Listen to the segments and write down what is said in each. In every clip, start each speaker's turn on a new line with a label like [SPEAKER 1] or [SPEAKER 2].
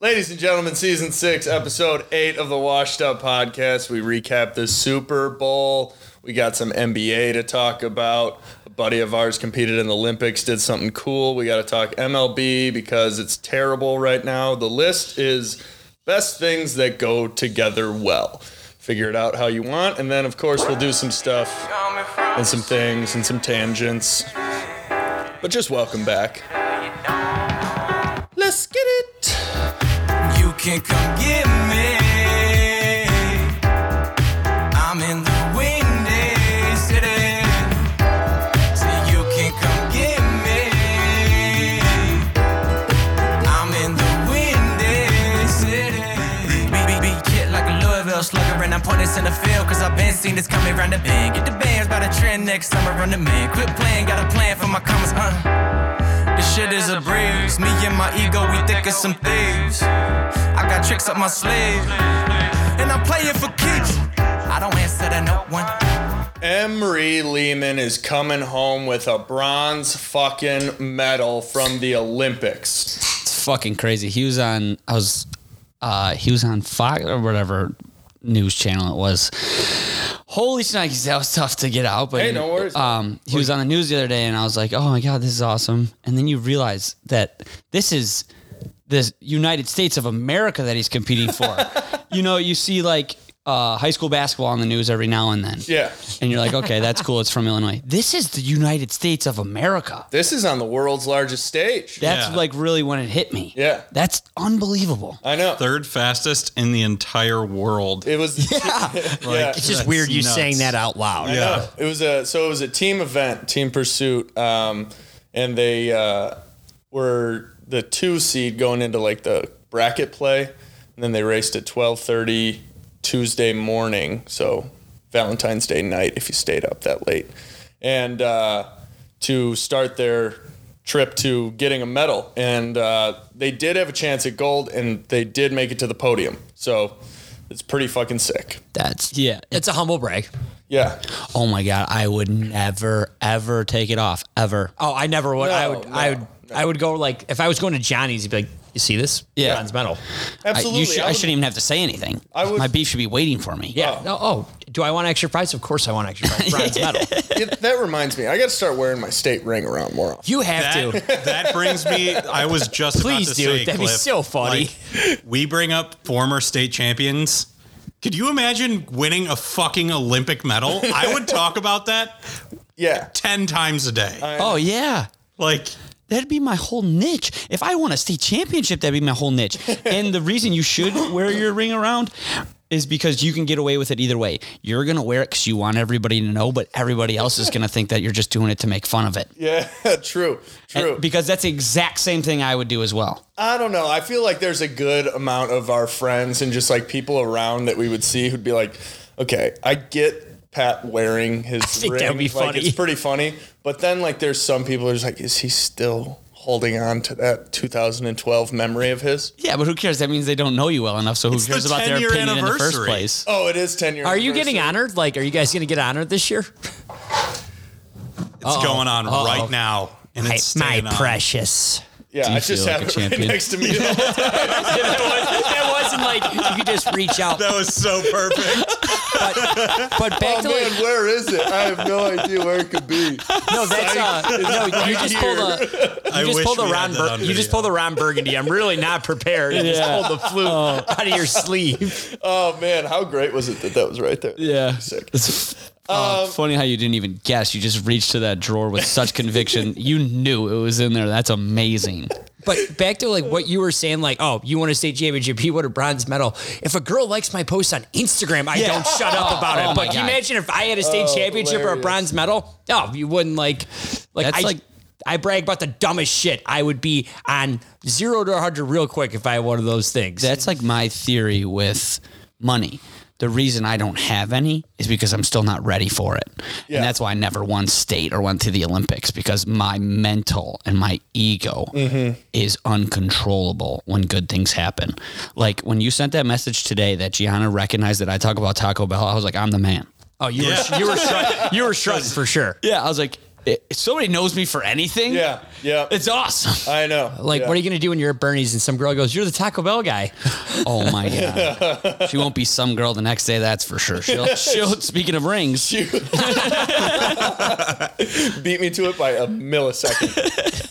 [SPEAKER 1] Ladies and gentlemen, season six, episode eight of the Washed Up Podcast. We recap the Super Bowl. We got some NBA to talk about. A buddy of ours competed in the Olympics, did something cool. We got to talk MLB because it's terrible right now. The list is best things that go together well. Figure it out how you want. And then, of course, we'll do some stuff and some things and some tangents. But just welcome back. Let's get it.
[SPEAKER 2] You can come get me. I'm in the windy city. So you can come get me. I'm in the windy city. Beat, beat, beat, hit like a Louisville slugger, and I'm putting this in the field. Cause I've been seen this coming round the bend. Get the bands by the trend next summer, run the man. Quit playing, got a plan for my comments, huh? This shit is a breeze. Me and my ego, we thick as some thieves. I got tricks up my sleeve, and I'm playing for keeps. I don't answer to no one.
[SPEAKER 1] Emery Lehman is coming home with a bronze fucking medal from the Olympics.
[SPEAKER 3] It's fucking crazy. He was on. I was. Uh, he was on Fox or whatever news channel it was. Holy shnikes, that was tough to get out. But
[SPEAKER 1] Hey, no worries.
[SPEAKER 3] Um, he was on the news the other day, and I was like, "Oh my god, this is awesome!" And then you realize that this is the United States of America that he's competing for. you know, you see like uh, high school basketball on the news every now and then.
[SPEAKER 1] Yeah.
[SPEAKER 3] And you're like, okay, that's cool. It's from Illinois. This is the United States of America.
[SPEAKER 1] This is on the world's largest stage.
[SPEAKER 3] That's
[SPEAKER 4] Yeah.
[SPEAKER 3] like really when it hit me.
[SPEAKER 1] Yeah.
[SPEAKER 3] That's unbelievable.
[SPEAKER 1] I know.
[SPEAKER 4] third fastest in the entire world.
[SPEAKER 1] It was yeah.
[SPEAKER 5] It's just
[SPEAKER 4] That's
[SPEAKER 5] weird you
[SPEAKER 4] nuts.
[SPEAKER 5] saying that out loud.
[SPEAKER 1] I know. It was a so it was a team event, team pursuit, um, and they uh, were the two seed going into like the bracket play, and then they raced at twelve thirty Tuesday morning, so Valentine's Day night if you stayed up that late, and uh, to start their trip to getting a medal, and uh, they did have a chance at gold, and they did make it to the podium, so. It's pretty fucking sick.
[SPEAKER 5] That's
[SPEAKER 3] Yeah.
[SPEAKER 5] It's a humble brag.
[SPEAKER 1] Yeah.
[SPEAKER 3] Oh my god, I would never ever take it off ever.
[SPEAKER 5] Oh, I never would. I
[SPEAKER 1] No,
[SPEAKER 5] would.
[SPEAKER 1] no,
[SPEAKER 5] I would. I would go like if I was going to Johnny's, he'd be like, "You see this?
[SPEAKER 3] Yeah.
[SPEAKER 5] bronze medal."
[SPEAKER 1] Absolutely.
[SPEAKER 3] I, you should, I,
[SPEAKER 1] would-
[SPEAKER 3] shouldn't even have to say anything.
[SPEAKER 1] I would-
[SPEAKER 3] my beef should be waiting for me.
[SPEAKER 5] Yeah. No. Oh, do I want extra prize? Of course, I want extra prize. Bronze medal.
[SPEAKER 1] It- that reminds me, I got to start wearing my state ring around more often.
[SPEAKER 5] You have
[SPEAKER 4] That,
[SPEAKER 5] to.
[SPEAKER 4] that brings me. I was just
[SPEAKER 5] Please
[SPEAKER 4] about to
[SPEAKER 5] do.
[SPEAKER 4] say,
[SPEAKER 5] That'd be
[SPEAKER 4] Cliff,
[SPEAKER 5] so funny.
[SPEAKER 4] like, we bring up former state champions. Could you imagine winning a fucking Olympic medal? I would talk about that
[SPEAKER 1] Yeah.
[SPEAKER 4] ten times a day.
[SPEAKER 3] Oh yeah.
[SPEAKER 4] like
[SPEAKER 3] That'd be my whole niche. If I won a state championship, that'd be my whole niche. and the reason you should wear your ring around is because you can get away with it either way. You're gonna wear it because you want everybody to know, but everybody else is gonna think that you're just doing it to make fun of it.
[SPEAKER 1] Yeah. True.
[SPEAKER 3] And-
[SPEAKER 1] True.
[SPEAKER 3] because that's the exact same thing I would do as well.
[SPEAKER 1] I don't know. I feel like there's a good amount of our friends and just like people around that we would see who'd be like, okay, I get Pat wearing his
[SPEAKER 5] think
[SPEAKER 1] ring.
[SPEAKER 5] that'd be
[SPEAKER 1] Like,
[SPEAKER 5] funny.
[SPEAKER 1] it's pretty funny. But then like there's some people who's like, is he still holding on to that 2012 memory of his?
[SPEAKER 3] Yeah, but who cares? That means they don't know you well enough. So who
[SPEAKER 4] It's the
[SPEAKER 3] cares about their
[SPEAKER 4] 10-year
[SPEAKER 3] opinion in the first
[SPEAKER 4] anniversary.
[SPEAKER 3] place?
[SPEAKER 1] Oh, it is 10 years.
[SPEAKER 5] Are you getting honored? Like, are you guys going to get honored this year?
[SPEAKER 4] it's going on
[SPEAKER 5] Uh-oh.
[SPEAKER 4] right now, and
[SPEAKER 5] My,
[SPEAKER 4] it's
[SPEAKER 5] my
[SPEAKER 4] staying on.
[SPEAKER 5] precious.
[SPEAKER 1] Yeah,
[SPEAKER 3] Do you
[SPEAKER 1] I just
[SPEAKER 3] feel
[SPEAKER 1] have
[SPEAKER 3] like a
[SPEAKER 1] it right
[SPEAKER 3] champion?
[SPEAKER 1] next to me.
[SPEAKER 5] that wasn't like you could just reach out.
[SPEAKER 4] That was so perfect.
[SPEAKER 5] But back
[SPEAKER 1] oh
[SPEAKER 5] to
[SPEAKER 1] man,
[SPEAKER 5] like,
[SPEAKER 1] where is it? I have no idea where it could be.
[SPEAKER 5] no, that's uh, no. You just pulled a. You
[SPEAKER 4] I
[SPEAKER 5] just
[SPEAKER 4] wish
[SPEAKER 5] pulled a
[SPEAKER 4] we had
[SPEAKER 5] Ron.
[SPEAKER 4] that
[SPEAKER 5] Bur-
[SPEAKER 4] on
[SPEAKER 5] you just
[SPEAKER 4] video.
[SPEAKER 5] pulled a Ron Burgundy. I'm really not prepared. You just pulled the flute out of your sleeve.
[SPEAKER 1] Oh man, how great was it that that was right there?
[SPEAKER 3] Yeah.
[SPEAKER 1] Sick.
[SPEAKER 3] It's
[SPEAKER 4] Um,
[SPEAKER 3] oh, funny how you didn't even guess. You just reached to that drawer with such conviction. You knew it was in there. That's amazing.
[SPEAKER 5] But back to like what you were saying, like, oh, you want a state championship, you won a bronze medal. If a girl likes my post on Instagram, I don't shut up about
[SPEAKER 3] Oh
[SPEAKER 5] it.
[SPEAKER 3] my
[SPEAKER 5] But can you
[SPEAKER 3] God. Oh,
[SPEAKER 5] imagine if I had a state championship or a
[SPEAKER 1] hilarious.
[SPEAKER 5] bronze medal? No, you wouldn't like like
[SPEAKER 3] That's
[SPEAKER 5] I
[SPEAKER 3] like-
[SPEAKER 5] I brag about the dumbest shit. I would be on zero to hundred real quick if I had one of those things.
[SPEAKER 3] That's like my theory with money. The reason I don't have any is because I'm still not ready for it.
[SPEAKER 1] Yeah.
[SPEAKER 3] And that's why I never won state or went to the Olympics because my mental and my ego
[SPEAKER 1] Mm-hmm.
[SPEAKER 3] is uncontrollable when good things happen. Like when you sent that message today that Gianna recognized that I talk about Taco Bell, I was like, I'm the man.
[SPEAKER 5] oh, you were you were shut, you were shutting for sure.
[SPEAKER 3] Yeah, I was like, it- somebody knows me for anything.
[SPEAKER 1] Yeah, yeah.
[SPEAKER 3] It's awesome.
[SPEAKER 1] I know.
[SPEAKER 5] Like,
[SPEAKER 1] yeah.
[SPEAKER 5] what are you gonna do when you're at Bernie's and some girl goes, "You're the Taco Bell guy"?
[SPEAKER 3] Oh my god. she won't be some girl the next day, that's for sure. She'll, she'll speaking of rings,
[SPEAKER 1] beat me to it by a millisecond.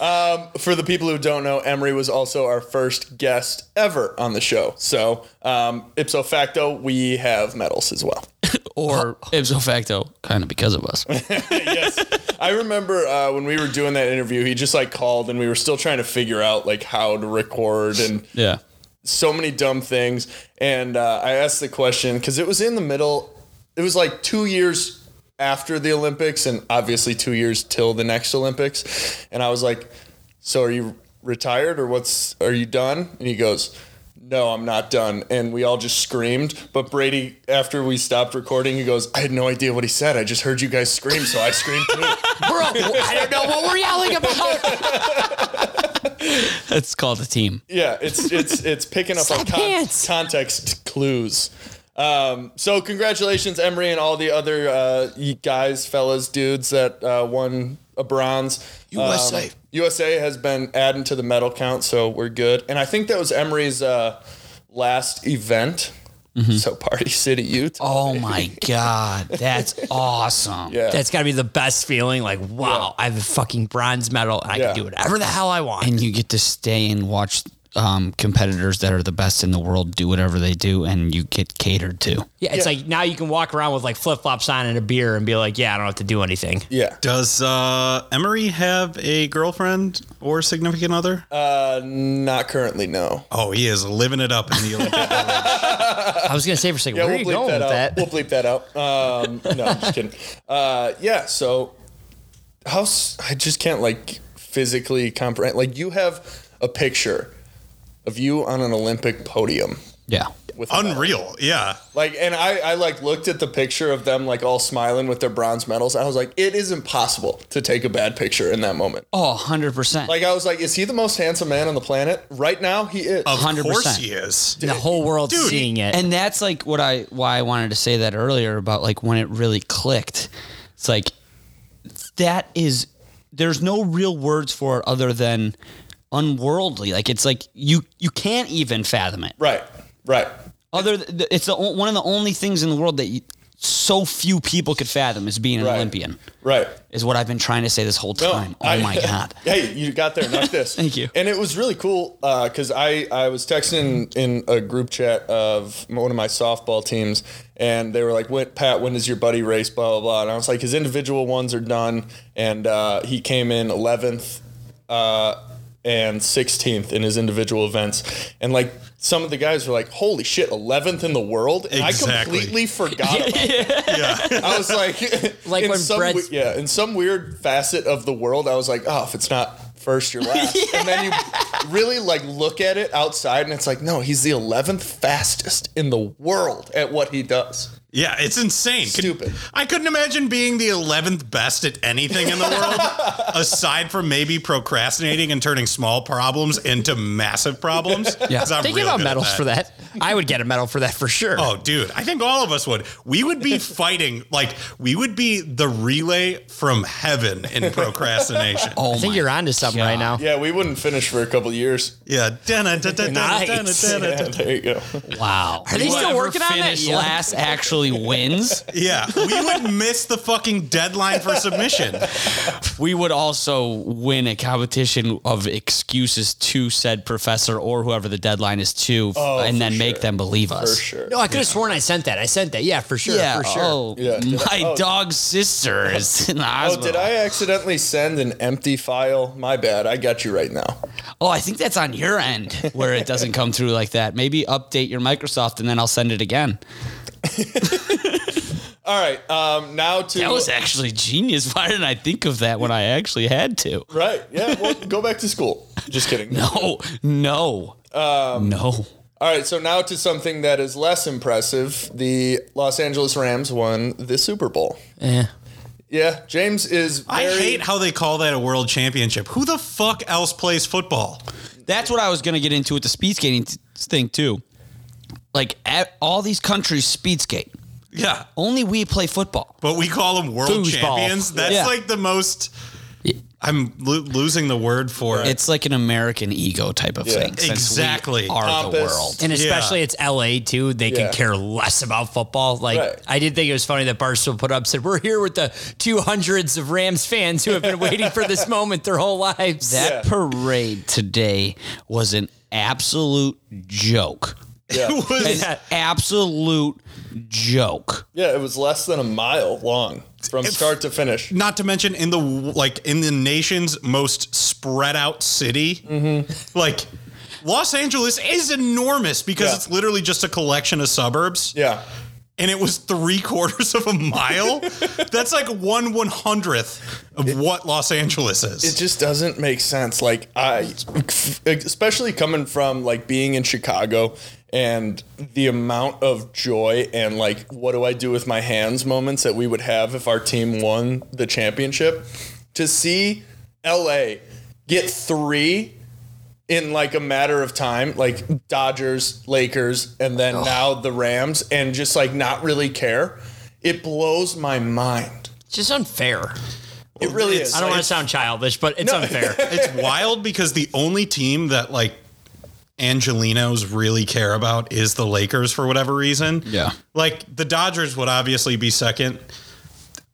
[SPEAKER 1] um, for the people who don't know, Emery was also our first guest ever on the show. So um, ipso facto, we have medals as well.
[SPEAKER 3] or
[SPEAKER 1] Oh.
[SPEAKER 3] ipso facto, kind of because of us.
[SPEAKER 1] I remember uh, when we were doing that interview, he just like called, and we were still trying to figure out like how to record and
[SPEAKER 3] Yeah.
[SPEAKER 1] so many dumb things. And uh, I asked the question because it was in the middle. It was like two years after the Olympics, and obviously two years till the next Olympics. And I was like, "So are you retired, or what's? Are you done?" And he goes. No, I'm not done. And we all just screamed. But Brady, after we stopped recording, he goes, I had no idea what he said. I just heard you guys scream, so I screamed too.
[SPEAKER 5] Bro, I don't know what we're yelling about.
[SPEAKER 3] It's called a team.
[SPEAKER 1] Yeah, it's it's it's picking up on
[SPEAKER 5] Slap
[SPEAKER 1] con-
[SPEAKER 5] hands.
[SPEAKER 1] context clues. Um, so congratulations, Emery, and all the other uh, you guys, fellas, dudes that uh, won a bronze. Um,
[SPEAKER 6] USA.
[SPEAKER 1] USA has been adding to the medal count, so we're good. And I think that was Emery's uh, last event. So Party City, Utah.
[SPEAKER 3] Oh my god, that's awesome.
[SPEAKER 1] Yeah.
[SPEAKER 5] That's gotta be the best feeling. Like, wow, I have a fucking bronze medal and I
[SPEAKER 1] Yeah.
[SPEAKER 5] can do whatever the hell I want.
[SPEAKER 3] And you get to stay and watch um, competitors that are the best in the world do whatever they do and you get catered to.
[SPEAKER 5] yeah, it's like now you can walk around with like flip flops on and a beer and be like, yeah, I don't have to do anything.
[SPEAKER 1] Yeah.
[SPEAKER 4] Does uh, Emery have a girlfriend or significant other?
[SPEAKER 1] Uh, not currently, no.
[SPEAKER 4] oh, he is living it up in the Olympic. village.
[SPEAKER 5] I was gonna say for a second,
[SPEAKER 1] Yeah,
[SPEAKER 5] where
[SPEAKER 1] we'll
[SPEAKER 5] are you
[SPEAKER 1] bleep
[SPEAKER 5] going
[SPEAKER 1] that
[SPEAKER 5] with
[SPEAKER 1] out.
[SPEAKER 5] that?
[SPEAKER 1] We'll bleep that out. Um, no, I'm just kidding. Uh, yeah, so house, I just can't like physically comprehend. Like you have a picture of you on an Olympic podium
[SPEAKER 3] Yeah.
[SPEAKER 1] with a medal.
[SPEAKER 4] Unreal. Yeah.
[SPEAKER 1] Like, and I, I like looked at the picture of them like all smiling with their bronze medals. I was like, it is impossible to take a bad picture in that moment.
[SPEAKER 3] Oh, 100%.
[SPEAKER 1] Like I was like, is he the most handsome man on the planet right now? He is.
[SPEAKER 4] Of
[SPEAKER 3] 100%.
[SPEAKER 4] course he is.
[SPEAKER 5] the whole world's
[SPEAKER 4] Dude,
[SPEAKER 5] seeing it.
[SPEAKER 3] and that's like what I why I wanted to say that earlier about like when it really clicked. It's like that is there's no real words for it other than unworldly. Like it's like you you can't even fathom it.
[SPEAKER 1] right, right.
[SPEAKER 3] Other th- it's the, o- one of the only things in the world that you, so few people could fathom is being an
[SPEAKER 1] Right.
[SPEAKER 3] Olympian.
[SPEAKER 1] Right.
[SPEAKER 3] Is what I've been trying to say this whole
[SPEAKER 1] No,
[SPEAKER 3] time. oh
[SPEAKER 1] I-
[SPEAKER 3] my god.
[SPEAKER 1] Hey, you got there. Knock this.
[SPEAKER 3] Thank you.
[SPEAKER 1] And it was really cool because I, I was texting in a group chat of one of my softball teams, and they were like, "When Pat, when does your buddy race?" Blah blah blah. And I was like, "His individual ones are done," and uh, he came in eleventh uh, and 16th in his individual events. And like some of the guys were like, holy shit, 11th in the world. And I
[SPEAKER 4] Exactly.
[SPEAKER 1] completely forgot about that. I was like,
[SPEAKER 5] Like
[SPEAKER 1] in
[SPEAKER 5] when
[SPEAKER 1] some
[SPEAKER 5] Brett's-
[SPEAKER 1] we- yeah, in some weird facet of the world, I was like, oh, if it's not first, you're last. And then you really like look at it outside and it's like, no, he's the 11th fastest in the world at what he does.
[SPEAKER 4] Yeah, it's insane. Could-
[SPEAKER 1] Stupid.
[SPEAKER 4] I couldn't imagine being the 11th best at anything in the world aside from maybe procrastinating and turning small problems into massive problems.
[SPEAKER 3] Yeah.
[SPEAKER 4] 'cause I'm
[SPEAKER 5] they give
[SPEAKER 4] real
[SPEAKER 5] out
[SPEAKER 4] good at
[SPEAKER 5] medals for that. I would get a medal for that for sure.
[SPEAKER 4] Oh, dude, I think all of us would. We would be fighting, like, we would be the relay from heaven in procrastination.
[SPEAKER 3] Oh
[SPEAKER 5] I think
[SPEAKER 3] my
[SPEAKER 5] you're onto something right now.
[SPEAKER 1] Yeah, we wouldn't finish for a couple years.
[SPEAKER 4] Yeah. Dunna, dunna, dunna,
[SPEAKER 5] Nice.
[SPEAKER 4] dunna, dunna,
[SPEAKER 1] Yeah,
[SPEAKER 4] dunna.
[SPEAKER 1] there you go.
[SPEAKER 3] wow. Are
[SPEAKER 5] they still working on that? Yeah.
[SPEAKER 3] Last actually wins.
[SPEAKER 4] Yeah. We would miss the fucking deadline for submission.
[SPEAKER 3] we would also win a competition of excuses to said professor or whoever the deadline is to, f- and then make them believe
[SPEAKER 1] Oh, For
[SPEAKER 3] us.
[SPEAKER 1] sure.
[SPEAKER 5] No, I could have sworn I sent that. I sent that. Yeah, for sure.
[SPEAKER 3] Yeah,
[SPEAKER 5] for sure.
[SPEAKER 3] Oh,
[SPEAKER 1] Yeah.
[SPEAKER 3] my
[SPEAKER 1] Oh.
[SPEAKER 3] dog's sister is in the
[SPEAKER 1] Oh,
[SPEAKER 3] hospital.
[SPEAKER 1] did I accidentally send an empty file? My bad. I got you right now.
[SPEAKER 3] Oh, I think that's on your end where it doesn't come through like that. Maybe update your Microsoft and then I'll send it again.
[SPEAKER 1] All right. Um, now to
[SPEAKER 3] That was actually genius. Why didn't I think of that when I actually had to?
[SPEAKER 1] right. Yeah. Well, go back to school. Just kidding.
[SPEAKER 3] No, no, no.
[SPEAKER 1] All right. So now to something that is less impressive. The Los Angeles Rams won the Super Bowl.
[SPEAKER 5] Yeah.
[SPEAKER 1] Yeah. James is.
[SPEAKER 4] I
[SPEAKER 1] Very,
[SPEAKER 4] hate how they call that a world championship. Who the fuck else plays football?
[SPEAKER 3] That's what I was going to get e, into with the speed skating t- thing too. Like at, all these countries speed skate.
[SPEAKER 4] Yeah.
[SPEAKER 3] Only we play football.
[SPEAKER 4] But we call them world
[SPEAKER 5] Foosball.
[SPEAKER 4] champions. That's
[SPEAKER 3] Yeah.
[SPEAKER 4] like the most. I'm lo- losing the word for it.
[SPEAKER 3] It's like an American ego type of
[SPEAKER 1] Yeah.
[SPEAKER 3] thing. since we
[SPEAKER 4] Exactly.
[SPEAKER 3] are the
[SPEAKER 1] Pompous.
[SPEAKER 3] world.
[SPEAKER 5] And especially it's LA too. They
[SPEAKER 1] Yeah.
[SPEAKER 5] could care less about football. Like
[SPEAKER 1] Right.
[SPEAKER 5] I did think it was funny that Barstool put up said, "We're here with the two hundreds of Rams fans who have been waiting for this moment their whole lives."
[SPEAKER 3] That parade today was an absolute joke.
[SPEAKER 1] Yeah.
[SPEAKER 3] An
[SPEAKER 5] Yeah.
[SPEAKER 3] absolute joke.
[SPEAKER 1] yeah, it was less than a mile long from start to finish.
[SPEAKER 4] not to mention in the like in the nation's most spread out city
[SPEAKER 3] Mm-hmm.
[SPEAKER 4] like los angeles is enormous because
[SPEAKER 1] Yeah.
[SPEAKER 4] it's literally just a collection of suburbs
[SPEAKER 1] Yeah.
[SPEAKER 4] and it was three quarters of a mile that's like one one hundredth of what los angeles is
[SPEAKER 1] It just doesn't make sense. Like I, especially coming from like being in Chicago and the amount of joy and like what do I do with my hands moments that we would have if our team won the championship. To see LA get three in like a matter of time, like Dodgers, Lakers, and then now the Rams, and just like not really care, it blows my mind.
[SPEAKER 5] It's just unfair.
[SPEAKER 1] It really
[SPEAKER 4] It's-
[SPEAKER 1] is.
[SPEAKER 5] I don't want to sound childish, but it's unfair.
[SPEAKER 4] it's wild because the only team that like Angelinos really care about is the Lakers for whatever reason.
[SPEAKER 3] Yeah.
[SPEAKER 4] Like the Dodgers would obviously be second.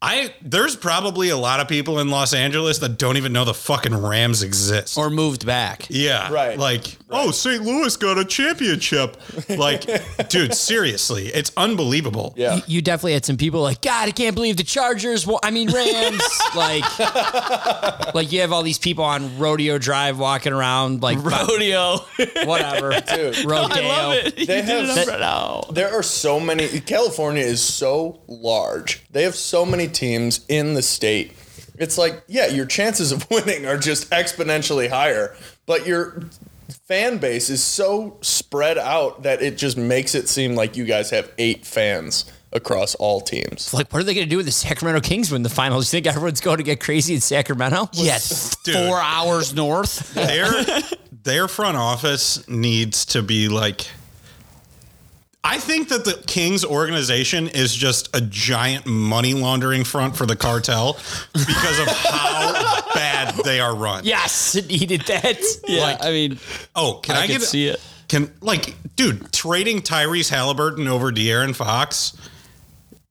[SPEAKER 4] I there's probably a lot of people in Los Angeles that don't even know the fucking Rams exist.
[SPEAKER 3] Or moved back.
[SPEAKER 4] yeah.
[SPEAKER 1] Right.
[SPEAKER 4] Like, oh, St. Louis got a championship. Like, dude, seriously, it's unbelievable.
[SPEAKER 1] Yeah.
[SPEAKER 5] You, you definitely had some people like, God, I can't believe the Chargers. Well, I mean Rams. like, like you have all these people on Rodeo Drive walking around like
[SPEAKER 3] Rodeo.
[SPEAKER 5] whatever.
[SPEAKER 1] Dude.
[SPEAKER 5] Rodeo.
[SPEAKER 3] I love it. You
[SPEAKER 1] They
[SPEAKER 3] did
[SPEAKER 1] have-
[SPEAKER 3] it on Rodeo.
[SPEAKER 1] There are so many. California is so large. They have so many teams in the state. It's like, yeah, your chances of winning are just exponentially higher, but your fan base is so spread out that it just makes it seem like you guys have eight fans across all teams.
[SPEAKER 5] Like, what are they going to do with the Sacramento Kings win the finals? You think everyone's going to get crazy in Sacramento?
[SPEAKER 3] Yes.
[SPEAKER 4] Dude.
[SPEAKER 3] Four hours north.
[SPEAKER 4] their their front office needs to be like I think that the Kings organization is just a giant money laundering front for the cartel because of how bad they are run.
[SPEAKER 5] Yes, it needed that.
[SPEAKER 3] Yeah. I mean,
[SPEAKER 4] Oh, can I,
[SPEAKER 3] I
[SPEAKER 4] get
[SPEAKER 3] could see it.
[SPEAKER 4] Can like, dude, trading Tyrese Halliburton over De'Aaron Fox?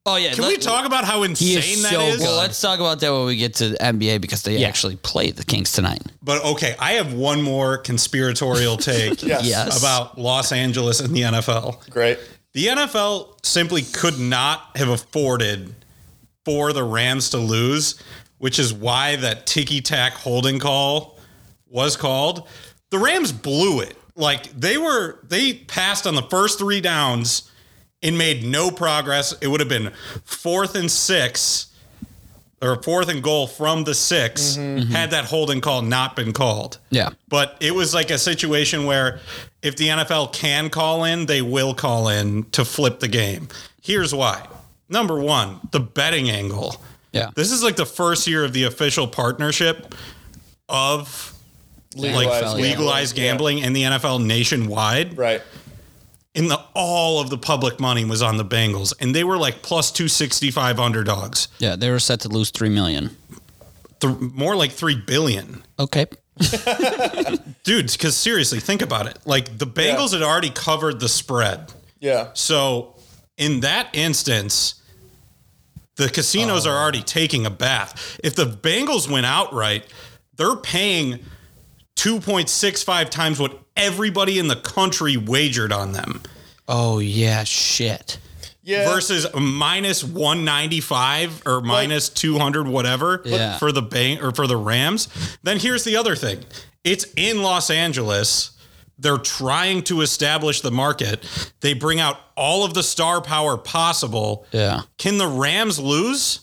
[SPEAKER 3] oh, yeah.
[SPEAKER 4] Can we
[SPEAKER 3] let-
[SPEAKER 4] talk about how
[SPEAKER 5] is
[SPEAKER 4] insane that
[SPEAKER 5] so
[SPEAKER 4] is?
[SPEAKER 5] good.
[SPEAKER 3] Well, let's talk about that when we get to the NBA because they actually play the Kings tonight.
[SPEAKER 4] But okay, I have one more conspiratorial take
[SPEAKER 1] Yes.
[SPEAKER 3] Yes.
[SPEAKER 4] about Los Angeles and the NFL.
[SPEAKER 1] Great.
[SPEAKER 4] The NFL simply could not have afforded for the Rams to lose, which is why that ticky tack holding call was called. The Rams blew it. Like they were, they passed on the first three downs and made no progress. It would have been fourth and six or fourth and goal from the 6 had that holding call not been called.
[SPEAKER 3] Yeah.
[SPEAKER 4] But it was like a situation where if the NFL can call in, they will call in to flip the game. Here's why. Number one, the betting angle.
[SPEAKER 3] Yeah.
[SPEAKER 4] This is like the first year of the official partnership of
[SPEAKER 1] Legalized
[SPEAKER 4] like legalized gambling in the NFL nationwide.
[SPEAKER 1] Right.
[SPEAKER 4] And the all of the public money was on the Bengals. And they were like plus two sixty five underdogs.
[SPEAKER 3] Yeah, they were set to lose three million.
[SPEAKER 4] Th- more like three billion.
[SPEAKER 3] Okay.
[SPEAKER 4] Dude, because seriously, think about it. Like the Bengals had already covered the spread.
[SPEAKER 1] Yeah.
[SPEAKER 4] So in that instance, the casinos are already taking a bath. If the Bengals win outright, they're paying 2.65 times what everybody in the country wagered on them
[SPEAKER 3] Oh yeah, shit.
[SPEAKER 1] Yeah.
[SPEAKER 4] versus minus 195 or minus 200 whatever
[SPEAKER 3] Yeah.
[SPEAKER 4] for the bang or for the Rams. Then here's the other thing. It's in Los Angeles. They're trying to establish the market. They bring out all of the star power possible.
[SPEAKER 3] Yeah.
[SPEAKER 4] Can the Rams lose?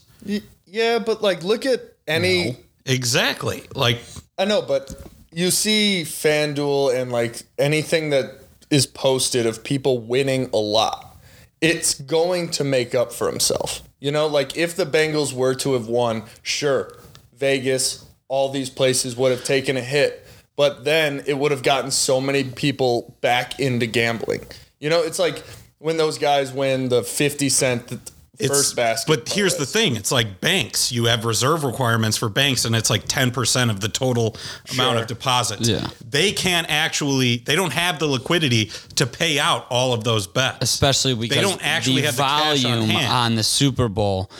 [SPEAKER 1] yeah, but like look at any
[SPEAKER 4] Exactly. Like
[SPEAKER 1] I know, but you see FanDuel and like anything that is posted of people winning a lot, it's going to make up for himself. You know, like if the Bengals were to have won, sure, Vegas, all these places would have taken a hit, but then it would have gotten so many people back into gambling. You know, it's like when those guys win the 50 cent
[SPEAKER 4] It's-
[SPEAKER 1] First basket.
[SPEAKER 4] But here's the thing: it's like banks. You have reserve requirements for banks, and it's like ten percent of the total amount of deposits.
[SPEAKER 3] Yeah.
[SPEAKER 4] they can't actually. They don't have the liquidity to pay out all of those bets.
[SPEAKER 3] especially because
[SPEAKER 4] don't actually
[SPEAKER 3] the
[SPEAKER 4] have the cash on
[SPEAKER 3] volume on,
[SPEAKER 4] hand.
[SPEAKER 3] the Super Bowl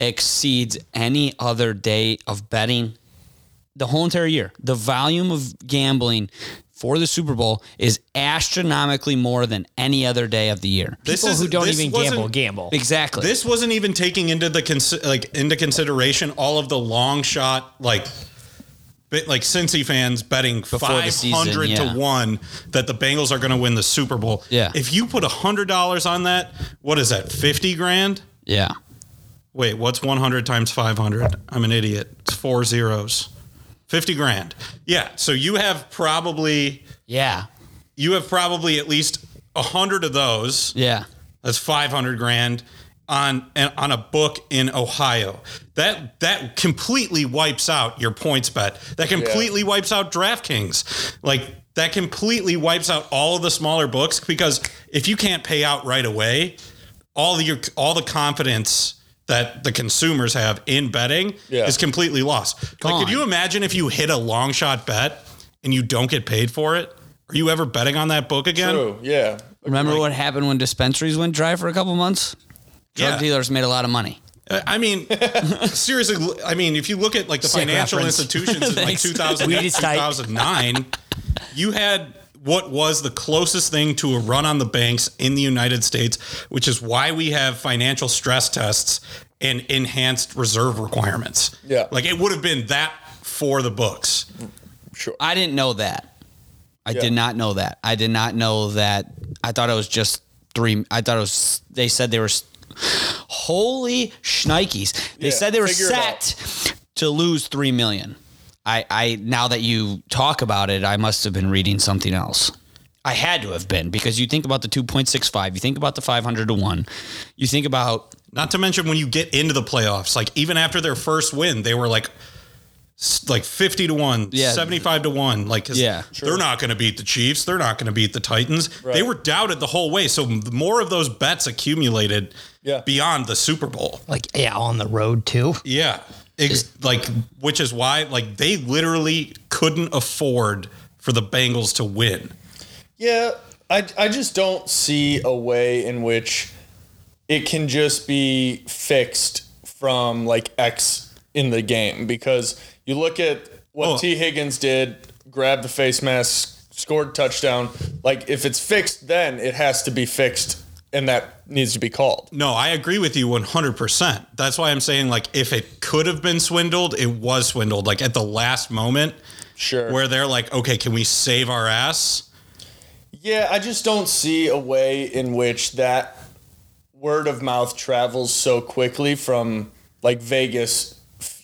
[SPEAKER 3] exceeds any other day of betting the whole entire year. The volume of gambling for the Super Bowl is astronomically more than any other day of the year.
[SPEAKER 4] This
[SPEAKER 5] People
[SPEAKER 4] is-
[SPEAKER 5] who don't
[SPEAKER 4] this
[SPEAKER 5] even
[SPEAKER 4] wasn't-
[SPEAKER 5] gamble gamble.
[SPEAKER 3] Exactly.
[SPEAKER 4] This wasn't even taking into the cons- like into consideration all of the long shot like bit like Cincy fans betting
[SPEAKER 3] Before the
[SPEAKER 4] five
[SPEAKER 3] season,
[SPEAKER 4] hundred
[SPEAKER 3] yeah.
[SPEAKER 4] to one that the Bengals are going to win the Super Bowl.
[SPEAKER 3] Yeah.
[SPEAKER 4] If you put hundred dollars on that, what is that? Fifty grand?
[SPEAKER 3] yeah.
[SPEAKER 4] Wait, what's one hundred times five hundred? I'm an idiot. It's four zeros. Fifty grand. Yeah. So you have probably
[SPEAKER 5] Yeah.
[SPEAKER 4] you have probably at least hundred of those.
[SPEAKER 3] Yeah.
[SPEAKER 4] That's five hundred grand on and on a book in Ohio. That that completely wipes out your points bet. That completely wipes out DraftKings. Like that completely wipes out all of the smaller books because if you can't pay out right away, all the your all the confidence that the consumers have in betting
[SPEAKER 1] Yeah.
[SPEAKER 4] is completely lost. Like,
[SPEAKER 3] Gone.
[SPEAKER 4] could you imagine if you hit a long shot bet and you don't get paid for it? Are you ever betting on that book again?
[SPEAKER 1] True. Yeah.
[SPEAKER 3] Remember what happened when dispensaries went dry for a couple months? Drug
[SPEAKER 4] Yeah.
[SPEAKER 3] dealers made a lot of money.
[SPEAKER 4] Uh, I mean, seriously. l- I mean, if you look at like the
[SPEAKER 5] Sick
[SPEAKER 4] financial
[SPEAKER 5] reference.
[SPEAKER 4] institutions in like
[SPEAKER 5] Thanks.
[SPEAKER 4] 2008,
[SPEAKER 5] Weed is tight.
[SPEAKER 4] 2009, you had what was the closest thing to a run on the banks in the United States, which is why we have financial stress tests and enhanced reserve requirements.
[SPEAKER 1] Yeah.
[SPEAKER 4] like it would have been that for the books.
[SPEAKER 3] I didn't know that. I did not know that. I did not know that. I thought it was just three. I thought it was. They said they were. s- Holy shnikes! They
[SPEAKER 1] Yeah,
[SPEAKER 3] said they were
[SPEAKER 1] figure it out.
[SPEAKER 3] set to lose three million. I, I now that you talk about it, I must have been reading something else. I had to have been because you think about the two point six five. You think about the five hundred to one. You think about
[SPEAKER 4] Not to mention when you get into the playoffs, like even after their first win, they were like s- like 50 to 1,
[SPEAKER 3] Yeah.
[SPEAKER 4] 75 to 1, like 'cause
[SPEAKER 3] Yeah.
[SPEAKER 4] they're not going to beat the Chiefs, they're not going to beat the Titans. They were doubted the whole way. So m- more of those bets accumulated
[SPEAKER 1] Yeah.
[SPEAKER 4] beyond the Super Bowl.
[SPEAKER 5] Like yeah, on the road too.
[SPEAKER 4] Yeah. Ex- like which is why like they literally couldn't afford for the Bengals to win.
[SPEAKER 1] Yeah, I, I just don't see a way in which it can just be fixed from like X in the game because you look at what
[SPEAKER 4] Oh.
[SPEAKER 1] T. Higgins did, grabbed the face mask, scored touchdown. Like if it's fixed, then it has to be fixed, and that needs to be called.
[SPEAKER 4] No, I agree with you 100%. That's why I'm saying like if it could have been swindled, it was swindled like at the last moment.
[SPEAKER 1] Sure.
[SPEAKER 4] where they're like, okay, can we save our ass?
[SPEAKER 1] Yeah, I just don't see a way in which that word of mouth travels so quickly from like Vegas.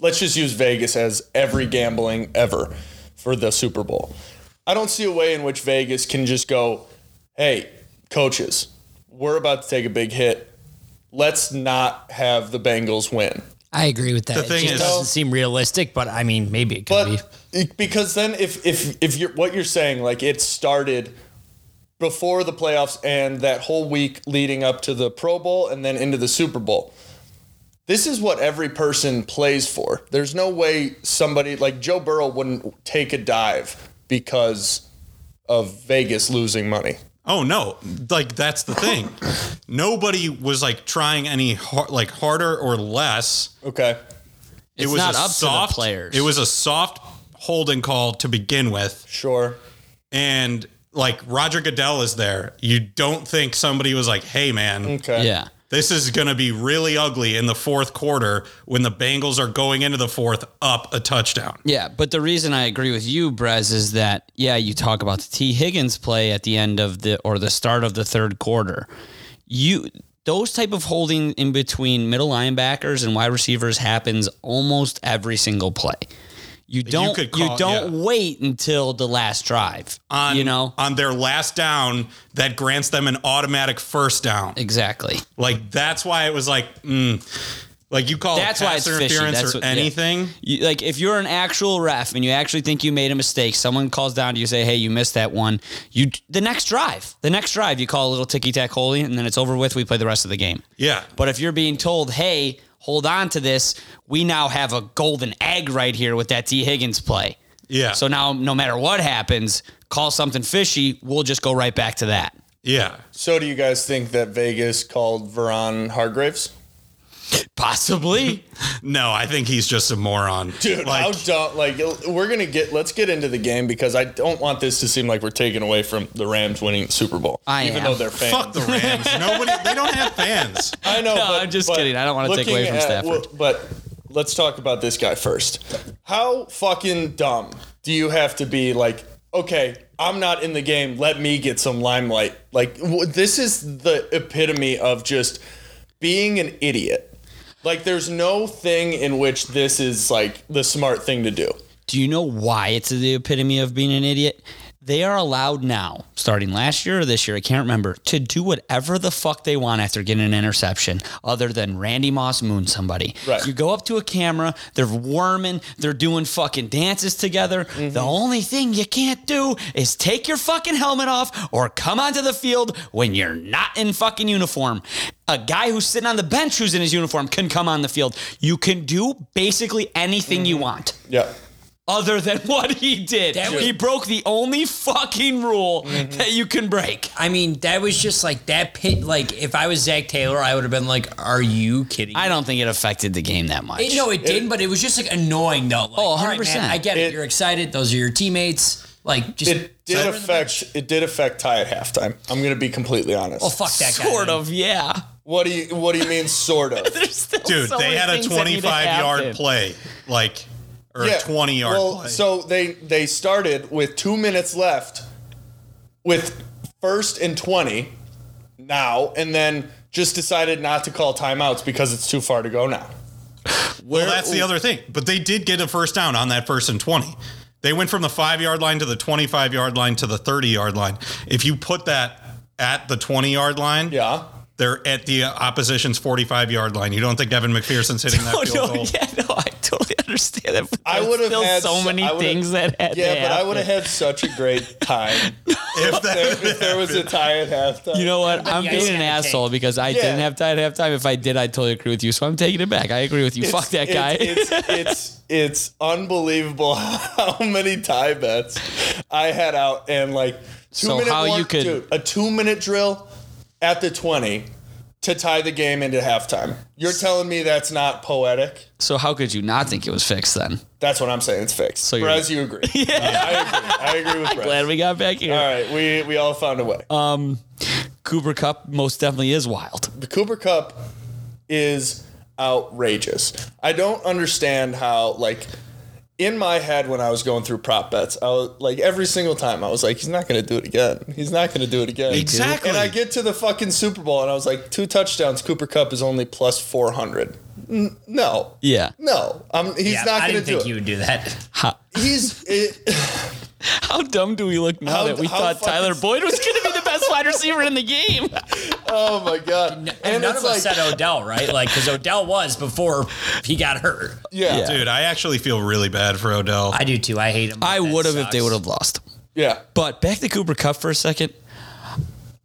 [SPEAKER 1] Let's just use Vegas as every gambling ever for the Super Bowl. I don't see a way in which Vegas can just go, hey, coaches, we're about to take a big hit. Let's not have the Bengals win.
[SPEAKER 5] I agree with that.
[SPEAKER 4] The thing
[SPEAKER 5] it just
[SPEAKER 4] is-
[SPEAKER 5] doesn't seem realistic, but I mean, maybe it could
[SPEAKER 1] But e, because then if if if you're what you're saying, like it started before the playoffs and that whole week leading up to the Pro Bowl and then into the Super Bowl. This is what every person plays for. There's no way somebody like Joe Burrow wouldn't take a dive because of Vegas losing money.
[SPEAKER 4] Oh no! Like that's the thing. Nobody was like trying any har- like harder or less.
[SPEAKER 1] Okay.
[SPEAKER 4] It
[SPEAKER 3] It's
[SPEAKER 4] was
[SPEAKER 3] not
[SPEAKER 4] a
[SPEAKER 3] up to the
[SPEAKER 4] soft,
[SPEAKER 3] players.
[SPEAKER 4] It was a soft holding call to begin with,
[SPEAKER 1] Sure.
[SPEAKER 4] and like Roger Goodell is there. You don't think somebody was like, "Hey man,
[SPEAKER 1] Okay.
[SPEAKER 3] yeah.
[SPEAKER 4] this is going to be really ugly in the fourth quarter when the Bengals are going into the fourth up a touchdown."
[SPEAKER 3] Yeah, but the reason I agree with you, Brez, is that yeah, you talk about the T. Higgins play at the end of the or the start of the third quarter. You those type of holding in between middle linebackers and wide receivers happens almost every single play. You don't you,
[SPEAKER 4] could call-
[SPEAKER 3] don't
[SPEAKER 4] yeah.
[SPEAKER 3] wait until the last drive.
[SPEAKER 4] On,
[SPEAKER 3] you know
[SPEAKER 4] on their last down that grants them an automatic first down.
[SPEAKER 3] exactly.
[SPEAKER 4] Like that's why it was like, mm, Like you call
[SPEAKER 3] That's
[SPEAKER 4] it
[SPEAKER 3] why
[SPEAKER 4] pass
[SPEAKER 3] it's fishy.
[SPEAKER 4] interference
[SPEAKER 3] That's
[SPEAKER 4] or
[SPEAKER 3] what- yeah.
[SPEAKER 4] anything.
[SPEAKER 3] You, like if you're an actual ref and you actually think you made a mistake, someone calls down to you say, "Hey, you missed that one." You the next drive, the next drive, you call a little ticky tack holding, and then it's over with. We play the rest of the game.
[SPEAKER 4] Yeah.
[SPEAKER 3] But if you're being told, "Hey, hold on to this," we now have a golden egg right here with that T Higgins play.
[SPEAKER 4] Yeah.
[SPEAKER 3] So now, no matter what happens, call something fishy. We'll just go right back to that.
[SPEAKER 4] Yeah.
[SPEAKER 1] So, do you guys think that Vegas called Veron Hargraves?
[SPEAKER 3] Possibly.
[SPEAKER 4] No, I think he's just a moron.
[SPEAKER 1] Dude, how dumb! Like, we're gonna get. Let's get into the game because I don't want this to seem like we're taking away from the Rams winning the Super Bowl.
[SPEAKER 3] I
[SPEAKER 1] even
[SPEAKER 3] am.
[SPEAKER 1] though they're fans.
[SPEAKER 4] Fuck the Rams. Nobody. They don't have fans.
[SPEAKER 1] I know.
[SPEAKER 3] No,
[SPEAKER 1] but-
[SPEAKER 3] I'm just
[SPEAKER 1] but
[SPEAKER 3] kidding. I don't wanna take
[SPEAKER 1] looking
[SPEAKER 3] away from Stafford.
[SPEAKER 1] but let's talk about this guy first. How fucking dumb do you have to be? Like, okay, I'm not in the game. Let me get some limelight. Like, w- this is the epitome of just being an idiot. Like, there's no thing in which this is like the smart thing to do.
[SPEAKER 3] Do you know why it's the epitome of being an idiot? They are allowed now, starting last year or this year, I can't remember, to do whatever the fuck they want after getting an interception, other than Randy Moss moon somebody.
[SPEAKER 1] Right.
[SPEAKER 3] You go up to a camera, they're worming, they're doing fucking dances together. The only thing you can't do is take your fucking helmet off or come onto the field when you're not in fucking uniform. A guy who's sitting on the bench who's in his uniform can come on the field. You can do basically anything you want
[SPEAKER 1] Yeah.
[SPEAKER 3] other than what he did.
[SPEAKER 5] That was-
[SPEAKER 3] he broke the only fucking rule
[SPEAKER 1] Mm-hmm.
[SPEAKER 3] that you can break.
[SPEAKER 5] I mean, that was just like that pit. Like, if I was Zach Taylor, I would have been like, "Are you kidding?"
[SPEAKER 3] I don't think it affected the game that much.
[SPEAKER 5] It, no, it didn't, but it was just like annoying though. Like,
[SPEAKER 3] Oh,
[SPEAKER 5] all right,
[SPEAKER 3] 100%.
[SPEAKER 5] man, I get it.
[SPEAKER 1] It-
[SPEAKER 5] You're excited. Those are your teammates. Like, just
[SPEAKER 1] It did
[SPEAKER 5] Well,
[SPEAKER 1] affect. It did affect tie at halftime. I'm gonna be completely honest.
[SPEAKER 5] oh,
[SPEAKER 3] Oh,
[SPEAKER 5] fuck that guy.
[SPEAKER 3] sort of, yeah.
[SPEAKER 1] What do you What do you mean, sort of?
[SPEAKER 3] There's still
[SPEAKER 4] Dude,
[SPEAKER 3] so
[SPEAKER 4] they
[SPEAKER 3] many
[SPEAKER 4] had a
[SPEAKER 3] things that need to
[SPEAKER 4] 25 yard
[SPEAKER 3] happen.
[SPEAKER 4] play, like or
[SPEAKER 1] Yeah.
[SPEAKER 4] a 20 yard
[SPEAKER 1] Well,
[SPEAKER 4] play.
[SPEAKER 1] So they they started with two minutes left, with first and twenty, now and then just decided not to call timeouts because it's too far to go now.
[SPEAKER 4] well, that's the other thing. But they did get a first down on that first and 20. They went from the five yard line to the 25 yard line to the 30 yard line. If you put that at the 20 yard line,
[SPEAKER 1] Yeah.
[SPEAKER 4] they're at the opposition's 45 yard line. You don't think Devin McPherson's hitting that
[SPEAKER 3] Oh,
[SPEAKER 4] field
[SPEAKER 3] no,
[SPEAKER 4] goal?
[SPEAKER 3] yeah, no, I totally understand that. but
[SPEAKER 1] I
[SPEAKER 3] there's
[SPEAKER 1] would've
[SPEAKER 3] still
[SPEAKER 1] had
[SPEAKER 3] so
[SPEAKER 1] so-
[SPEAKER 3] many
[SPEAKER 1] I would've-
[SPEAKER 3] things that had
[SPEAKER 1] Yeah,
[SPEAKER 3] to
[SPEAKER 1] but I
[SPEAKER 3] happen.
[SPEAKER 1] would have had such a great time
[SPEAKER 4] If that,
[SPEAKER 1] if there was a tie at halftime.
[SPEAKER 3] You know what? I'm
[SPEAKER 5] you guys
[SPEAKER 3] being an
[SPEAKER 5] gotta
[SPEAKER 3] asshole because I
[SPEAKER 1] Yeah.
[SPEAKER 3] didn't have time at halftime. If I did, I totally agree with you. So I'm taking it back. I agree with you.
[SPEAKER 1] It's-
[SPEAKER 3] Fuck that guy.
[SPEAKER 1] It's it's, it's it's unbelievable how many tie bets I had out and like two
[SPEAKER 3] So
[SPEAKER 1] minute
[SPEAKER 3] how
[SPEAKER 1] warm-
[SPEAKER 3] you could-
[SPEAKER 1] dude, a two minute drill at the twenty to tie the game into halftime. You're telling me that's not poetic?
[SPEAKER 3] so how could you not think it was fixed then?
[SPEAKER 1] That's what I'm saying. It's fixed.
[SPEAKER 3] So
[SPEAKER 1] So
[SPEAKER 3] you're-
[SPEAKER 1] Perez, you agree? I agree. I agree with Perez.
[SPEAKER 3] Glad we got back here.
[SPEAKER 1] All right, we we all found a way.
[SPEAKER 3] Cooper Cup most definitely is wild.
[SPEAKER 1] the Cooper Cup is outrageous. I don't understand how like in my head when I was going through prop bets, I was like every single time I was like, he's not gonna do it again. He's not gonna do it again.
[SPEAKER 4] Exactly.
[SPEAKER 1] And I get to the fucking Super Bowl and I was like, two touchdowns, Cooper Cup is only plus four hundred. No.
[SPEAKER 3] Yeah.
[SPEAKER 1] No. Um he's
[SPEAKER 5] Yeah,
[SPEAKER 1] not
[SPEAKER 5] I
[SPEAKER 1] gonna
[SPEAKER 5] didn't
[SPEAKER 1] do
[SPEAKER 5] think
[SPEAKER 1] it.
[SPEAKER 5] you would do that.
[SPEAKER 1] He's it,
[SPEAKER 3] How dumb do we look now
[SPEAKER 1] How-
[SPEAKER 3] that we
[SPEAKER 1] how
[SPEAKER 3] thought
[SPEAKER 1] fucking-
[SPEAKER 3] Tyler Boyd was going to be the best wide receiver in the game?
[SPEAKER 1] oh my god.
[SPEAKER 5] And,
[SPEAKER 1] And
[SPEAKER 5] none
[SPEAKER 1] it's
[SPEAKER 5] of
[SPEAKER 1] like
[SPEAKER 5] us said Odell, right? Like, because Odell was before he got hurt.
[SPEAKER 1] yeah,
[SPEAKER 3] Yeah.
[SPEAKER 1] yeah.
[SPEAKER 4] dude, I actually feel really bad for Odell.
[SPEAKER 5] I do too. I hate him.
[SPEAKER 3] I
[SPEAKER 5] That
[SPEAKER 3] would have if
[SPEAKER 5] sucks.
[SPEAKER 3] they would have lost.
[SPEAKER 1] Yeah.
[SPEAKER 3] But back to Cooper Cup for a second.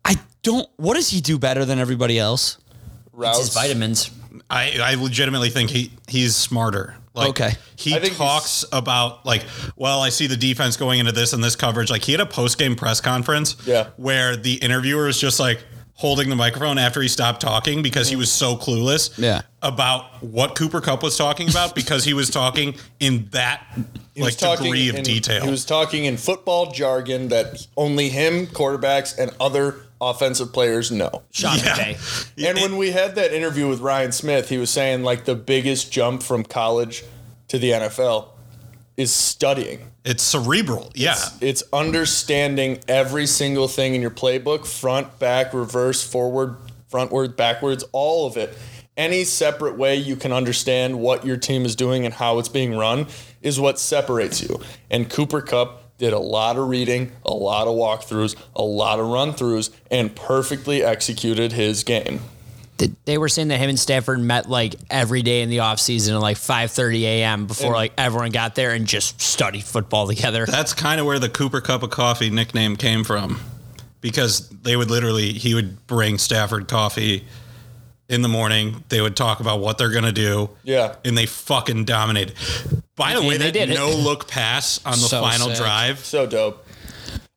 [SPEAKER 3] I don't. What does he do better than everybody else?
[SPEAKER 5] It's his
[SPEAKER 1] Routes.
[SPEAKER 5] vitamins.
[SPEAKER 4] I, I legitimately think he he's smarter. Like,
[SPEAKER 3] Okay.
[SPEAKER 4] He
[SPEAKER 1] I think
[SPEAKER 4] talks about like, well, I see the defense going into this and this coverage. Like he had a post game press conference
[SPEAKER 1] Yeah.
[SPEAKER 4] where the interviewer was just like holding the microphone after he stopped talking because he was so clueless
[SPEAKER 3] Yeah.
[SPEAKER 4] about what Cooper Cup was talking about because he was talking in that
[SPEAKER 1] He
[SPEAKER 4] like
[SPEAKER 1] was
[SPEAKER 4] degree of
[SPEAKER 1] in-
[SPEAKER 4] detail.
[SPEAKER 1] He was talking in football jargon that only him, quarterbacks, and other offensive players know.
[SPEAKER 5] Sean McVay.
[SPEAKER 1] And when we had that interview with Ryan Smith, he was saying like the biggest jump from college to the NFL is studying.
[SPEAKER 4] it's cerebral. Yeah.
[SPEAKER 1] It's understanding every single thing in your playbook, front, back, reverse, forward, frontward, backwards, all of it. Any separate way you can understand what your team is doing and how it's being run is what separates you. And Cooper Cup did a lot of reading, a lot of walkthroughs, a lot of run throughs, and perfectly executed his game.
[SPEAKER 5] th- they were saying that him and Stafford met like every day in the offseason at like 5:30 a.m. before like everyone got there and just studied football together.
[SPEAKER 4] That's kind of where the Cooper Cup of Coffee nickname came from, because they would literally he would bring Stafford coffee in the morning. They would talk about what they're gonna do.
[SPEAKER 1] Yeah.
[SPEAKER 4] and they fucking dominated. By the
[SPEAKER 5] And
[SPEAKER 4] way,
[SPEAKER 5] they
[SPEAKER 4] that
[SPEAKER 5] did it.
[SPEAKER 4] no look pass on the
[SPEAKER 5] So
[SPEAKER 4] final
[SPEAKER 5] sick.
[SPEAKER 4] drive.
[SPEAKER 1] So dope.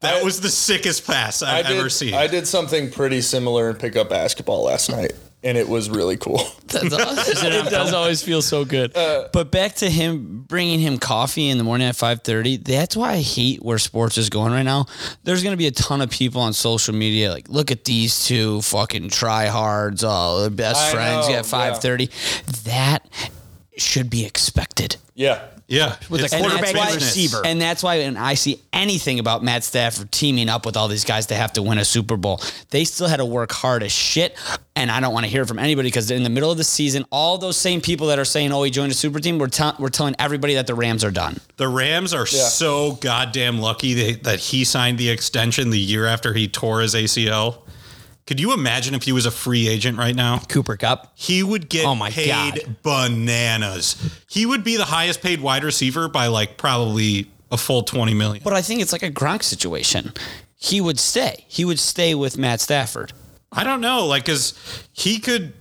[SPEAKER 4] That
[SPEAKER 1] I-
[SPEAKER 4] was the sickest pass I've
[SPEAKER 1] did,
[SPEAKER 4] ever seen.
[SPEAKER 1] I did something pretty similar in pickup basketball last night, and it was really cool.
[SPEAKER 3] it does always feel so good.
[SPEAKER 1] Uh,
[SPEAKER 3] but back to him bringing him coffee in the morning at five thirty. That's why I hate where sports is going right now. There's going to be a ton of people on social media like, look at these two fucking tryhards. Oh, they're best
[SPEAKER 1] I
[SPEAKER 3] friends
[SPEAKER 1] know,
[SPEAKER 3] at five thirty. That should be expected.
[SPEAKER 1] Yeah.
[SPEAKER 4] yeah,
[SPEAKER 5] With
[SPEAKER 4] it's
[SPEAKER 5] a
[SPEAKER 3] And
[SPEAKER 5] quarterback
[SPEAKER 3] that's
[SPEAKER 5] and
[SPEAKER 3] why,
[SPEAKER 4] business.
[SPEAKER 5] receiver.
[SPEAKER 3] and that's why when I see anything about Matt Stafford teaming up with all these guys to have to win a Super Bowl, they still had to work hard as shit. And I don't want to hear from anybody because in the middle of the season, all those same people that are saying, "Oh, he joined a super team," we're, tell we're telling everybody that the Rams are done.
[SPEAKER 4] The Rams are so goddamn lucky that, that he signed the extension the year after he tore his ACL. Could you imagine if he was a free agent right now?
[SPEAKER 5] Cooper Cup.
[SPEAKER 4] He would get
[SPEAKER 5] Oh my
[SPEAKER 4] paid
[SPEAKER 5] God.
[SPEAKER 4] bananas. He would be the highest paid wide receiver by like probably a full 20 million.
[SPEAKER 3] But I think it's like a Gronk situation. He would stay. He would stay with Matt Stafford.
[SPEAKER 4] I don't know, like cuz he could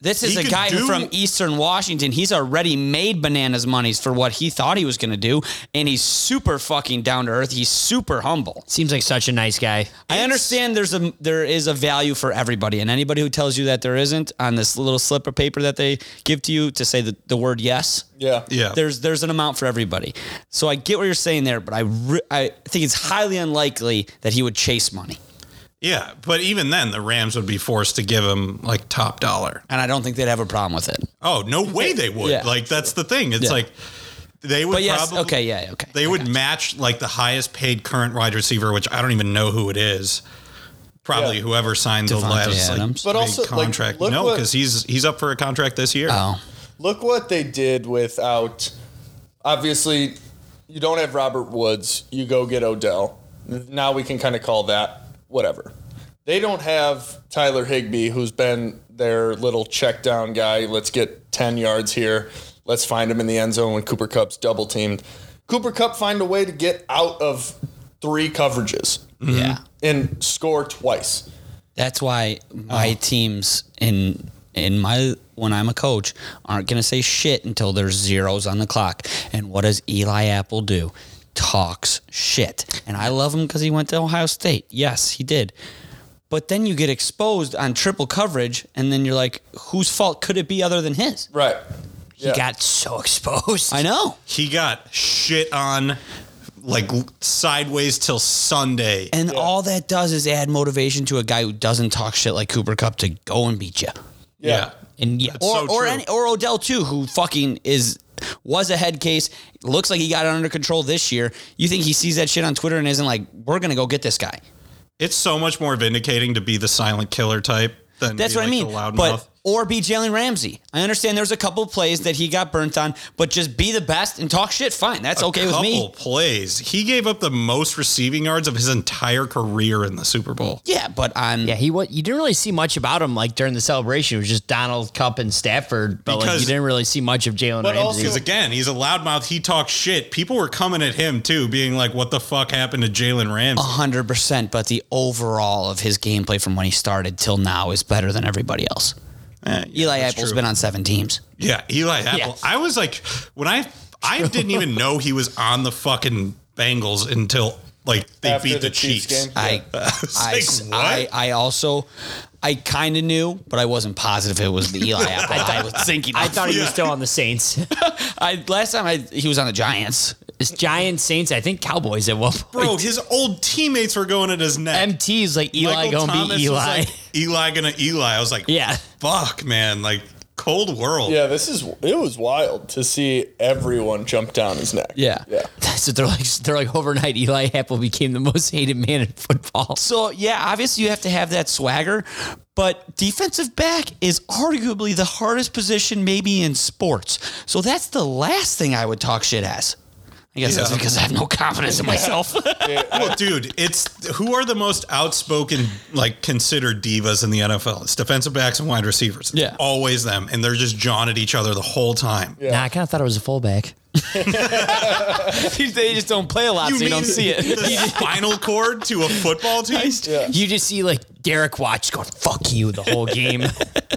[SPEAKER 3] This is
[SPEAKER 4] He
[SPEAKER 3] a
[SPEAKER 4] could
[SPEAKER 3] guy who
[SPEAKER 4] do-
[SPEAKER 3] from Eastern Washington. He's already made bananas monies for what he thought he was going to do, and he's super fucking down to earth. He's super humble.
[SPEAKER 5] Seems like such a nice guy.
[SPEAKER 3] I understand there's a there is a value for everybody, and anybody who tells you that there isn't on this little slip of paper that they give to you to say the, the word yes,
[SPEAKER 1] Yeah.
[SPEAKER 4] yeah.
[SPEAKER 3] there's there's an amount for everybody. So I get what you're saying there, but I re- I think it's highly unlikely that he would chase money,
[SPEAKER 4] yeah, but even then the Rams would be forced to give him like top dollar.
[SPEAKER 3] and I don't think they'd have a problem with it.
[SPEAKER 4] Oh, no way they would.
[SPEAKER 3] Yeah.
[SPEAKER 4] Like that's the thing. It's
[SPEAKER 3] Yeah.
[SPEAKER 4] like they would
[SPEAKER 3] But yes,
[SPEAKER 4] probably
[SPEAKER 3] okay, yeah, okay.
[SPEAKER 4] They would match like the highest paid current wide receiver, which I don't even know who it is. Probably
[SPEAKER 1] Yeah.
[SPEAKER 4] whoever signed the
[SPEAKER 3] Devontae
[SPEAKER 4] last like,
[SPEAKER 3] Adams.
[SPEAKER 4] big
[SPEAKER 1] But also, like,
[SPEAKER 4] contract.
[SPEAKER 1] look
[SPEAKER 4] no,
[SPEAKER 1] what-
[SPEAKER 4] because he's he's up for a contract this year.
[SPEAKER 3] Oh,
[SPEAKER 1] Look what they did without. Obviously, you don't have Robert Woods. You go get Odell. Now we can kind of call that whatever. They don't have Tyler Higbee, who's been their little check down guy. Let's get 10 yards here. Let's find him in the end zone when Cooper Cup's double teamed. Cooper Cup find a way to get out of three coverages
[SPEAKER 3] yeah.
[SPEAKER 1] and score twice.
[SPEAKER 3] That's why my teams in in my when I'm a coach aren't gonna say shit until there's zeros on the clock. And what does Eli Apple do? Talks shit. And I love him because he went to Ohio State. Yes, he did. But then you get exposed on triple coverage, and then you're like, whose fault could it be other than his?
[SPEAKER 1] Right.
[SPEAKER 5] He got so exposed.
[SPEAKER 3] I know.
[SPEAKER 4] He got shit on like sideways till Sunday.
[SPEAKER 3] And all that does is add motivation to a guy who doesn't talk shit like Cooper Cup to go and beat you.
[SPEAKER 4] yeah.
[SPEAKER 3] And yeah,
[SPEAKER 4] That's
[SPEAKER 3] or
[SPEAKER 4] so
[SPEAKER 3] or
[SPEAKER 4] true.
[SPEAKER 3] any, or Odell too, who fucking is was a head case. Looks like he got it under control this year. You think he sees that shit on Twitter and isn't like, we're gonna go get this guy?
[SPEAKER 4] It's so much more vindicating to be the silent killer type than
[SPEAKER 3] That's
[SPEAKER 4] be,
[SPEAKER 3] what I
[SPEAKER 4] like,
[SPEAKER 3] mean.
[SPEAKER 4] the loud
[SPEAKER 3] but
[SPEAKER 4] mouth.
[SPEAKER 3] or be Jalen Ramsey. I understand there's a couple plays that he got burnt on, but just be the best and talk shit. Fine, that's okay with
[SPEAKER 4] couple
[SPEAKER 3] me.
[SPEAKER 4] plays. He gave up the most receiving yards of his entire career in the Super Bowl.
[SPEAKER 3] Yeah, but on
[SPEAKER 5] yeah, he was. You didn't really see much about him like during the celebration. It was just Donald Cup and Stafford, but like
[SPEAKER 4] Because-
[SPEAKER 5] you didn't really see much of Jalen
[SPEAKER 1] But
[SPEAKER 5] Ramsey.
[SPEAKER 1] also-
[SPEAKER 4] Because again, he's a loudmouth. He talks shit. People were coming at him too, being like, "What the fuck happened to Jalen Ramsey?"
[SPEAKER 3] hundred percent, but the overall of his gameplay from when he started till now is better than everybody else.
[SPEAKER 4] Eh, yeah,
[SPEAKER 3] Eli
[SPEAKER 4] that's
[SPEAKER 3] Apple's
[SPEAKER 4] true.
[SPEAKER 3] been on seven teams.
[SPEAKER 4] Yeah, Eli Apple.
[SPEAKER 5] Yeah.
[SPEAKER 4] I was like, when I I didn't even know he was on the fucking Bengals until like they
[SPEAKER 1] After
[SPEAKER 4] beat the,
[SPEAKER 1] the
[SPEAKER 4] Chiefs.
[SPEAKER 1] Chiefs game.
[SPEAKER 3] I, I,
[SPEAKER 4] like,
[SPEAKER 3] s-
[SPEAKER 4] what?
[SPEAKER 3] I, I also, I kind of knew, but I wasn't positive it was the Eli Apple. I was thinking.
[SPEAKER 5] I thought he was still on the Saints.
[SPEAKER 3] I last time I he was on the Giants.
[SPEAKER 5] It's Giants, Saints, I think Cowboys at one point.
[SPEAKER 4] Bro, his old teammates were going at his neck.
[SPEAKER 5] MT is like Eli
[SPEAKER 4] Michael
[SPEAKER 5] gonna
[SPEAKER 4] Thomas
[SPEAKER 5] be
[SPEAKER 4] was
[SPEAKER 5] Eli.
[SPEAKER 4] like, Eli gonna Eli. I was like,
[SPEAKER 5] Yeah.
[SPEAKER 4] fuck, man, like cold world.
[SPEAKER 1] Yeah, this is it was wild to see everyone jump down his neck.
[SPEAKER 3] Yeah.
[SPEAKER 1] Yeah.
[SPEAKER 5] so they're like they're like overnight Eli Apple became the most hated man in football.
[SPEAKER 3] So yeah, obviously you have to have that swagger, but defensive back is arguably the hardest position maybe in sports. So that's the last thing I would talk shit as. I guess that's
[SPEAKER 4] Yeah.
[SPEAKER 3] because I have no confidence in myself.
[SPEAKER 4] Well, dude, it's who are the most outspoken, like considered divas in the NFL? It's defensive backs and wide receivers. It's
[SPEAKER 3] Yeah.
[SPEAKER 4] always them, and they're just jawing at each other the whole time.
[SPEAKER 5] Nah, I kind of thought it was a fullback.
[SPEAKER 3] they just don't play a lot, so you don't see it.
[SPEAKER 4] The spinal cord to a football team.
[SPEAKER 5] You just see like Derek Watch going "fuck you" the whole game.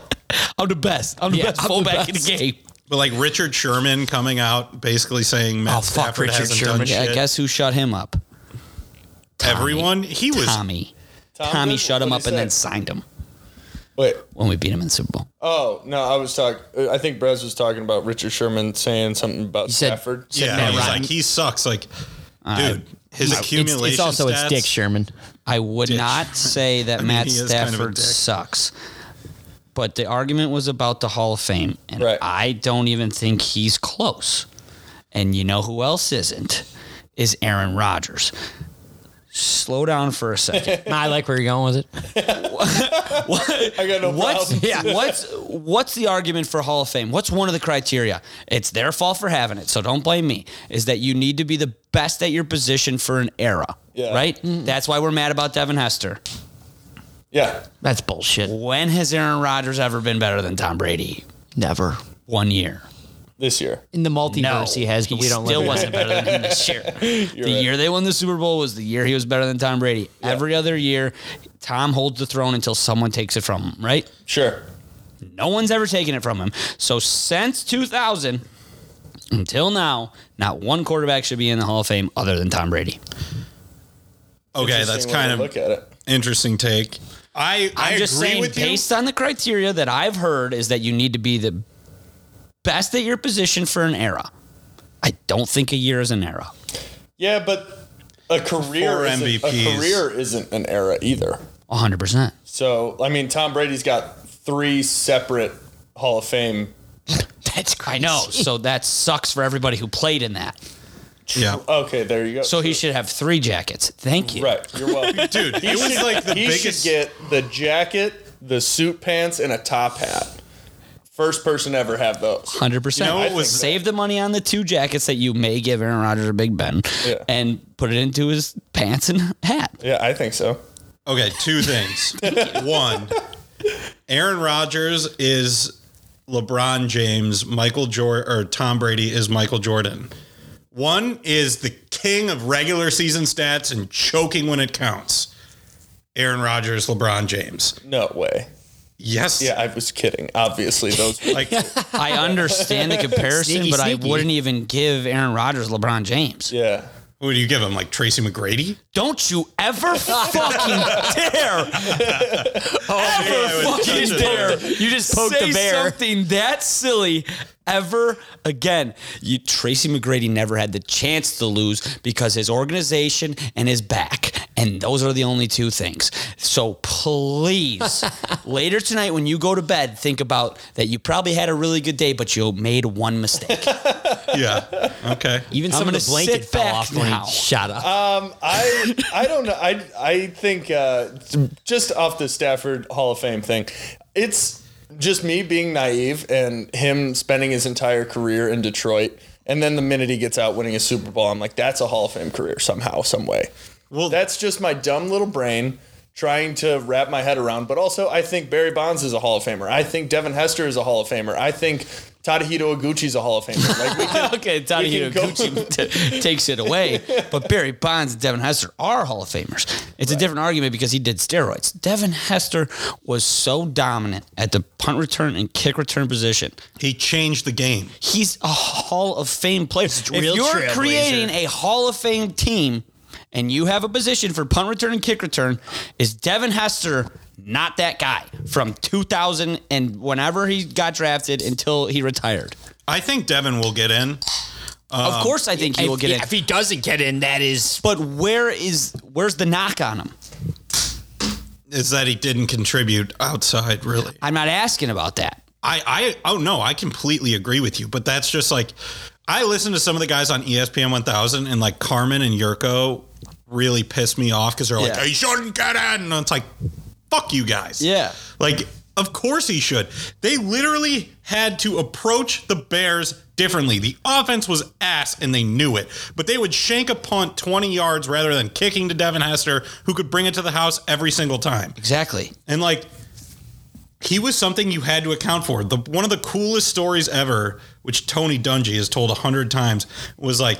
[SPEAKER 3] I'm the best. I'm the
[SPEAKER 5] Yeah,
[SPEAKER 3] best
[SPEAKER 5] I'm the
[SPEAKER 3] fullback
[SPEAKER 5] best.
[SPEAKER 3] in the game.
[SPEAKER 4] But like Richard Sherman coming out basically saying Matt
[SPEAKER 5] Oh, fuck
[SPEAKER 4] Stafford
[SPEAKER 5] Richard
[SPEAKER 4] hasn't
[SPEAKER 5] Sherman.
[SPEAKER 4] done
[SPEAKER 3] Yeah,
[SPEAKER 4] shit.
[SPEAKER 3] guess who shut him up?
[SPEAKER 4] Everyone, he was
[SPEAKER 3] Tommy. Tommy,
[SPEAKER 1] did?
[SPEAKER 3] shut him up
[SPEAKER 1] What'd
[SPEAKER 3] and
[SPEAKER 1] he
[SPEAKER 3] then
[SPEAKER 1] say?
[SPEAKER 3] signed him
[SPEAKER 1] Wait.
[SPEAKER 3] when we beat him in the Super Bowl.
[SPEAKER 1] Oh no, I was talking. I think Brez was talking about Richard Sherman saying something about
[SPEAKER 5] said-
[SPEAKER 1] Stafford.
[SPEAKER 4] yeah,
[SPEAKER 5] Matt
[SPEAKER 4] he's
[SPEAKER 5] Ryan.
[SPEAKER 4] like he sucks. Like,
[SPEAKER 3] Uh,
[SPEAKER 4] dude, his
[SPEAKER 5] it's,
[SPEAKER 4] accumulation.
[SPEAKER 5] it's also
[SPEAKER 4] stats-
[SPEAKER 5] it's Dick Sherman.
[SPEAKER 3] I would
[SPEAKER 4] Dick.
[SPEAKER 3] not say that
[SPEAKER 4] mean,
[SPEAKER 3] Matt
[SPEAKER 4] he is kind of a
[SPEAKER 3] Stafford
[SPEAKER 4] dick.
[SPEAKER 3] sucks. But the argument was about the Hall of Fame, and
[SPEAKER 1] Right.
[SPEAKER 3] I don't even think he's close. And you know who else isn't? Is Aaron Rodgers. Slow down for a second.
[SPEAKER 5] Nah, I like where you're going with it.
[SPEAKER 1] I got no
[SPEAKER 3] What's
[SPEAKER 1] problem.
[SPEAKER 3] yeah? What's what's the argument for Hall of Fame? What's one of the criteria? It's their fault for having it, so don't blame me. Is that you need to be the best at your position for an era,
[SPEAKER 1] Yeah.
[SPEAKER 3] right?
[SPEAKER 4] Mm-hmm.
[SPEAKER 3] That's why we're mad about Devin Hester.
[SPEAKER 1] Yeah,
[SPEAKER 5] That's bullshit.
[SPEAKER 3] When has Aaron Rodgers ever been better than Tom Brady?
[SPEAKER 5] Never.
[SPEAKER 3] One year.
[SPEAKER 1] this year.
[SPEAKER 5] In the multiverse,
[SPEAKER 3] No,
[SPEAKER 5] he has, but we don't.
[SPEAKER 3] still
[SPEAKER 5] live
[SPEAKER 3] wasn't
[SPEAKER 5] in it.
[SPEAKER 3] better than him this year. the
[SPEAKER 1] right.
[SPEAKER 3] year they won the Super Bowl was the year he was better than Tom Brady. Every other year, Tom holds the throne until someone takes it from him. Right?
[SPEAKER 1] Sure.
[SPEAKER 3] No one's ever taken it from him. So since 2000 until now, not one quarterback should be in the Hall of Fame other than Tom Brady.
[SPEAKER 4] Okay, that's
[SPEAKER 1] Interesting way
[SPEAKER 4] kind
[SPEAKER 1] to
[SPEAKER 4] of
[SPEAKER 1] look at it.
[SPEAKER 4] interesting take. I
[SPEAKER 3] I'm
[SPEAKER 4] I agree
[SPEAKER 3] just saying,
[SPEAKER 4] with you.
[SPEAKER 3] based on the criteria that I've heard, is that you need to be the best at your position for an era. I don't think a year is an era.
[SPEAKER 1] Yeah, but a career
[SPEAKER 4] Four
[SPEAKER 1] isn't,
[SPEAKER 4] MVPs.
[SPEAKER 1] a career isn't an era either.
[SPEAKER 3] 100%.
[SPEAKER 1] So I mean, Tom Brady's got three separate Hall of Fame.
[SPEAKER 5] That's
[SPEAKER 3] I
[SPEAKER 5] crazy.
[SPEAKER 3] know. So that sucks for everybody who played in that.
[SPEAKER 4] yeah.
[SPEAKER 1] Okay, there you go.
[SPEAKER 3] So he should have three jackets. Thank you.
[SPEAKER 1] Right, you're welcome.
[SPEAKER 4] Dude, it was like the
[SPEAKER 1] he
[SPEAKER 4] biggest.
[SPEAKER 1] should get the jacket, the suit pants, and a top hat. First person to ever have those.
[SPEAKER 3] 100%.
[SPEAKER 4] You know what was-
[SPEAKER 3] Save the money on the two jackets that you may give Aaron Rodgers or Big Ben
[SPEAKER 1] Yeah.
[SPEAKER 3] and put it into his pants and hat.
[SPEAKER 1] Yeah, I think so.
[SPEAKER 4] Okay, two things. One, Aaron Rodgers is LeBron James, Michael Jordan, or Tom Brady is Michael Jordan. One is the king of regular season stats and choking when it counts. Aaron Rodgers, LeBron James.
[SPEAKER 1] No way.
[SPEAKER 4] Yes.
[SPEAKER 1] Yeah, I was kidding. Obviously, those.
[SPEAKER 4] Like,
[SPEAKER 3] I understand the comparison,
[SPEAKER 5] Sneaky,
[SPEAKER 3] but
[SPEAKER 5] sneaky.
[SPEAKER 3] I wouldn't even give Aaron Rodgers LeBron James.
[SPEAKER 1] yeah.
[SPEAKER 4] who do you give him? Like Tracy McGrady?
[SPEAKER 3] Don't you ever fucking dare
[SPEAKER 5] Oh,
[SPEAKER 4] Yeah, it was
[SPEAKER 3] fucking
[SPEAKER 4] such a-
[SPEAKER 3] dare. You just
[SPEAKER 5] poked
[SPEAKER 3] say
[SPEAKER 5] the bear.
[SPEAKER 3] something that silly ever again. You Tracy McGrady never had the chance to lose because his organization and his back. And those are the only two things. So please, later tonight when you go to bed, think about that you probably had a really good day, but you made one mistake.
[SPEAKER 4] Yeah. Okay.
[SPEAKER 5] Even
[SPEAKER 3] I'm
[SPEAKER 5] some of
[SPEAKER 3] gonna
[SPEAKER 5] the blanket
[SPEAKER 3] sit
[SPEAKER 5] fell
[SPEAKER 3] back
[SPEAKER 5] off
[SPEAKER 3] now.
[SPEAKER 5] when he shot up.
[SPEAKER 1] Um, I I don't know. I I think uh, just off the Stafford Hall of Fame thing, it's just me being naive and him spending his entire career in Detroit, and then the minute he gets out winning a Super Bowl, I'm like, that's a Hall of Fame career somehow, some way.
[SPEAKER 4] Well,
[SPEAKER 1] That's just my dumb little brain trying to wrap my head around. But also, I think Barry Bonds is a Hall of Famer. I think Devin Hester is a Hall of Famer. I think Tadahito Iguchi's a Hall of Famer. Like we can,
[SPEAKER 3] okay,
[SPEAKER 1] We can
[SPEAKER 3] Tadahito
[SPEAKER 1] go-
[SPEAKER 3] Gucci t- takes it away. But Barry Bonds and Devin Hester are Hall of Famers. It's a different argument because he did steroids. Devin Hester was so dominant at the punt return and kick return position.
[SPEAKER 4] he changed the game.
[SPEAKER 3] He's a Hall of Fame player. If
[SPEAKER 5] real
[SPEAKER 3] you're
[SPEAKER 5] trailblazer.
[SPEAKER 3] creating a Hall of Fame team and you have a position for punt return and kick return, is Devin Hester not that guy from 2000 and whenever he got drafted until he retired?
[SPEAKER 4] I think Devin will get in.
[SPEAKER 3] of course, I think he
[SPEAKER 5] if,
[SPEAKER 3] will get
[SPEAKER 5] yeah,
[SPEAKER 3] in.
[SPEAKER 5] if Um, he doesn't get in, that is
[SPEAKER 3] But where is where's the knock on him?
[SPEAKER 4] Is that he didn't contribute outside, really?
[SPEAKER 3] I'm not asking about that.
[SPEAKER 4] I, I, oh no, I completely agree with you. But that's just like, I listen to some of the guys on E ESPN 1000 and like Carmen and Yurko really piss me off because they're like,
[SPEAKER 3] Yeah.
[SPEAKER 4] he shouldn't get in. And it's like, fuck you guys.
[SPEAKER 3] Yeah.
[SPEAKER 4] Like, Of course he should. They literally had to approach the Bears differently. The offense was ass and they knew it, but they would shank a punt 20 yards rather than kicking to Devin Hester, who could bring it to the house every single time.
[SPEAKER 5] Exactly.
[SPEAKER 4] And like he was something you had to account for. The one of the coolest stories ever, which Tony Dungy has told a hundred times, was like,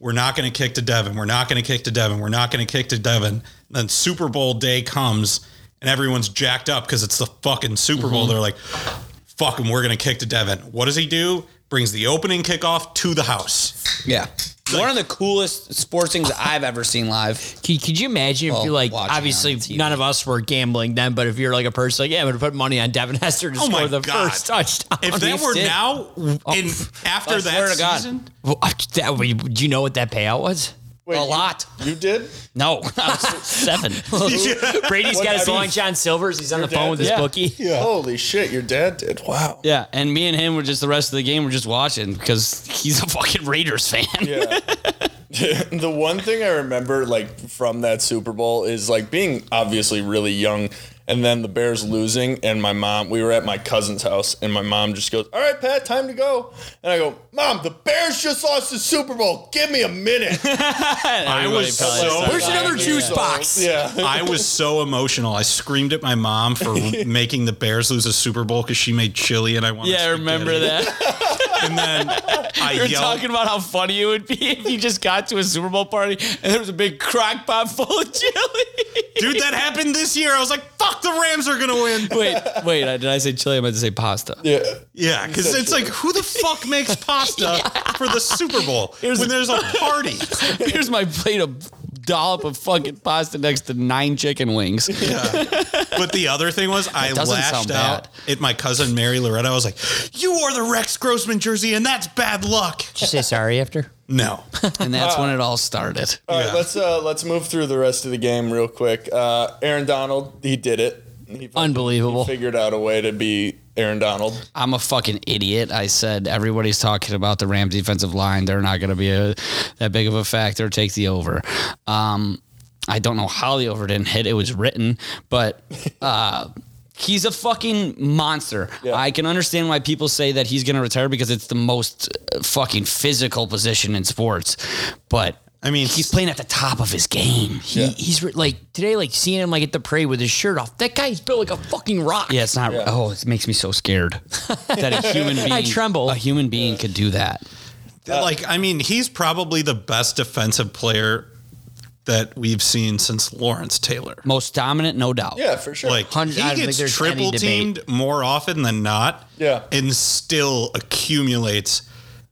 [SPEAKER 4] "We're not going to kick to Devin. We're not going to kick to Devin. We're not going to kick to Devin." And then Super Bowl day comes, and everyone's jacked up because it's the fucking Super
[SPEAKER 6] Mm-hmm.
[SPEAKER 4] Bowl. They're like, "Fuck him. We're going to kick to Devin." What does he do? Brings the opening kickoff to the house.
[SPEAKER 6] Yeah. One of the coolest sports things I've ever seen live.
[SPEAKER 5] Could, could you imagine if
[SPEAKER 6] Well,
[SPEAKER 5] you like
[SPEAKER 6] watching
[SPEAKER 5] obviously
[SPEAKER 6] on TV.
[SPEAKER 5] none of us were gambling then, but if you're like a person like, yeah, I'm gonna put money on Devin Hester to
[SPEAKER 4] Oh my
[SPEAKER 5] score the
[SPEAKER 4] God.
[SPEAKER 5] first touchdown.
[SPEAKER 4] If that were
[SPEAKER 6] did.
[SPEAKER 4] now, in after
[SPEAKER 6] Oh, I swear
[SPEAKER 4] that
[SPEAKER 6] to God.
[SPEAKER 4] season,
[SPEAKER 5] Well, I- that would- do you know what that payout was?
[SPEAKER 1] Wait,
[SPEAKER 6] a
[SPEAKER 1] you-
[SPEAKER 6] lot.
[SPEAKER 1] You did?
[SPEAKER 5] No.
[SPEAKER 3] Seven.
[SPEAKER 5] Brady's got his
[SPEAKER 1] I mean-
[SPEAKER 5] long John Silvers, he's on the
[SPEAKER 1] Your
[SPEAKER 5] phone
[SPEAKER 1] dad
[SPEAKER 5] with his
[SPEAKER 3] did.
[SPEAKER 5] bookie.
[SPEAKER 1] Holy shit, your dad did. Wow.
[SPEAKER 3] yeah, and me and him were just the rest of the game. We're just watching because he's a fucking Raiders fan.
[SPEAKER 1] Yeah. the one thing I remember like from that Super Bowl is like being obviously really young and then the Bears losing and my mom we were at my cousin's house and my mom just goes, "All right, Pat, time to go." And I go, "Mom, the Bears just lost the Super Bowl. Give me a minute."
[SPEAKER 4] I was
[SPEAKER 3] probably
[SPEAKER 4] so
[SPEAKER 3] said
[SPEAKER 5] Where's another juice box?
[SPEAKER 1] yeah.
[SPEAKER 4] I was so emotional. I screamed at my mom for making the Bears lose a Super Bowl because she made chili and I wanted.
[SPEAKER 3] Yeah, I remember
[SPEAKER 4] spaghetti.
[SPEAKER 3] that.
[SPEAKER 4] And then I
[SPEAKER 3] We were
[SPEAKER 4] yelled.
[SPEAKER 3] talking about how funny it would be if you just got to a Super Bowl party and there was a big crock pot full of chili.
[SPEAKER 4] Dude, that happened this year. I was like, "Fuck, the Rams are gonna win."
[SPEAKER 3] wait, wait, I- did I say chili? I meant to say pasta.
[SPEAKER 1] Yeah.
[SPEAKER 4] Yeah, because it's like, who the fuck makes pasta for the Super Bowl when there's a party?
[SPEAKER 3] Here's my plate of dollop of fucking pasta next to nine chicken wings.
[SPEAKER 4] But the other thing was, I
[SPEAKER 3] doesn't sound
[SPEAKER 4] lashed
[SPEAKER 3] bad.
[SPEAKER 4] out at my cousin Mary Loretta. I was like, "You wore the Rex Grossman jersey, and that's bad luck."
[SPEAKER 5] Did you say sorry after?
[SPEAKER 4] No,
[SPEAKER 3] And that's when it all started.
[SPEAKER 1] All right,
[SPEAKER 4] Yeah.
[SPEAKER 1] let's uh let's move through the rest of the game real quick. Uh Aaron Donald, he did it. He fucking
[SPEAKER 5] Unbelievable.
[SPEAKER 1] figured out a way to be Aaron Donald.
[SPEAKER 3] I'm a fucking idiot. I said everybody's talking about the Rams defensive line. They're not going to be a, that big of a factor. Take the over. Um, I don't know how the over didn't hit. It was written, but uh, he's a fucking monster. I can understand why people say that he's going to retire because it's the most uh, fucking physical position in sports. But
[SPEAKER 4] I mean,
[SPEAKER 3] he's playing at the top of his game.
[SPEAKER 5] He, He's re- like today, like seeing him like at the parade with his shirt off. That guy's built like a fucking rock.
[SPEAKER 3] Yeah, it's not. Oh, it makes me so scared that a human being,
[SPEAKER 5] I tremble.
[SPEAKER 3] a human being could do that.
[SPEAKER 5] Uh,
[SPEAKER 4] like I mean, he's probably the best defensive player that we've seen since Lawrence Taylor.
[SPEAKER 3] Most dominant, no doubt.
[SPEAKER 1] Yeah, for sure.
[SPEAKER 4] Like
[SPEAKER 5] Hun-
[SPEAKER 4] he
[SPEAKER 5] I don't think
[SPEAKER 4] gets
[SPEAKER 5] there's any
[SPEAKER 4] triple teamed more often than not.
[SPEAKER 1] Yeah.
[SPEAKER 4] and still accumulates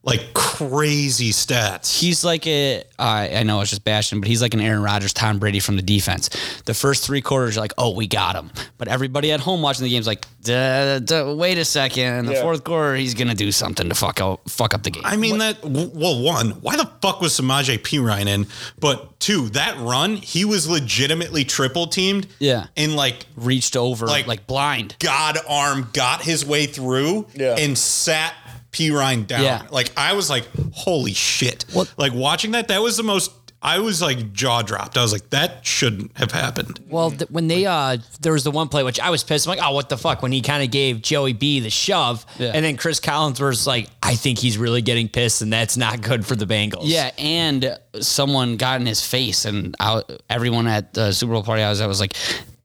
[SPEAKER 4] like crazy stats.
[SPEAKER 3] He's like a, I I know it's just bashing, but he's like an Aaron Rodgers, Tom Brady from the defense. The first three quarters, you're like, oh, we got him. But everybody at home watching the game's like, duh, duh, wait a second. In the
[SPEAKER 1] Yeah.
[SPEAKER 3] fourth quarter, he's going to do something to fuck, out, fuck up the game.
[SPEAKER 4] I mean that w- well, one, why the fuck was Samaje Perine in? But two, that run he was legitimately triple teamed.
[SPEAKER 3] Yeah.
[SPEAKER 4] and like
[SPEAKER 3] Reached over
[SPEAKER 4] Like-
[SPEAKER 3] like, blind.
[SPEAKER 4] God arm got his way through
[SPEAKER 1] Yeah.
[SPEAKER 4] and sat Pirine down.
[SPEAKER 3] Yeah.
[SPEAKER 4] Like I was like, holy shit.
[SPEAKER 3] What-
[SPEAKER 4] Like watching that, that was the most I was like jaw dropped. I was like, that shouldn't have happened.
[SPEAKER 5] Well, th- when they uh, there was the one play which I was pissed. I'm like, oh, what the fuck? When he kind of gave Joey B the shove,
[SPEAKER 3] Yeah.
[SPEAKER 5] and then Chris Collinsworth's like, I think he's really getting pissed, and that's not good for the Bengals.
[SPEAKER 3] Yeah, and someone got in his face, and I, everyone at the Super Bowl party I was at was like,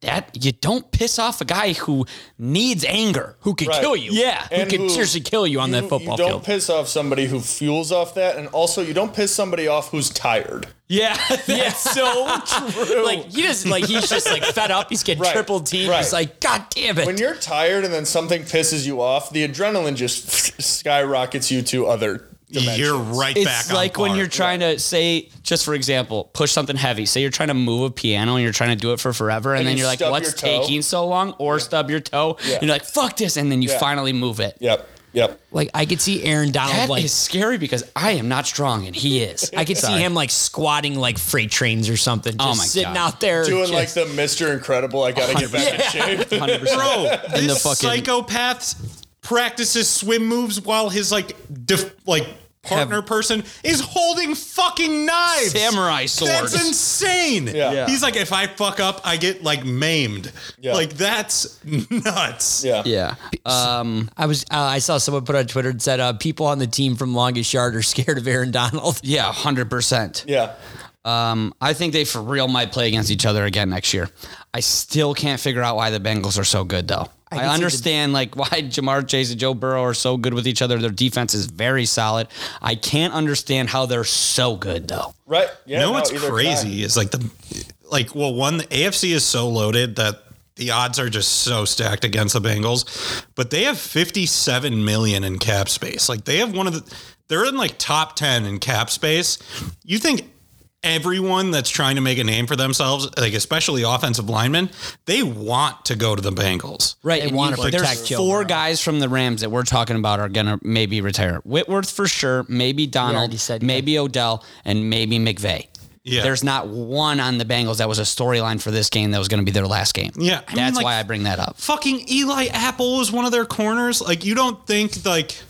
[SPEAKER 3] "That you don't piss off a guy who needs anger, who can
[SPEAKER 1] Right.
[SPEAKER 5] kill you.
[SPEAKER 3] Yeah,
[SPEAKER 5] who
[SPEAKER 1] And
[SPEAKER 5] can seriously kill you on that football
[SPEAKER 1] You don't
[SPEAKER 5] field.
[SPEAKER 1] piss off somebody who fuels off that, and also you don't piss somebody off who's tired.
[SPEAKER 3] yeah,
[SPEAKER 5] yeah, so true. Like he just like he's just like fed up. He's getting
[SPEAKER 1] Right,
[SPEAKER 5] triple teamed.
[SPEAKER 1] right.
[SPEAKER 5] He's like, God damn it!
[SPEAKER 1] When you're tired and then something pisses you off, the adrenaline just skyrockets you to other. Dimensions.
[SPEAKER 4] You're right back.
[SPEAKER 3] it's
[SPEAKER 4] on
[SPEAKER 3] like when
[SPEAKER 4] par.
[SPEAKER 3] you're trying to say, just for example, push something heavy. Say you're trying to move a piano and you're trying to do it for forever, and,
[SPEAKER 1] And
[SPEAKER 3] then
[SPEAKER 1] you
[SPEAKER 3] you're like,
[SPEAKER 1] stub
[SPEAKER 3] "What's
[SPEAKER 1] your toe."
[SPEAKER 3] taking so long?" Or stub your toe.
[SPEAKER 1] Yeah.
[SPEAKER 3] You're like, "Fuck this," and then you
[SPEAKER 1] Yeah.
[SPEAKER 3] finally move it.
[SPEAKER 1] Yep. Yep.
[SPEAKER 5] like I could see Aaron Donald
[SPEAKER 3] That is
[SPEAKER 5] like
[SPEAKER 3] scary because I am not strong, and he is.
[SPEAKER 5] I could see him like squatting like freight trains or something. Just
[SPEAKER 3] Oh my
[SPEAKER 5] sitting
[SPEAKER 3] God.
[SPEAKER 5] out there
[SPEAKER 1] Doing
[SPEAKER 5] just-
[SPEAKER 1] like the Mr. Incredible, I gotta get back in shape.
[SPEAKER 3] 100%.
[SPEAKER 4] Bro,
[SPEAKER 3] In the
[SPEAKER 4] this
[SPEAKER 3] fucking-
[SPEAKER 4] psychopath practices swim moves while his like def- like partner person is holding fucking knives.
[SPEAKER 3] Samurai swords.
[SPEAKER 4] That's insane.
[SPEAKER 1] Yeah.
[SPEAKER 4] He's like, if I fuck up, I get like maimed.
[SPEAKER 1] Yeah.
[SPEAKER 4] Like that's nuts.
[SPEAKER 1] Yeah.
[SPEAKER 3] yeah. Um,
[SPEAKER 5] I was uh, I saw someone put on Twitter and said uh, people on the team from Longest Yard are scared of Aaron Donald.
[SPEAKER 3] yeah, 100%.
[SPEAKER 1] Yeah.
[SPEAKER 3] Um, I think they for real might play against each other again next year. I still can't figure out why the Bengals are so good though. I, understand like why Jamar Chase and Joe Burrow are so good with each other. Their defense is very solid. I can't understand how they're so good though.
[SPEAKER 1] Right. Yeah.
[SPEAKER 4] You know what's
[SPEAKER 1] either can I.
[SPEAKER 4] crazy is like the like well one the AFC is so loaded that the odds are just so stacked against the Bengals, but they have 57 million in cap space. Like they have one of the they're in like top 10 in cap space. You think everyone that's trying to make a name for themselves, like especially offensive linemen, they want to go to the Bengals.
[SPEAKER 3] Right.
[SPEAKER 5] They
[SPEAKER 3] and
[SPEAKER 5] wanna
[SPEAKER 3] you-
[SPEAKER 5] protect
[SPEAKER 3] there's
[SPEAKER 5] Joe
[SPEAKER 3] four
[SPEAKER 5] Burrow.
[SPEAKER 3] guys from the Rams that we're talking about are gonna maybe retire. Whitworth for sure, maybe
[SPEAKER 5] already
[SPEAKER 3] Donald,
[SPEAKER 5] said, yeah.
[SPEAKER 3] maybe Odell, and maybe McVay.
[SPEAKER 4] Yeah.
[SPEAKER 3] There's not one on the Bengals that was a storyline for this game that was gonna be their last game.
[SPEAKER 4] Yeah, I mean,
[SPEAKER 3] That's
[SPEAKER 4] like-
[SPEAKER 3] why I bring that up.
[SPEAKER 4] fucking Eli Apple is one of their corners. Like you don't think like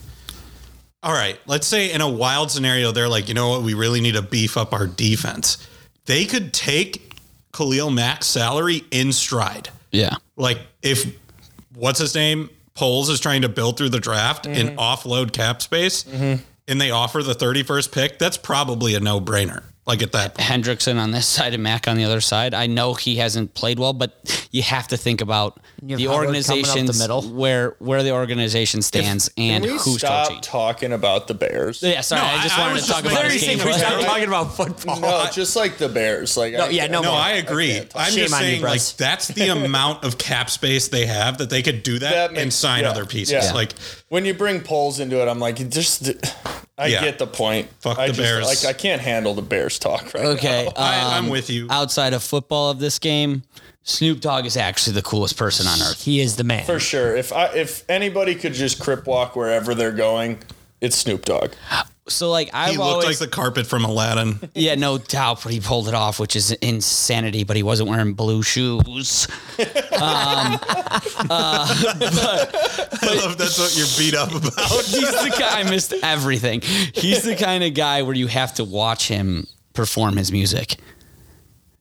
[SPEAKER 4] all right, let's say in a wild scenario they're like, you know what, we really need to beef up our defense. They could take Khalil Mack's salary in stride.
[SPEAKER 3] Yeah.
[SPEAKER 4] Like if what's his name? Poles is trying to build through the draft and offload cap space and they offer the 31st pick, that's probably a no-brainer. Like at that point.
[SPEAKER 3] Hendrickson on this side and Mack on the other side. I know he hasn't played well, but you have to think about
[SPEAKER 5] You have
[SPEAKER 3] the
[SPEAKER 5] Howard coming up the
[SPEAKER 3] organization
[SPEAKER 5] middle.
[SPEAKER 3] where where the organization stands
[SPEAKER 1] Can
[SPEAKER 3] and
[SPEAKER 1] we
[SPEAKER 3] who's
[SPEAKER 1] stop
[SPEAKER 3] coaching.
[SPEAKER 1] talking about the Bears?
[SPEAKER 3] yeah, sorry,
[SPEAKER 4] No,
[SPEAKER 3] I just
[SPEAKER 4] I- I
[SPEAKER 3] wanted
[SPEAKER 4] was
[SPEAKER 3] to
[SPEAKER 4] just
[SPEAKER 3] talk about
[SPEAKER 4] very
[SPEAKER 3] this game.
[SPEAKER 4] saying we stopped
[SPEAKER 5] talking about football.
[SPEAKER 1] No, just like the Bears. Like
[SPEAKER 5] Oh, No, yeah, no
[SPEAKER 4] No,
[SPEAKER 5] more.
[SPEAKER 4] I agree. I'm
[SPEAKER 5] Shame
[SPEAKER 4] just
[SPEAKER 5] on you,
[SPEAKER 4] saying, like,
[SPEAKER 5] Russ.
[SPEAKER 4] that's the amount of cap space they have that they could do
[SPEAKER 1] That
[SPEAKER 4] that,
[SPEAKER 1] makes-
[SPEAKER 4] and sign
[SPEAKER 1] yeah,
[SPEAKER 4] other pieces.
[SPEAKER 1] yeah.
[SPEAKER 4] Like,
[SPEAKER 1] When you bring polls into it, I'm like, it just. I
[SPEAKER 4] Yeah.
[SPEAKER 1] get the point.
[SPEAKER 4] Fuck
[SPEAKER 1] I
[SPEAKER 4] the Bears.
[SPEAKER 1] Like I can't handle the Bears talk right
[SPEAKER 3] Okay,
[SPEAKER 4] I, I'm
[SPEAKER 3] um,
[SPEAKER 4] with you.
[SPEAKER 3] Outside of football of this game, Snoop Dogg is actually the coolest person on earth.
[SPEAKER 5] He is the man.
[SPEAKER 1] For sure. If I if anybody could just crip walk wherever they're going, it's Snoop Dogg.
[SPEAKER 3] So like I've
[SPEAKER 4] he looked
[SPEAKER 3] always
[SPEAKER 4] like the carpet from Aladdin.
[SPEAKER 3] yeah no doubt but he pulled it off, which is insanity. But he wasn't wearing blue shoes.
[SPEAKER 4] I love that's what you're beat up about.
[SPEAKER 3] he's the guy I missed everything. He's the kind of guy where you have to watch him perform his music.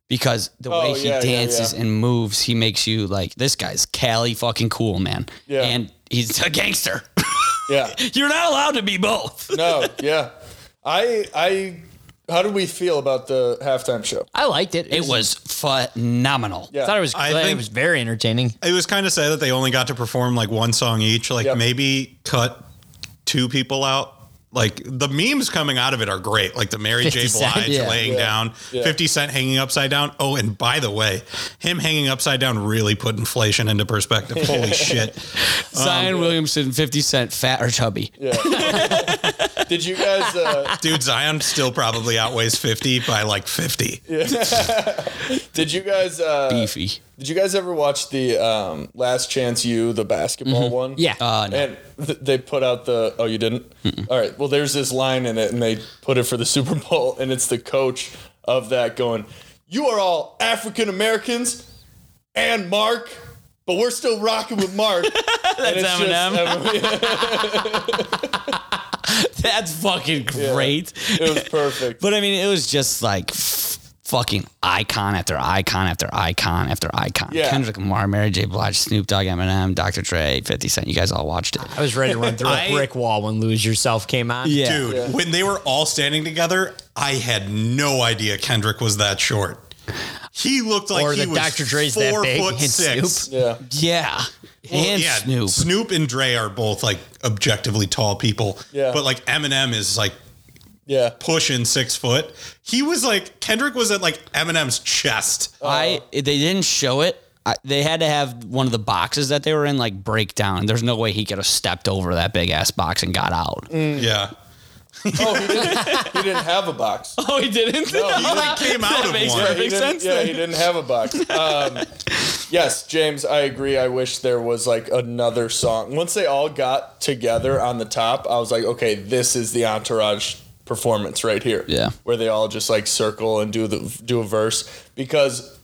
[SPEAKER 3] Because the
[SPEAKER 1] Oh,
[SPEAKER 3] way he
[SPEAKER 1] yeah, yeah,
[SPEAKER 3] dances
[SPEAKER 1] yeah.
[SPEAKER 3] and moves, he makes you like this guy's Cali fucking cool, man.
[SPEAKER 1] Yeah.
[SPEAKER 3] And he's a gangster.
[SPEAKER 1] Yeah.
[SPEAKER 3] You're not allowed to be both.
[SPEAKER 1] No, yeah. I I how did we feel about the halftime show?
[SPEAKER 5] I liked it.
[SPEAKER 3] It was phenomenal.
[SPEAKER 1] Yeah.
[SPEAKER 5] I thought it was.
[SPEAKER 4] I
[SPEAKER 5] it
[SPEAKER 4] think-
[SPEAKER 5] was very entertaining.
[SPEAKER 4] It was kind of sad that they only got to perform like one song each. Like,
[SPEAKER 1] Yep.
[SPEAKER 4] maybe cut two people out. Like the memes coming out of it are great. Like the Mary J.
[SPEAKER 5] 50 Cent,
[SPEAKER 4] Blige
[SPEAKER 5] yeah.
[SPEAKER 4] laying
[SPEAKER 1] Yeah.
[SPEAKER 4] down,
[SPEAKER 1] Yeah.
[SPEAKER 4] Fifty Cent hanging upside down. Oh, and by the way, him hanging upside down really put inflation into perspective. Holy shit!
[SPEAKER 3] Zion
[SPEAKER 5] Um,
[SPEAKER 3] Williamson, 50 Cent, fat or chubby.
[SPEAKER 1] Did you guys uh,
[SPEAKER 4] Dude, Zion still probably outweighs 50 by like 50.
[SPEAKER 1] did you guys uh,
[SPEAKER 3] Beefy.
[SPEAKER 1] Did you guys ever watch the um, Last Chance You, the basketball one?
[SPEAKER 5] Yeah.
[SPEAKER 3] Uh, no.
[SPEAKER 1] And th- they put out the. Oh, you didn't? All right. Well, there's this line in it, and they put it for the Super Bowl, and it's the coach of that going, You are all African Americans and Mark, but we're still rocking with Mark. That's Eminem.
[SPEAKER 3] That's fucking great.
[SPEAKER 1] it was perfect.
[SPEAKER 3] But I mean, it was just like f- fucking icon after icon after icon after icon.
[SPEAKER 1] Yeah.
[SPEAKER 3] Kendrick Lamar, Mary J. Blige, Snoop Dogg, Eminem, Dr. Dre, 50 Cent. You guys all watched it.
[SPEAKER 5] I was ready to run through a
[SPEAKER 4] I-
[SPEAKER 5] brick wall when "Lose Yourself" came on.
[SPEAKER 3] Yeah.
[SPEAKER 4] Dude, when they were all standing together, I had no idea Kendrick was that short. He looked like
[SPEAKER 5] Or
[SPEAKER 4] he
[SPEAKER 5] that
[SPEAKER 4] was
[SPEAKER 5] Dr. Dre's
[SPEAKER 4] four
[SPEAKER 5] that big
[SPEAKER 4] foot
[SPEAKER 5] and
[SPEAKER 4] six.
[SPEAKER 5] Snoop.
[SPEAKER 1] yeah.
[SPEAKER 3] Yeah. and
[SPEAKER 4] yeah,
[SPEAKER 3] Snoop.
[SPEAKER 4] Snoop and Dre are both like objectively tall people.
[SPEAKER 1] Yeah.
[SPEAKER 4] But like Eminem is like
[SPEAKER 1] Yeah.
[SPEAKER 4] pushing six foot. He was like Kendrick was at like Eminem's chest.
[SPEAKER 3] I they didn't show it. I, they had to have one of the boxes that they were in like break down. There's no way he could have stepped over that big ass box and got out.
[SPEAKER 4] Yeah.
[SPEAKER 1] Oh, he didn't, he didn't have a box.
[SPEAKER 3] Oh, he didn't.
[SPEAKER 4] He like came out of
[SPEAKER 3] makes
[SPEAKER 4] one.
[SPEAKER 1] Yeah,
[SPEAKER 3] perfect
[SPEAKER 1] he didn't-
[SPEAKER 3] sense
[SPEAKER 1] Yeah,
[SPEAKER 3] then.
[SPEAKER 1] he didn't have a box. Um, yes, James, I agree. I wish there was like another song. Once they all got together on the top, I was like, okay, this is the entourage performance right here.
[SPEAKER 3] Yeah.
[SPEAKER 1] where they all just like circle and do the do a verse because.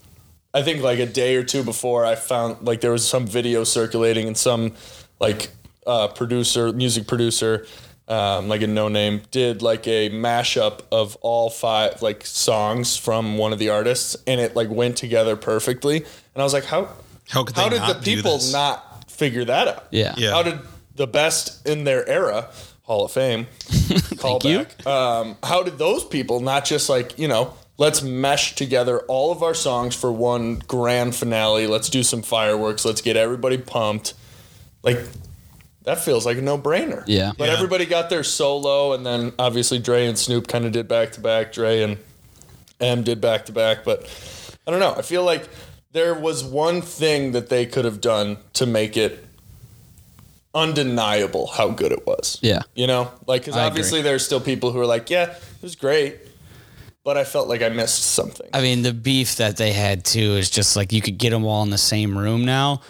[SPEAKER 1] I think like a day or two before, I found like there was some video circulating and some like uh, producer, music producer, um, like a no name, did like a mashup of all five like songs from one of the artists, and it like went together perfectly. And I was like, how
[SPEAKER 4] How could
[SPEAKER 1] how
[SPEAKER 4] they
[SPEAKER 1] did
[SPEAKER 4] not
[SPEAKER 1] the
[SPEAKER 4] do
[SPEAKER 1] people
[SPEAKER 4] this?
[SPEAKER 1] not figure that out?
[SPEAKER 3] Yeah.
[SPEAKER 4] Yeah.
[SPEAKER 1] How did the best in their era, Hall of Fame,
[SPEAKER 3] you.
[SPEAKER 1] callback? Um, how did those people not just like you know? Let's mesh together all of our songs for one grand finale. Let's do some fireworks. Let's get everybody pumped. Like that feels like a no-brainer.
[SPEAKER 3] Yeah.
[SPEAKER 1] But
[SPEAKER 4] Yeah.
[SPEAKER 1] everybody got their solo, and then obviously Dre and Snoop kind of did back to back. Dre and M did back to back, but I don't know. I feel like there was one thing that they could have done to make it undeniable how good it was.
[SPEAKER 3] Yeah.
[SPEAKER 1] You know, like because
[SPEAKER 3] I
[SPEAKER 1] obviously there's still people who are like, yeah, it was great, but I felt like I missed something.
[SPEAKER 5] I mean, the beef that they had too is just like you could get them all in the same room now,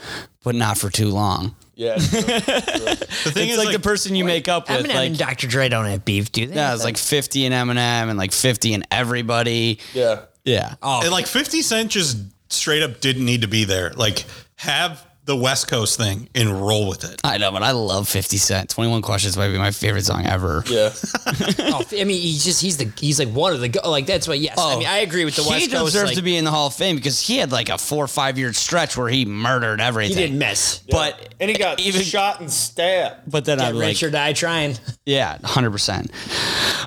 [SPEAKER 5] but not for too long.
[SPEAKER 1] yeah.
[SPEAKER 4] The thing
[SPEAKER 3] It's
[SPEAKER 4] is,
[SPEAKER 3] like, the person you make up with,
[SPEAKER 5] Eminem
[SPEAKER 3] like
[SPEAKER 5] and
[SPEAKER 6] Dr. Dre don't have beef, do they?
[SPEAKER 3] yeah, it's like fifty and Eminem and like fifty and everybody.
[SPEAKER 1] yeah.
[SPEAKER 3] Yeah.
[SPEAKER 4] and like 50 Cent just straight up didn't need to be there. Like, have the West Coast thing and roll with it.
[SPEAKER 3] I know, but I love Fifty Cent. Twenty One Questions might be my favorite song ever.
[SPEAKER 1] Yeah.
[SPEAKER 6] Oh, I mean, he's just he's the he's like one of the go- like that's why yes. I mean, I agree with the West
[SPEAKER 3] Oh. he
[SPEAKER 6] Coast.
[SPEAKER 3] deserves
[SPEAKER 6] like,
[SPEAKER 3] to be in the Hall of Fame because he had like a four or five year stretch where he murdered
[SPEAKER 6] He
[SPEAKER 3] everything.
[SPEAKER 6] didn't miss.
[SPEAKER 3] But
[SPEAKER 1] And he got shot and stabbed.
[SPEAKER 3] but then I
[SPEAKER 6] Get
[SPEAKER 3] like
[SPEAKER 6] rich or die trying.
[SPEAKER 3] yeah, hundred percent.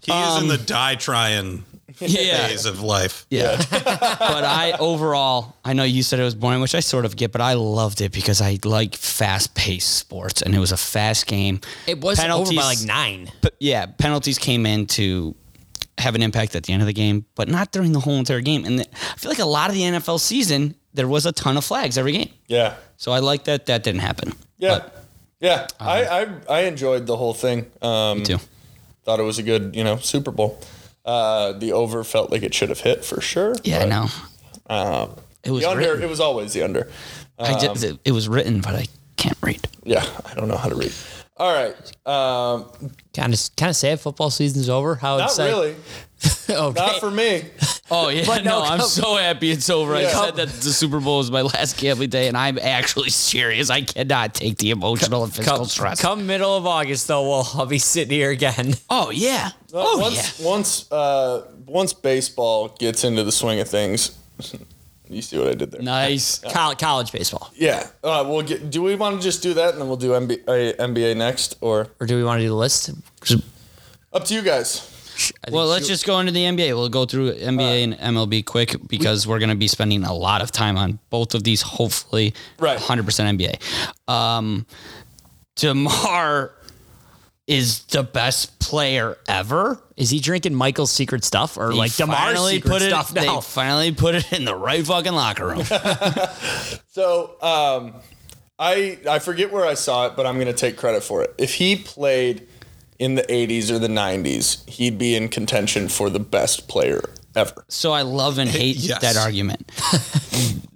[SPEAKER 4] He is in the die trying
[SPEAKER 3] Yeah,
[SPEAKER 4] phase of life.
[SPEAKER 3] Um, yeah. but I overall, I know you said it was boring, which I sort of get, but I loved it because I like fast paced sports, and it was a fast game.
[SPEAKER 6] It was over by like
[SPEAKER 3] Penalties-
[SPEAKER 6] nine.
[SPEAKER 3] But yeah, penalties came in to have an impact at the end of the game, but not during the whole entire game. And I feel like a lot of the NFL season, there was a ton of flags every game.
[SPEAKER 1] Yeah.
[SPEAKER 3] So I like that that didn't happen.
[SPEAKER 1] Yeah. yeah. I, I I enjoyed the whole thing. Um,
[SPEAKER 3] Too.
[SPEAKER 1] thought it was a good, you know, Super Bowl. Uh, the over felt like it should have hit for sure.
[SPEAKER 3] Yeah, I
[SPEAKER 1] but,
[SPEAKER 3] know. it was
[SPEAKER 1] The under,
[SPEAKER 3] written.
[SPEAKER 1] it was always the under.
[SPEAKER 3] I just, it, it was written, but I can't read.
[SPEAKER 1] Yeah, I don't know how to read. All right, um,
[SPEAKER 6] Kind of kind of sad. Football season's over. How
[SPEAKER 1] not
[SPEAKER 6] it's like,
[SPEAKER 1] really,
[SPEAKER 6] okay.
[SPEAKER 1] not for me.
[SPEAKER 3] Oh yeah,
[SPEAKER 6] no,
[SPEAKER 3] no, I'm
[SPEAKER 6] come-
[SPEAKER 3] so happy it's over.
[SPEAKER 1] Yeah.
[SPEAKER 3] I said that the Super Bowl was my last gambling day, and I'm actually serious. I cannot take the emotional and physical
[SPEAKER 6] come,
[SPEAKER 3] stress.
[SPEAKER 6] come middle of August though, we'll I'll be sitting here again.
[SPEAKER 3] Oh yeah, oh yeah.
[SPEAKER 1] once once uh, once baseball gets into the swing of things, you see what I did there.
[SPEAKER 3] Nice.
[SPEAKER 6] Col- college baseball,
[SPEAKER 1] Yeah, uh, we'll get. Do we want to just do that and then we'll do NBA, NBA next, or
[SPEAKER 6] or do we want to do the list?
[SPEAKER 1] up to you guys?
[SPEAKER 3] Well, let's just go into the NBA. We'll go through NBA and MLB quick because we, are going to be spending a lot of time on both of these. Hopefully,
[SPEAKER 1] Right.
[SPEAKER 3] 100% NBA. Um, Demar is the best player ever.
[SPEAKER 6] Is he drinking Michael's secret stuff or
[SPEAKER 3] They
[SPEAKER 6] like Demar's secret
[SPEAKER 3] put it.
[SPEAKER 6] stuff
[SPEAKER 3] they
[SPEAKER 6] now?
[SPEAKER 3] finally put it in the right fucking locker room.
[SPEAKER 1] So um, I I forget where I saw it, but I'm gonna take credit for it. If he played in the 80s or the 90s, he'd be in contention for the best player ever.
[SPEAKER 3] So I love and hate
[SPEAKER 4] Yes.
[SPEAKER 3] that argument.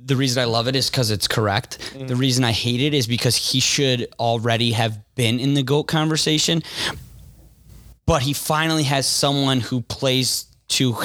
[SPEAKER 3] the reason I love it is because it's correct. The reason I hate it is because he should already have been in the GOAT conversation, but he finally has someone who plays to,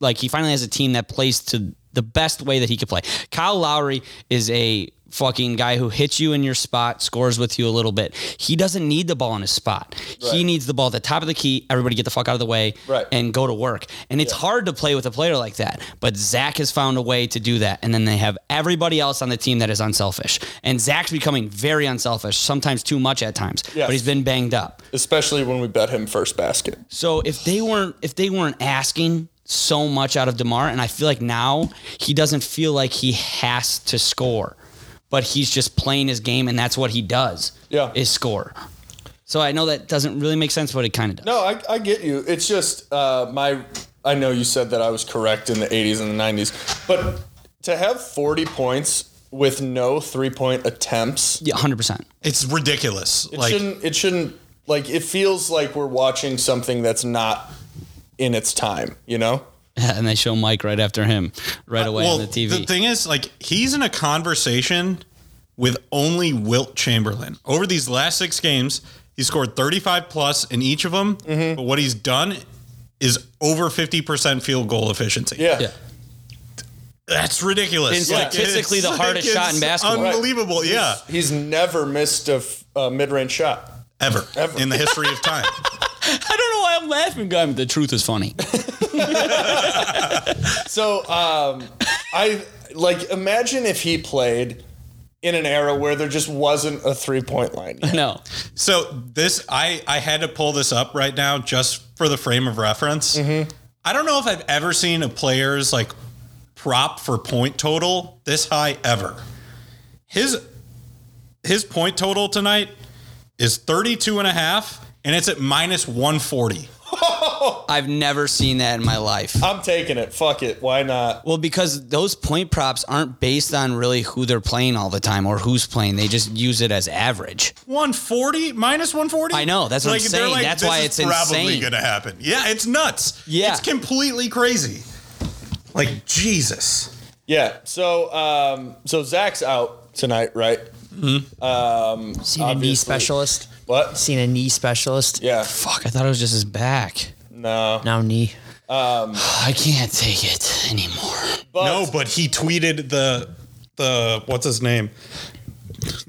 [SPEAKER 3] like, he finally has a team that plays to the best way that he could play. Kyle Lowry is a fucking guy who hits you in your spot, scores with you a little bit. He doesn't need the ball in his spot. He
[SPEAKER 1] Right.
[SPEAKER 3] needs the ball at the top of the key. Everybody get the fuck out of the way
[SPEAKER 1] Right.
[SPEAKER 3] and go to work. And it's hard to play with a player like that. But Zach has found a way to do that. And then they have everybody else on the team that is unselfish. And Zach's becoming very unselfish, sometimes too much at times.
[SPEAKER 1] Yes.
[SPEAKER 3] But he's been banged up.
[SPEAKER 1] Especially when we bet him first basket.
[SPEAKER 3] So if they weren't if they weren't asking so much out of Demar, and I feel like now he doesn't feel like he has to score, but he's just playing his game, and that's what he does.
[SPEAKER 1] Yeah.
[SPEAKER 3] is score. So I know that doesn't really make sense, but it kind of does.
[SPEAKER 1] No, I, I get you. It's just uh, my. I know you said that I was correct in the 80s and the 90s, but to have 40 points with no three point attempts
[SPEAKER 3] Yeah, hundred percent.
[SPEAKER 4] It's ridiculous.
[SPEAKER 1] It
[SPEAKER 4] like,
[SPEAKER 1] shouldn't. It shouldn't. Like it feels like we're watching something that's not in its time. You know.
[SPEAKER 3] and they show Mike right after him, right away
[SPEAKER 4] well,
[SPEAKER 3] on the TV.
[SPEAKER 4] thing is, like, he's in a conversation with only Wilt Chamberlain. Over these last six games, he scored 35 plus in each of them.
[SPEAKER 3] Mm-hmm.
[SPEAKER 4] But what he's done is over 50% field goal efficiency.
[SPEAKER 1] Yeah.
[SPEAKER 3] yeah,
[SPEAKER 4] That's ridiculous.
[SPEAKER 3] It's
[SPEAKER 4] Like,
[SPEAKER 3] statistically the
[SPEAKER 4] it's-
[SPEAKER 3] hardest
[SPEAKER 4] it's
[SPEAKER 3] shot in basketball.
[SPEAKER 4] Unbelievable. Yeah.
[SPEAKER 1] He's never missed a f- a mid range shot.
[SPEAKER 4] Ever,
[SPEAKER 1] Ever.
[SPEAKER 4] in the history of time.
[SPEAKER 3] why I'm laughing, guy. The truth is funny.
[SPEAKER 1] So um, I like imagine if he played in an era where there just wasn't a three point line. yet.
[SPEAKER 3] No,
[SPEAKER 4] So this, I I had to pull this up right now just for the frame of reference. I don't know if I've ever seen a player's like prop for point total this high ever. His his point total tonight is 32 and a half and it's at minus 140.
[SPEAKER 3] I've never seen that in my life.
[SPEAKER 1] I'm taking it. Fuck it. Why not?
[SPEAKER 3] Well, because those point props aren't based on really who they're playing all the time or who's playing. They just use it as average.
[SPEAKER 4] 140 minus 140?
[SPEAKER 3] I know, that's what I'm
[SPEAKER 4] they're
[SPEAKER 3] saying. That's
[SPEAKER 4] this
[SPEAKER 3] why
[SPEAKER 4] is
[SPEAKER 3] it's
[SPEAKER 4] probably
[SPEAKER 3] insane.
[SPEAKER 4] going to happen. Yeah, it's nuts.
[SPEAKER 3] Yeah.
[SPEAKER 4] It's completely crazy. Like Jesus.
[SPEAKER 1] Yeah. So um, so Zach's out tonight, right?
[SPEAKER 6] Seen a knee
[SPEAKER 1] Obviously.
[SPEAKER 6] specialist.
[SPEAKER 1] What?
[SPEAKER 6] Seen a knee specialist.
[SPEAKER 1] Yeah.
[SPEAKER 3] Fuck, I thought it was just his back.
[SPEAKER 1] No.
[SPEAKER 6] Now knee.
[SPEAKER 3] I can't take it anymore.
[SPEAKER 1] But
[SPEAKER 4] No, but he tweeted the the what's his name?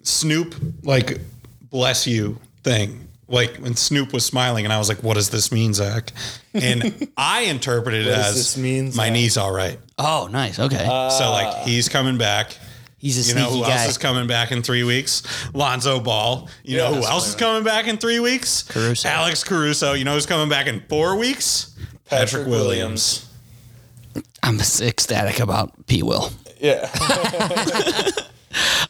[SPEAKER 4] Snoop like bless you thing. Like when Snoop was smiling and I was like, What does this mean, Zach? And I interpreted it
[SPEAKER 1] What does
[SPEAKER 4] as
[SPEAKER 1] this mean,
[SPEAKER 4] my
[SPEAKER 1] Zach? Ah.
[SPEAKER 4] knee's all right.
[SPEAKER 3] Oh, nice. Okay.
[SPEAKER 4] so like he's coming back.
[SPEAKER 6] He's a
[SPEAKER 4] You know
[SPEAKER 6] sneaky
[SPEAKER 4] who
[SPEAKER 6] guy.
[SPEAKER 4] else is coming back in three weeks? Lonzo Ball. You know who else is coming back in three weeks?
[SPEAKER 6] Caruso.
[SPEAKER 4] Alex Caruso. You know who's coming back in four weeks? Patrick, Williams.
[SPEAKER 3] I'm ecstatic about P. Will.
[SPEAKER 1] Yeah.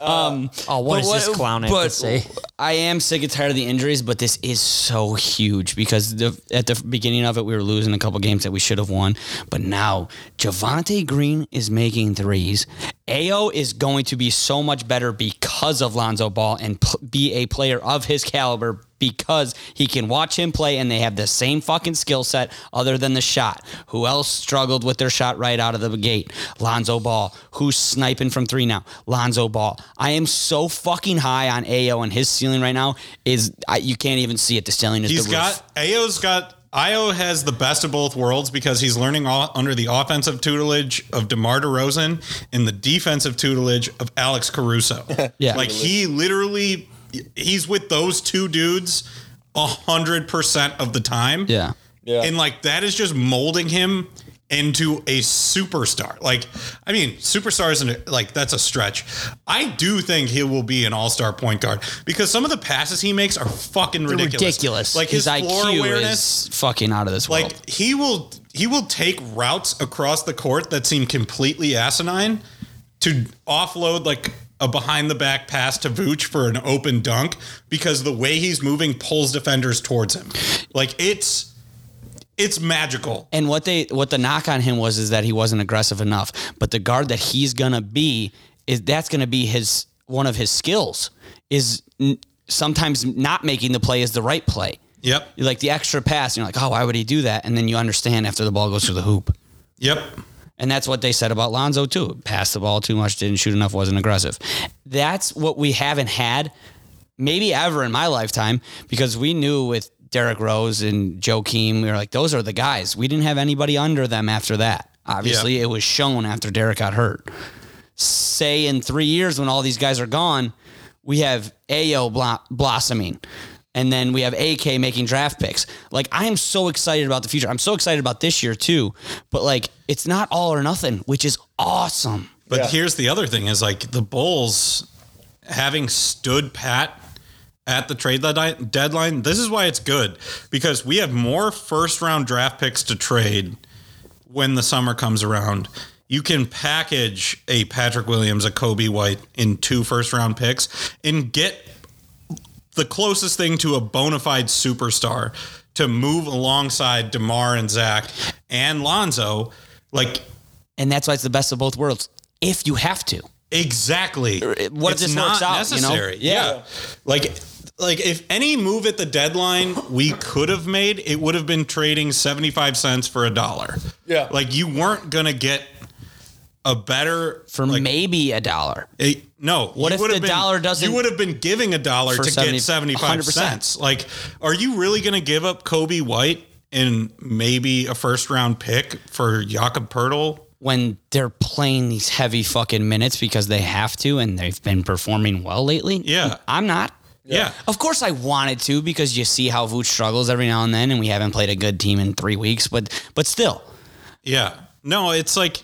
[SPEAKER 6] Oh, what is this clown have to say?
[SPEAKER 3] I am sick and tired of the injuries, but this is so huge because the, at the beginning of it, we were losing a couple games that we should have won. But now, Javante Green is making threes. AO is going to be so much better because of Lonzo Ball and pl- be a player of his caliber because he can watch him play and they have the same fucking skill set other than the shot. Who else struggled with their shot right out of the gate? Lonzo Ball. Who's sniping from three now? Lonzo Ball. I am so fucking high on AO and his ceiling right now is I, you can't even see it. The ceiling is
[SPEAKER 4] He's
[SPEAKER 3] the roof.
[SPEAKER 4] got Ao's got Io has the best of both worlds because he's learning all under the offensive tutelage of DeMar DeRozan and the defensive tutelage of Alex Caruso.
[SPEAKER 3] Yeah.
[SPEAKER 4] Like he literally he's with those two dudes a hundred percent of the time.
[SPEAKER 3] Yeah.
[SPEAKER 1] Yeah.
[SPEAKER 4] And like that is just molding him into a superstar. Like, I mean, superstar isn't like that's a stretch. I do think he will be an all-star point guard because some of the passes he makes are fucking ridiculous.
[SPEAKER 3] Ridiculous.
[SPEAKER 4] Like his, floor
[SPEAKER 3] IQ
[SPEAKER 4] awareness.
[SPEAKER 3] is fucking out of this world.
[SPEAKER 4] like he will he will take routes across the court that seem completely asinine to offload like a behind the back pass to Vooch for an open dunk because the way he's moving pulls defenders towards him. Like it's it's magical.
[SPEAKER 3] And what they what the knock on him was is that he wasn't aggressive enough. But the guard that he's gonna be is that's gonna be his one of his skills is n- sometimes not making the play is the right play.
[SPEAKER 4] Yep.
[SPEAKER 3] You like the extra pass. You're like, oh, why would he do that? And then you understand after the ball goes through the hoop.
[SPEAKER 4] Yep.
[SPEAKER 3] And that's what they said about Lonzo too. Passed the ball too much, didn't shoot enough, wasn't aggressive. That's what we haven't had maybe ever in my lifetime because we knew with Derrick Rose and Joakim, we were like, those are the guys. We didn't have anybody under them after that. Obviously, it was shown after Derrick got hurt. Say in three years when all these guys are gone, we have AO blo- blossoming. And then we have AK making draft picks. Like, I am so excited about the future. I'm so excited about this year, too. But, like, it's not all or nothing, which is awesome.
[SPEAKER 4] But
[SPEAKER 1] Yeah.
[SPEAKER 4] here's the other thing: is like the Bulls having stood pat at the trade deadli- deadline. This is why it's good because we have more first round draft picks to trade when the summer comes around. You can package a Patrick Williams, a Kobe White in two first round picks and get the closest thing to a bona fide superstar to move alongside DeMar and Zach and Lonzo. Like,
[SPEAKER 3] And that's why it's the best of both worlds, if you have to.
[SPEAKER 4] Exactly.
[SPEAKER 3] what if this works out, you know?
[SPEAKER 4] Yeah.
[SPEAKER 3] Yeah.
[SPEAKER 4] Like like if any move at the deadline we could have made, it would have been trading 75 cents for a dollar.
[SPEAKER 1] Yeah.
[SPEAKER 4] Like you weren't going to get a better
[SPEAKER 3] For
[SPEAKER 4] like,
[SPEAKER 3] maybe a dollar.
[SPEAKER 4] a- no. What
[SPEAKER 3] if the dollar doesn't-
[SPEAKER 4] You would have been giving a dollar
[SPEAKER 3] For
[SPEAKER 4] to
[SPEAKER 3] 70
[SPEAKER 4] get seventy five
[SPEAKER 3] 100%.
[SPEAKER 4] cents. Like, are you really going to give up Kobe White and maybe a first round pick for Jakob Pertl?
[SPEAKER 3] when they're playing these heavy fucking minutes because they have to and they've been performing well lately.
[SPEAKER 4] Yeah.
[SPEAKER 3] I'm not.
[SPEAKER 4] Yeah.
[SPEAKER 3] Of course, I wanted to because you see how Vooch struggles every now and then, and we haven't played a good team in three weeks. But but still,
[SPEAKER 4] Yeah. No, it's like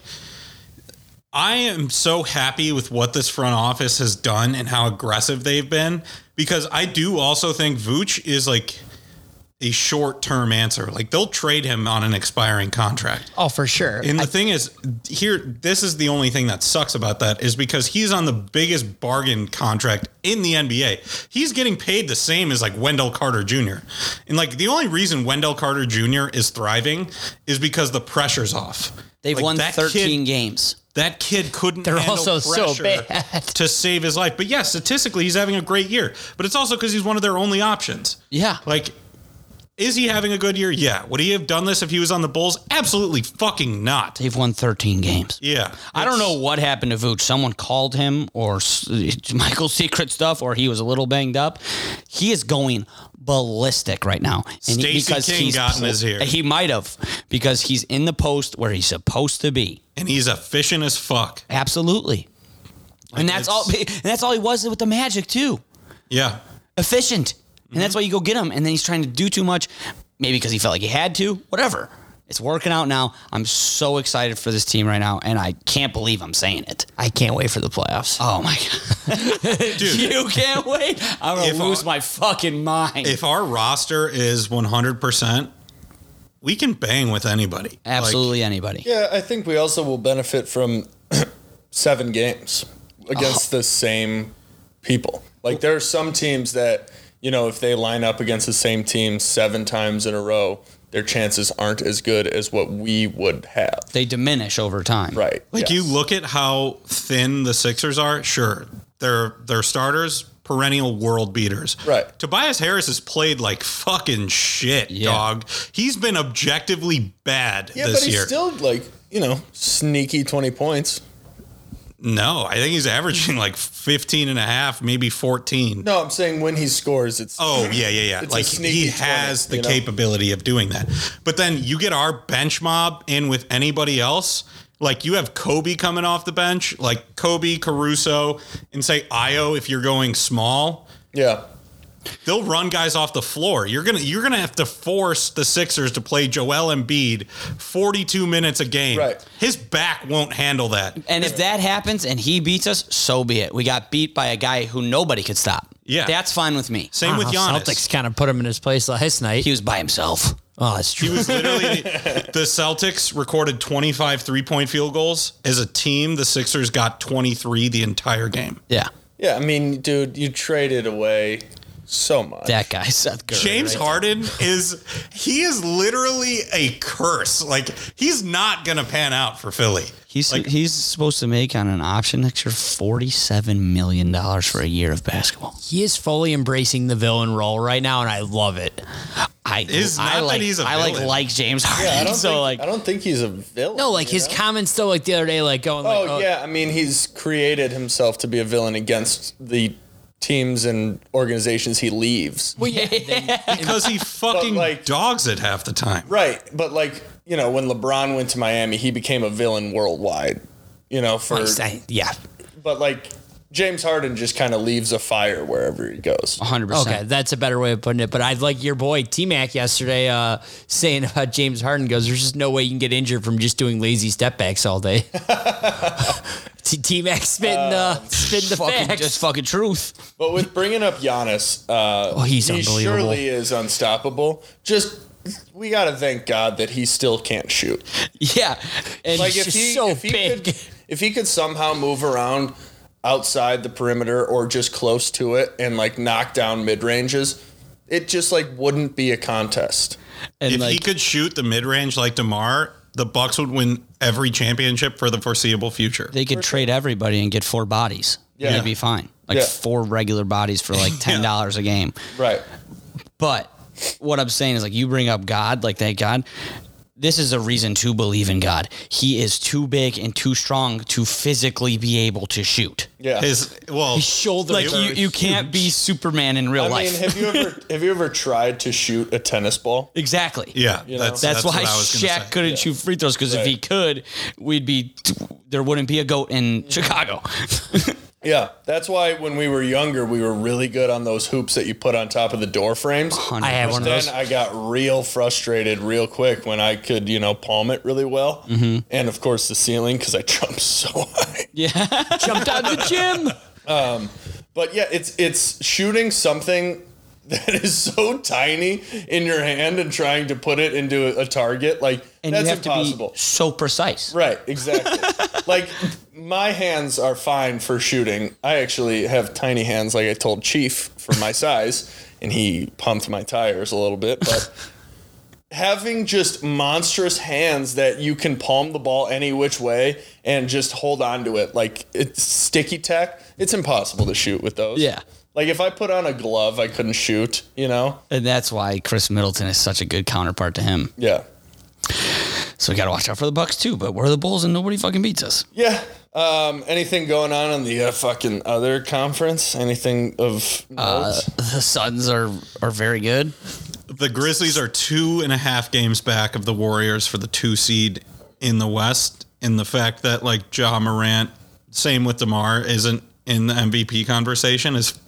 [SPEAKER 4] I am so happy with what this front office has done and how aggressive they've been because I do also think Vooch is like a short term answer. Like they'll trade him on an expiring contract.
[SPEAKER 5] Oh, for sure.
[SPEAKER 4] And the thing is, here, this is the only thing that sucks about that is because he's on the biggest bargain contract in the NBA. He's getting paid the same as like Wendell Carter Jr. And like the only reason Wendell Carter Jr. is thriving is because the pressure's off.
[SPEAKER 3] they've
[SPEAKER 4] Like,
[SPEAKER 3] won
[SPEAKER 4] that
[SPEAKER 3] 13
[SPEAKER 4] kid-
[SPEAKER 3] games.
[SPEAKER 4] that kid couldn't.
[SPEAKER 5] They're
[SPEAKER 4] handle
[SPEAKER 5] also so
[SPEAKER 4] pressure
[SPEAKER 5] bad.
[SPEAKER 4] to save his life. But yeah, statistically, he's having a great year. But it's also because he's one of their only options.
[SPEAKER 3] Yeah.
[SPEAKER 4] Like, is he having a good year? Yeah. Would he have done this if he was on the Bulls? Absolutely fucking not.
[SPEAKER 3] They've won 13 games.
[SPEAKER 4] Yeah.
[SPEAKER 3] I don't know what happened to Vooch. Someone called him, or s- Michael's secret stuff, or he was a little banged up. He is going ballistic right now. And
[SPEAKER 4] Stacey King got in
[SPEAKER 3] pl-
[SPEAKER 4] his ear.
[SPEAKER 3] He might have because he's in the post where he's supposed to be.
[SPEAKER 4] And he's efficient as fuck.
[SPEAKER 3] Absolutely. And that's all. And that's all he was with the Magic too.
[SPEAKER 4] Yeah.
[SPEAKER 3] Efficient, and
[SPEAKER 4] Mm-hmm.
[SPEAKER 3] that's why you go get him. And then he's trying to do too much, maybe because he felt like he had to. Whatever. It's working out now. I'm so excited for this team right now, and I can't believe I'm saying it.
[SPEAKER 5] I can't wait for the playoffs.
[SPEAKER 3] Oh my god,
[SPEAKER 4] Dude.
[SPEAKER 3] you can't wait! I'm gonna
[SPEAKER 4] If
[SPEAKER 3] lose
[SPEAKER 4] I-
[SPEAKER 3] my fucking mind.
[SPEAKER 4] If our roster is 100%, we can bang with anybody. Like,
[SPEAKER 3] Absolutely, anybody.
[SPEAKER 1] Yeah, I think we also will benefit from seven games against the same people. Like there are some teams that, you know, if they line up against the same team seven times in a row, their chances aren't as good as what we would have.
[SPEAKER 3] They diminish over time.
[SPEAKER 1] Right.
[SPEAKER 4] Like
[SPEAKER 1] yeah.
[SPEAKER 4] you look at how thin the Sixers are. Sure, they're they're starters, perennial world beaters.
[SPEAKER 1] Right.
[SPEAKER 4] Tobias Harris has played like fucking shit, dog. He's been objectively bad
[SPEAKER 1] Yeah,
[SPEAKER 4] this
[SPEAKER 1] but he's
[SPEAKER 4] year.
[SPEAKER 1] still like, you know, sneaky 20 points.
[SPEAKER 4] no, I think he's averaging like 15 and a half, maybe 14.
[SPEAKER 1] No, I'm saying when he scores, it's
[SPEAKER 4] Oh yeah, yeah, yeah.
[SPEAKER 1] It's a
[SPEAKER 4] like
[SPEAKER 1] sneaky
[SPEAKER 4] he has
[SPEAKER 1] 20,
[SPEAKER 4] the
[SPEAKER 1] you know?
[SPEAKER 4] capability of doing that. But then you get our bench mob in with anybody else. Like you have Kobe coming off the bench, like Kobe Caruso, and say Io if you're going small.
[SPEAKER 1] yeah.
[SPEAKER 4] They'll run guys off the floor. You're gonna you're gonna have to force the Sixers to play Joel Embiid 42 minutes a game.
[SPEAKER 1] Right.
[SPEAKER 4] His back won't handle that.
[SPEAKER 3] And if that happens and he beats us, so be it. We got beat by a guy who nobody could stop.
[SPEAKER 4] Yeah.
[SPEAKER 3] That's fine with me.
[SPEAKER 4] Same with Giannis.
[SPEAKER 5] Uh-huh. Celtics kind of put him in his place last night.
[SPEAKER 3] He was by himself.
[SPEAKER 5] oh, that's
[SPEAKER 4] He
[SPEAKER 5] true.
[SPEAKER 4] was literally the Celtics recorded 25 three point field goals. As a team, the Sixers got 23 the entire game.
[SPEAKER 3] Yeah.
[SPEAKER 1] Yeah, I mean, dude, you traded away so much.
[SPEAKER 3] That guy, Seth Curry.
[SPEAKER 4] James
[SPEAKER 3] right?
[SPEAKER 4] Harden is he is literally a curse. Like he's not gonna pan out for Philly.
[SPEAKER 3] He's he's supposed to make on an option next year forty-seven million dollars for a year of basketball.
[SPEAKER 5] He is fully embracing the villain role right now, and I love it.
[SPEAKER 3] I
[SPEAKER 4] It's not
[SPEAKER 3] I
[SPEAKER 4] that
[SPEAKER 3] like
[SPEAKER 4] he's a
[SPEAKER 3] I like
[SPEAKER 4] villain.
[SPEAKER 3] like James Harden.
[SPEAKER 1] I don't
[SPEAKER 3] so
[SPEAKER 1] think,
[SPEAKER 3] like
[SPEAKER 1] I don't think he's a villain.
[SPEAKER 5] No, like
[SPEAKER 1] you
[SPEAKER 5] his
[SPEAKER 1] know?
[SPEAKER 5] comments though, like the other day, like going,
[SPEAKER 1] Oh,
[SPEAKER 5] like,
[SPEAKER 1] yeah, I mean he's created himself to be a villain against the teams and organizations he leaves.
[SPEAKER 5] Well, yeah, they-
[SPEAKER 4] Because he fucking
[SPEAKER 1] like-
[SPEAKER 4] dogs it half the time.
[SPEAKER 1] right, but like you know when LeBron went to Miami, he became a villain worldwide. You know for
[SPEAKER 5] yeah.
[SPEAKER 1] but like James Harden just kind of leaves a fire wherever he goes.
[SPEAKER 3] hundred
[SPEAKER 5] Okay,
[SPEAKER 3] percent.
[SPEAKER 5] that's a better way of putting it. But I'd like your boy T Mac yesterday uh, saying about James Harden goes, there's just no way you can get injured from just doing lazy step backs all day. T Mac spitting, uh,
[SPEAKER 1] Um,
[SPEAKER 5] spitting the
[SPEAKER 3] Fucking
[SPEAKER 5] facts.
[SPEAKER 3] just fucking truth.
[SPEAKER 1] But with bringing up Giannis, uh,
[SPEAKER 5] oh, he's
[SPEAKER 1] he
[SPEAKER 5] unbelievable.
[SPEAKER 1] surely is unstoppable. Just we got to thank God that he still can't shoot.
[SPEAKER 3] Yeah. And
[SPEAKER 1] like
[SPEAKER 5] He's
[SPEAKER 1] if
[SPEAKER 5] just
[SPEAKER 1] he,
[SPEAKER 5] so
[SPEAKER 1] if he
[SPEAKER 5] big.
[SPEAKER 1] could if he could somehow move around outside the perimeter or just close to it and like knock down mid ranges, it just like wouldn't be a contest.
[SPEAKER 3] and
[SPEAKER 4] If
[SPEAKER 3] like
[SPEAKER 4] he could shoot the mid range like DeMar, the Bucks would win every championship for the foreseeable future.
[SPEAKER 3] they could trade everybody and get four bodies. Yeah.
[SPEAKER 1] Yeah.
[SPEAKER 3] They'd be fine. Like
[SPEAKER 1] Yeah.
[SPEAKER 3] four regular bodies for like ten dollars a game.
[SPEAKER 1] Right.
[SPEAKER 3] But what I'm saying is like you bring up God, like thank God. This is a reason to believe in God. He is too big and too strong to physically be able to shoot.
[SPEAKER 1] Yeah.
[SPEAKER 4] His well
[SPEAKER 5] His shoulder.
[SPEAKER 3] Like you, you can't be Superman in real
[SPEAKER 1] I
[SPEAKER 3] life.
[SPEAKER 1] mean, have you ever have you ever tried to shoot a tennis ball?
[SPEAKER 3] exactly.
[SPEAKER 4] yeah,
[SPEAKER 1] know.
[SPEAKER 3] That's, why
[SPEAKER 4] what I was gonna
[SPEAKER 3] Shaq
[SPEAKER 4] say.
[SPEAKER 3] couldn't shoot free throws because if
[SPEAKER 1] Right.
[SPEAKER 3] he could, we'd be there wouldn't be a goat in Chicago.
[SPEAKER 1] Yeah, that's why when we were younger, we were really good on those hoops that you put on top of the door frames.
[SPEAKER 5] I have one of
[SPEAKER 1] Then
[SPEAKER 5] those.
[SPEAKER 1] I got real frustrated real quick when I could, you know, palm it really well,
[SPEAKER 5] Mm-hmm.
[SPEAKER 1] and of course the ceiling because I jumped so high.
[SPEAKER 5] Jumped out of the gym.
[SPEAKER 1] But yeah, it's it's shooting something that is so tiny in your hand and trying to put it into a target like
[SPEAKER 3] And
[SPEAKER 1] that's
[SPEAKER 3] you have
[SPEAKER 1] impossible.
[SPEAKER 3] to be so precise.
[SPEAKER 1] Right, exactly. like my hands are fine for shooting. I actually have tiny hands, like I told Chief for my size, and he pumped my tires a little bit. But having just monstrous hands that you can palm the ball any which way and just hold on to it, like it's sticky tack, it's impossible to shoot with those.
[SPEAKER 3] Yeah.
[SPEAKER 1] Like if I put on a glove, I couldn't shoot. You know?
[SPEAKER 3] And that's why Chris Middleton is such a good counterpart to him.
[SPEAKER 1] Yeah.
[SPEAKER 3] So we got to watch out for the Bucks too. But we're the Bulls, and nobody fucking beats us.
[SPEAKER 1] Yeah. Um, anything going on in the uh, fucking other conference? Anything of note?
[SPEAKER 5] Uh,
[SPEAKER 3] The Suns are are very good.
[SPEAKER 4] The Grizzlies are two and a half games back of the Warriors for the two seed in the West. And the fact that like Ja Morant, same with Demar, isn't in the MVP conversation is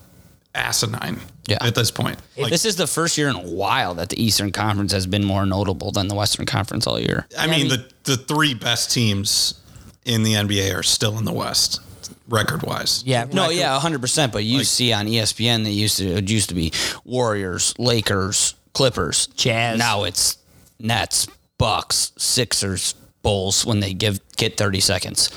[SPEAKER 4] asinine.
[SPEAKER 3] Yeah.
[SPEAKER 4] at this point, like
[SPEAKER 3] this is the first year in a while that the Eastern Conference has been more notable than the Western Conference all year.
[SPEAKER 4] I mean, the the three best teams in the NBA are still in the West, record wise.
[SPEAKER 5] Yeah.
[SPEAKER 3] No, yeah, hundred percent. But you see on E ESPN, they used to it used to be Warriors, Lakers, Clippers,
[SPEAKER 5] Jazz.
[SPEAKER 3] Now it's Nets, Bucks, Sixers, Bulls. When they give get thirty seconds,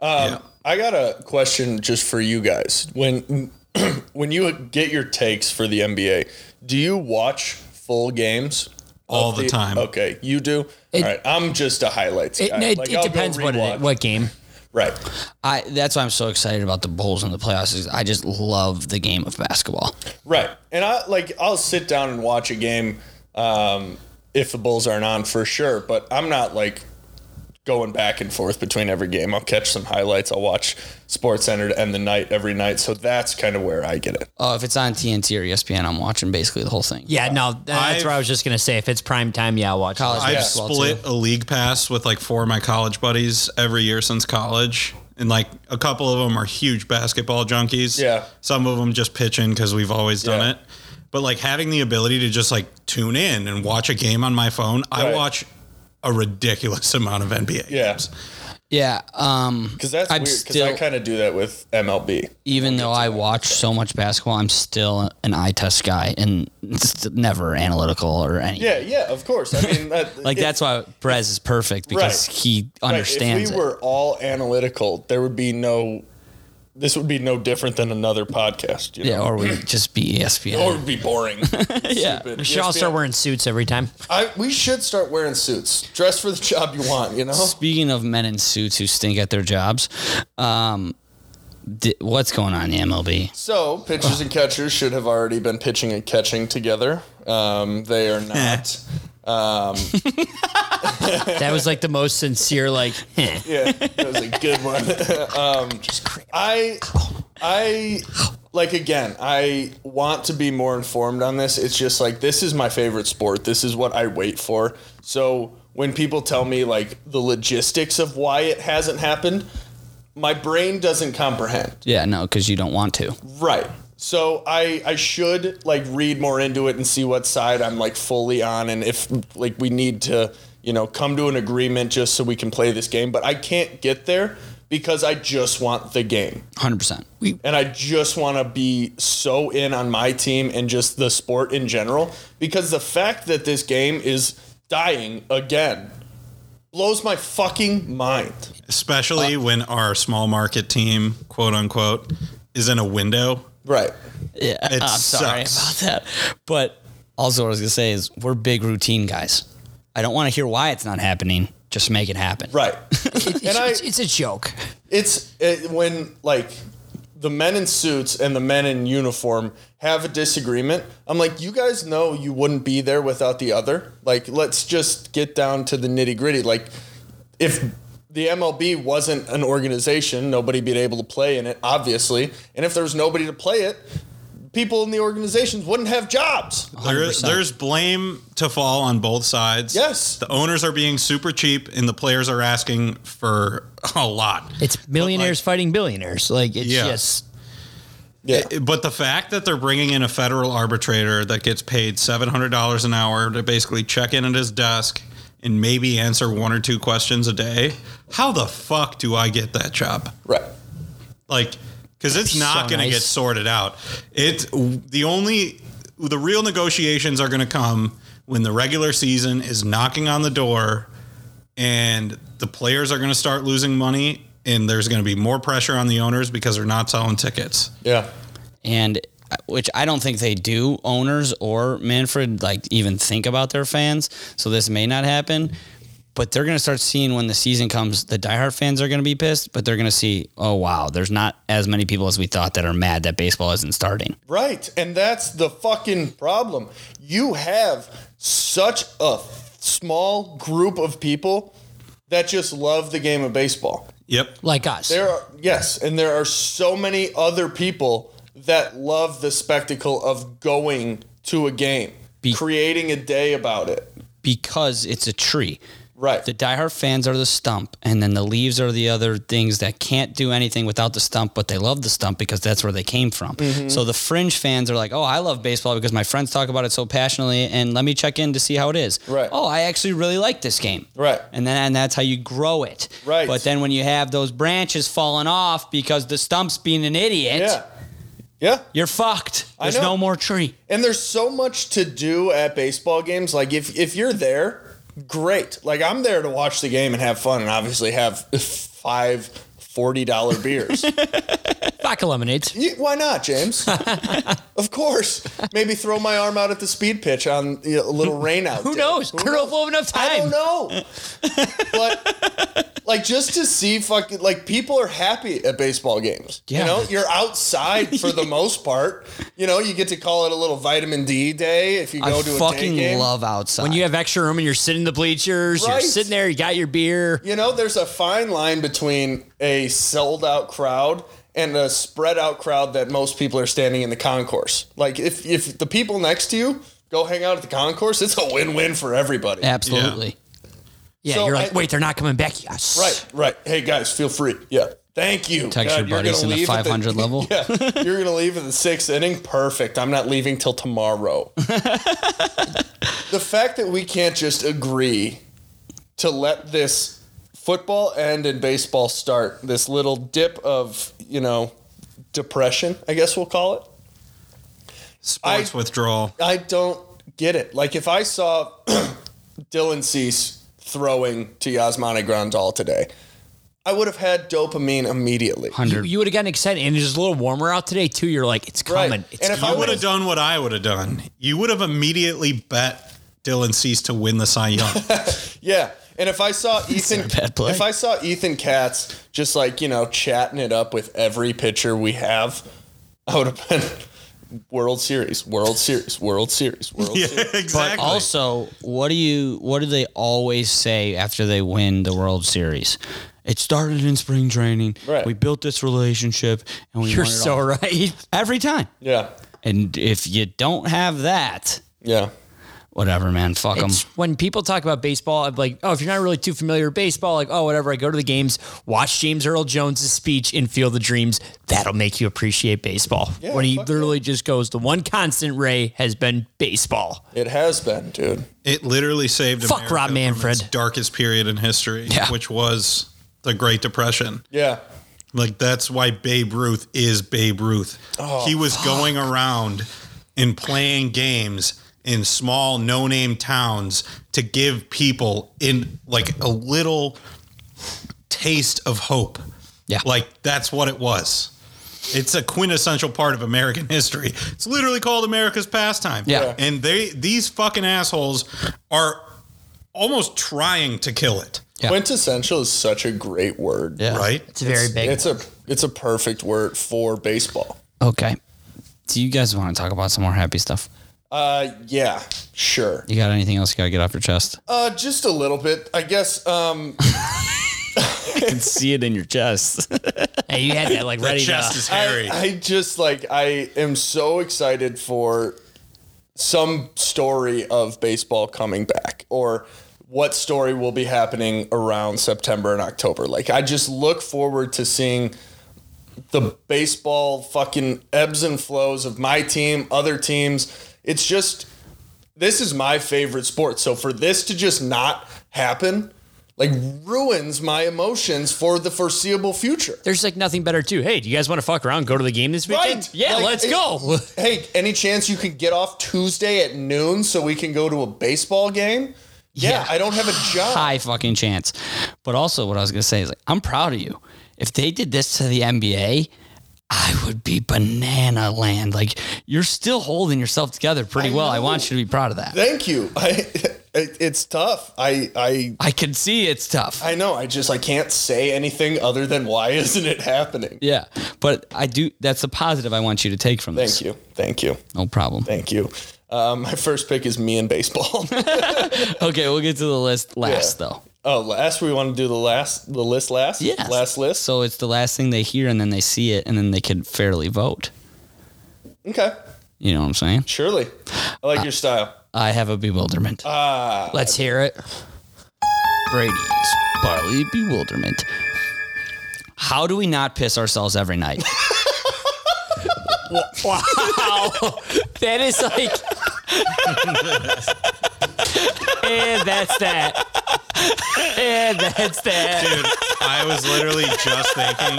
[SPEAKER 4] Um,
[SPEAKER 1] I got a question just for you guys. When when you get your takes for the NBA, do you watch full games
[SPEAKER 4] All
[SPEAKER 1] of
[SPEAKER 4] the time.
[SPEAKER 1] Okay, you do. All right, I'm just a highlights
[SPEAKER 5] It,
[SPEAKER 1] guy.
[SPEAKER 5] it-
[SPEAKER 1] Like,
[SPEAKER 5] it
[SPEAKER 1] I'll go
[SPEAKER 5] depends what
[SPEAKER 1] rewatch.
[SPEAKER 5] it, what game.
[SPEAKER 1] Right,
[SPEAKER 3] I that's why I'm so excited about the Bulls in the playoffs. Is I just love the game of basketball.
[SPEAKER 1] right. And I like I'll sit down and watch a game um, if the Bulls aren't on for sure. But I'm not like going back and forth between every game. I'll catch some highlights. I'll watch Sports Center to end the night every night. So that's kind of where I get it.
[SPEAKER 3] Oh, if it's on TNT or ESPN, I'm watching basically the whole thing.
[SPEAKER 5] Yeah. No, that- that's
[SPEAKER 4] I've-
[SPEAKER 5] what I was just gonna say. If it's prime time, yeah, I'll watch.
[SPEAKER 3] College
[SPEAKER 5] it.
[SPEAKER 4] I've
[SPEAKER 3] basketball
[SPEAKER 4] split
[SPEAKER 3] too.
[SPEAKER 4] a league pass with like four of my college buddies every year since college. And like a couple of them are huge basketball junkies.
[SPEAKER 1] Yeah.
[SPEAKER 4] Some of them just pitch in because we've always done
[SPEAKER 1] Yeah.
[SPEAKER 4] it. But like having the ability to just like tune in and watch a game on my phone, I
[SPEAKER 1] Right.
[SPEAKER 4] watch a ridiculous amount of NBA
[SPEAKER 1] Yeah.
[SPEAKER 4] games.
[SPEAKER 3] Yeah, um,
[SPEAKER 1] Because that's
[SPEAKER 3] I'm
[SPEAKER 1] weird. Because I
[SPEAKER 3] still-
[SPEAKER 1] kind of do that with MLB.
[SPEAKER 3] even though I watch so much basketball, I'm still an eye test guy and it's never analytical or anything.
[SPEAKER 1] Yeah, yeah, of course. I mean, that,
[SPEAKER 3] Like
[SPEAKER 1] it-
[SPEAKER 3] that's why Perez is perfect because
[SPEAKER 1] Right.
[SPEAKER 3] he
[SPEAKER 1] right,
[SPEAKER 3] understands
[SPEAKER 1] If we
[SPEAKER 3] it.
[SPEAKER 1] were all analytical, there would be no. This would be no different than another podcast. You know?
[SPEAKER 3] Yeah, or we just be E ESPN.
[SPEAKER 1] Or it would be boring.
[SPEAKER 3] yeah.
[SPEAKER 1] Stupid. E
[SPEAKER 5] We should all
[SPEAKER 1] ESPN.
[SPEAKER 5] start wearing suits every time.
[SPEAKER 1] I, we should start wearing suits. Dress for the job you want. You
[SPEAKER 5] Oh.
[SPEAKER 1] know.
[SPEAKER 3] Speaking of men in suits who stink at their jobs, um, di- what's going on in the MLB?
[SPEAKER 1] So pitchers and catchers should have already been pitching and catching together. Um, they are not.
[SPEAKER 5] That was like the most sincere. Like, eh.
[SPEAKER 1] yeah, that was a good one. um, I, I, like again, I want to be more informed on this. It's just like this is my favorite sport. This is what I wait for. So when people tell me like the logistics of why it hasn't happened, my brain doesn't comprehend.
[SPEAKER 3] Yeah, no, because you don't want to.
[SPEAKER 1] Right. So I I should like read more into it and see what side I'm like fully on and if like we need to, you know, come to an agreement just so we can play this game, but I can't get there because I just want the game.
[SPEAKER 3] 100%.
[SPEAKER 1] And I just want to be so in on my team and just the sport in general because the fact that this game is dying again blows my fucking mind.
[SPEAKER 4] Especially
[SPEAKER 1] Uh,
[SPEAKER 4] when our small market team, quote unquote, is in a window.
[SPEAKER 1] Right.
[SPEAKER 3] Yeah,
[SPEAKER 4] It
[SPEAKER 3] I'm sorry
[SPEAKER 4] sucks.
[SPEAKER 3] about that. But also, what I was gonna say is we're big routine guys. I don't want to hear why it's not happening. Just make it happen.
[SPEAKER 1] Right. and I
[SPEAKER 5] it's, it's a joke.
[SPEAKER 1] it's it, when like the men in suits and the men in uniform have a disagreement. I'm like, you guys know you wouldn't be there without the other. Like, let's just get down to the nitty gritty. Like, if the MLB wasn't an organization, nobody'd be able to play in it, obviously. And if there was nobody to play it, people in the organizations wouldn't have jobs.
[SPEAKER 4] There is, there's blame to fall on both sides.
[SPEAKER 1] Yes.
[SPEAKER 4] The owners are being super cheap and the players are asking for a lot.
[SPEAKER 5] It's millionaires fighting billionaires. Like it's
[SPEAKER 4] Yeah.
[SPEAKER 5] just
[SPEAKER 1] Yeah.
[SPEAKER 4] But the fact that they're bringing in a federal arbitrator that gets paid $700 an hour to basically check in at his desk and maybe answer one or two questions a day, how the fuck do I get that job?
[SPEAKER 1] right.
[SPEAKER 4] like because it's not
[SPEAKER 5] so
[SPEAKER 4] going to
[SPEAKER 5] nice.
[SPEAKER 4] get sorted out. It's the only the real negotiations are going to come when the regular season is knocking on the door, and the players are going to start losing money, and there's going to be more pressure on the owners because they're not selling tickets.
[SPEAKER 1] Yeah.
[SPEAKER 3] and uh, which I don't think they do owners or Manfred like even think about their fans. So this may not happen. But they're going to start seeing when the season comes, the diehard fans are going to be pissed, but they're going to see, oh, wow, there's not as many people as we thought that are mad that baseball isn't starting.
[SPEAKER 1] Right. And that's the fucking problem. You have such a f- small group of people that just love the game of baseball.
[SPEAKER 4] Yep.
[SPEAKER 5] like us.
[SPEAKER 1] There are yes, and there are so many other people that love the spectacle of going to a game,
[SPEAKER 3] Be-
[SPEAKER 1] creating a day about it.
[SPEAKER 3] because it's a tree.
[SPEAKER 1] Right.
[SPEAKER 3] The diehard fans are the stump, and then the leaves are the other things that can't do anything without the stump, but they love the stump because that's where they came from.
[SPEAKER 1] Mm-hmm.
[SPEAKER 3] So the fringe fans are like, oh, I love baseball because my friends talk about it so passionately, and let me check in to see how it is.
[SPEAKER 1] Right.
[SPEAKER 3] Oh, I actually really like this game.
[SPEAKER 1] Right.
[SPEAKER 3] And then and that's how you grow it.
[SPEAKER 1] Right.
[SPEAKER 3] But then when you have those branches falling off because the stump's being an idiot,
[SPEAKER 1] Yeah. Yeah.
[SPEAKER 3] you're fucked. There's
[SPEAKER 1] know.
[SPEAKER 3] no more tree.
[SPEAKER 1] And there's so much to do at baseball games. Like if if you're there, great. Like I'm there to watch the game and have fun and obviously have five forty dollar beers.
[SPEAKER 5] Vodka lemonades.
[SPEAKER 1] Yeah, Why not, James? of course. Maybe throw my arm out at the speed pitch on you know, a little rain out.
[SPEAKER 5] Who knows? I don't know if we'll have enough time.
[SPEAKER 1] I don't know. but like just to see fucking like people are happy at baseball games. You
[SPEAKER 5] Yeah.
[SPEAKER 1] know, you're outside for the most part. You know, you get to call it a little vitamin D day if you go
[SPEAKER 3] I
[SPEAKER 1] to a day
[SPEAKER 3] fucking
[SPEAKER 1] game.
[SPEAKER 3] love outside.
[SPEAKER 5] When you have extra room and you're sitting in the bleachers, you're
[SPEAKER 1] Right.
[SPEAKER 5] sitting there, you got your beer.
[SPEAKER 1] you know, there's a fine line between a sold out crowd and a spread out crowd that most people are standing in the concourse. Like if if the people next to you go hang out at the concourse, it's a win win for everybody.
[SPEAKER 3] Absolutely.
[SPEAKER 5] Yeah,
[SPEAKER 1] So
[SPEAKER 5] you're like,
[SPEAKER 1] I-
[SPEAKER 5] wait, they're not coming back. Yes.
[SPEAKER 1] Right, right. Hey guys, feel free. Yeah. Thank you.
[SPEAKER 3] Text
[SPEAKER 1] God,
[SPEAKER 3] your
[SPEAKER 1] you're
[SPEAKER 3] buddies
[SPEAKER 1] gonna
[SPEAKER 3] in the
[SPEAKER 1] leave at
[SPEAKER 3] 500 level.
[SPEAKER 1] Yeah, you're gonna leave at the sixth inning. Perfect. I'm not leaving till tomorrow. the fact that we can't just agree to let this football end and baseball start, this little dip of you know depression, I guess we'll call it.
[SPEAKER 4] Sports
[SPEAKER 1] I-
[SPEAKER 4] withdrawal.
[SPEAKER 1] I don't get it. Like if I saw Dylan Cease throwing to Yasmani Grandal today, I would have had dopamine immediately.
[SPEAKER 5] You, you would have gotten excited, and it's just a little warmer out today too. You're like, it's
[SPEAKER 1] Right.
[SPEAKER 5] coming. It's
[SPEAKER 1] And if I
[SPEAKER 4] You
[SPEAKER 5] coming.
[SPEAKER 4] would have done what I would have done. You would have immediately bet Dylan Cease to win the Cy Young.
[SPEAKER 1] Yeah. And if I saw Ethan
[SPEAKER 3] bad play.
[SPEAKER 1] if I saw Ethan Katz just like, you know, chatting it up with every pitcher we have, I would have been World Series, World Series, World Series, World Series.
[SPEAKER 4] exactly.
[SPEAKER 3] But also, what do you what do they always say after they win the World Series? It started in spring training.
[SPEAKER 1] Right.
[SPEAKER 3] We built this relationship, and we
[SPEAKER 5] You're
[SPEAKER 3] won it
[SPEAKER 5] so
[SPEAKER 3] all.
[SPEAKER 5] right.
[SPEAKER 3] every time.
[SPEAKER 1] Yeah.
[SPEAKER 3] And if you don't have that,
[SPEAKER 1] Yeah.
[SPEAKER 3] whatever, man, fuck them.
[SPEAKER 5] It's when people talk about baseball, I'm like, oh, if you're not really too familiar with baseball, like, oh, whatever, I go to the games, watch James Earl Jones' speech in Field of Dreams. That'll make you appreciate baseball.
[SPEAKER 1] Yeah,
[SPEAKER 5] when he
[SPEAKER 1] fuck
[SPEAKER 5] literally just goes, the one constant Ray has been baseball.
[SPEAKER 1] It has been, dude.
[SPEAKER 4] It literally saved
[SPEAKER 5] Fuck
[SPEAKER 4] America
[SPEAKER 5] Rob
[SPEAKER 4] from
[SPEAKER 5] Manfred.
[SPEAKER 4] its darkest period in history,
[SPEAKER 5] Yeah.
[SPEAKER 4] which was the Great Depression.
[SPEAKER 1] Yeah.
[SPEAKER 4] Like that's why Babe Ruth is Babe Ruth. he was going around and playing games in small no-name towns to give people in like a little taste of hope.
[SPEAKER 3] Yeah.
[SPEAKER 4] Like that's what it was. It's a quintessential part of American history. It's literally called America's pastime.
[SPEAKER 3] Yeah.
[SPEAKER 4] And they these fucking assholes are almost trying to kill it.
[SPEAKER 3] Yeah.
[SPEAKER 1] Quintessential is such a great word.
[SPEAKER 3] Yeah.
[SPEAKER 4] Right?
[SPEAKER 5] It's very big.
[SPEAKER 1] It's a it's a perfect word for baseball.
[SPEAKER 3] Okay. Do you guys want to talk about some more happy stuff?
[SPEAKER 1] Uh yeah, sure.
[SPEAKER 3] You got anything else you got to get off your chest?
[SPEAKER 1] Uh, just a little bit, I guess. Um,
[SPEAKER 3] can see it in your chest.
[SPEAKER 5] Hey, you had that like
[SPEAKER 4] That
[SPEAKER 5] ready
[SPEAKER 4] chest
[SPEAKER 5] to.
[SPEAKER 4] is
[SPEAKER 1] I,
[SPEAKER 4] hairy.
[SPEAKER 1] I just like I am so excited for some story of baseball coming back or what story will be happening around September and October. Like I just look forward to seeing the baseball fucking ebbs and flows of my team, other teams. It's just this is my favorite sport. So for this to just not happen like ruins my emotions for the foreseeable future.
[SPEAKER 5] There's like nothing better too. Hey, do you guys want to fuck around? Go to the game this weekend?
[SPEAKER 1] Right.
[SPEAKER 5] Yeah,
[SPEAKER 1] Like,
[SPEAKER 5] let's
[SPEAKER 1] it-
[SPEAKER 5] go.
[SPEAKER 1] Hey, any chance you can get off Tuesday at noon so we can go to a baseball game? Yeah,
[SPEAKER 3] Yeah.
[SPEAKER 1] I don't have a job.
[SPEAKER 3] High fucking chance. But also, what I was gonna say is like, I'm proud of you. If they did this to the NBA, I would be banana land. Like you're still holding yourself together pretty well. I want you to be proud of that.
[SPEAKER 1] Thank you. I, it, it's tough. I, I,
[SPEAKER 3] I can see it's tough.
[SPEAKER 1] I know. I just I can't say anything other than why isn't it happening?
[SPEAKER 3] yeah, but I do. That's the positive I want you to take from this.
[SPEAKER 1] Thank you. Thank you.
[SPEAKER 3] No problem.
[SPEAKER 1] Thank you. Um, my first pick is me in baseball.
[SPEAKER 3] Okay, we'll get to the list last though.
[SPEAKER 1] oh, last we want to do the last the list last.
[SPEAKER 3] Yes.
[SPEAKER 1] Last list.
[SPEAKER 3] So it's the last thing they hear, and then they see it, and then they can fairly vote.
[SPEAKER 1] okay.
[SPEAKER 3] You know what I'm saying?
[SPEAKER 1] Surely. I
[SPEAKER 3] Uh,
[SPEAKER 1] like your style.
[SPEAKER 3] I have a bewilderment.
[SPEAKER 5] let's hear it.
[SPEAKER 3] Brady's barley bewilderment. How do we not piss ourselves every night?
[SPEAKER 5] That is like. and that's that. And that's that.
[SPEAKER 4] Dude, I was literally just thinking,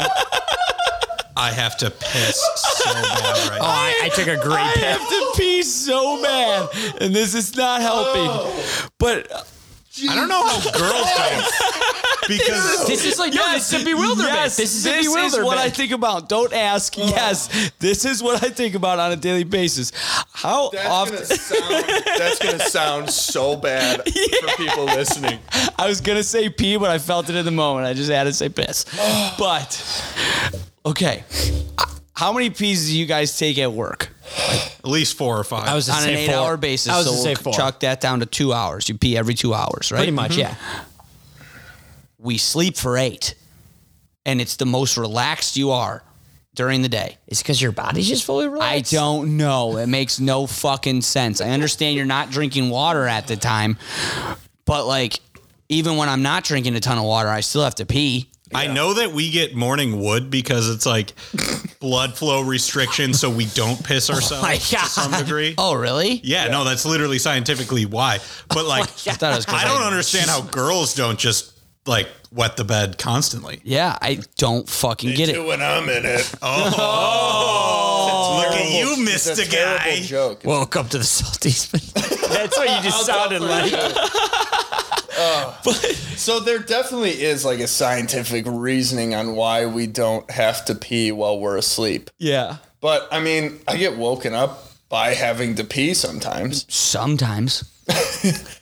[SPEAKER 4] I have to piss so bad right
[SPEAKER 5] Oh, I, I took a great
[SPEAKER 3] I
[SPEAKER 5] pick.
[SPEAKER 3] have to pee so bad, and this is not helping.
[SPEAKER 5] Oh.
[SPEAKER 3] But
[SPEAKER 4] now. I don't know how girls don't. Because
[SPEAKER 5] This is like no, this is a bewilderment.
[SPEAKER 3] Yes,
[SPEAKER 5] this is a
[SPEAKER 3] this
[SPEAKER 5] bewilderment.
[SPEAKER 3] is what I think about. Don't ask. Yes, this is what I think about on a daily basis. How
[SPEAKER 1] That's
[SPEAKER 3] often?
[SPEAKER 1] gonna sound. That's gonna sound so bad for people listening.
[SPEAKER 3] I was gonna say pee, but I felt it in the moment. I just had to say piss. but okay, how many pees do you guys take at work
[SPEAKER 4] at least four or five.
[SPEAKER 5] I was
[SPEAKER 3] on an eight-hour basis?
[SPEAKER 5] I was
[SPEAKER 3] so
[SPEAKER 5] gonna
[SPEAKER 3] we'll
[SPEAKER 5] say four.
[SPEAKER 3] chuck that down to two hours. You pee every two hours, right? Mm-hmm.
[SPEAKER 5] Pretty much, yeah.
[SPEAKER 3] We sleep for eight, and it's the most relaxed you are during the day.
[SPEAKER 5] It's because your body's just fully
[SPEAKER 3] I
[SPEAKER 5] relaxed.
[SPEAKER 3] don't know. It makes no fucking sense. I understand you're not drinking water at the time, but like, even when I'm not drinking a ton of water, I still have to pee.
[SPEAKER 4] I know that we get morning wood because it's like blood flow restriction, so we don't piss ourselves to some degree.
[SPEAKER 3] Oh, really?
[SPEAKER 4] Yeah, no, that's literally scientifically why. But like,
[SPEAKER 3] Oh I thought it was 'cause
[SPEAKER 4] I don't understand how girls don't just like wet the bed constantly.
[SPEAKER 3] Yeah, I don't fucking get it.
[SPEAKER 1] when I'm in it.
[SPEAKER 4] Oh. Look at you,
[SPEAKER 1] It's a
[SPEAKER 4] Mr.
[SPEAKER 1] terrible
[SPEAKER 4] Guy.
[SPEAKER 1] joke.
[SPEAKER 5] Woke up to the salties. That's what you just sounded like.
[SPEAKER 1] Oh. So there definitely is like a scientific reasoning on why we don't have to pee while we're asleep.
[SPEAKER 3] Yeah.
[SPEAKER 1] But I mean, I get woken up by having to pee sometimes.
[SPEAKER 3] Sometimes.
[SPEAKER 4] Oh,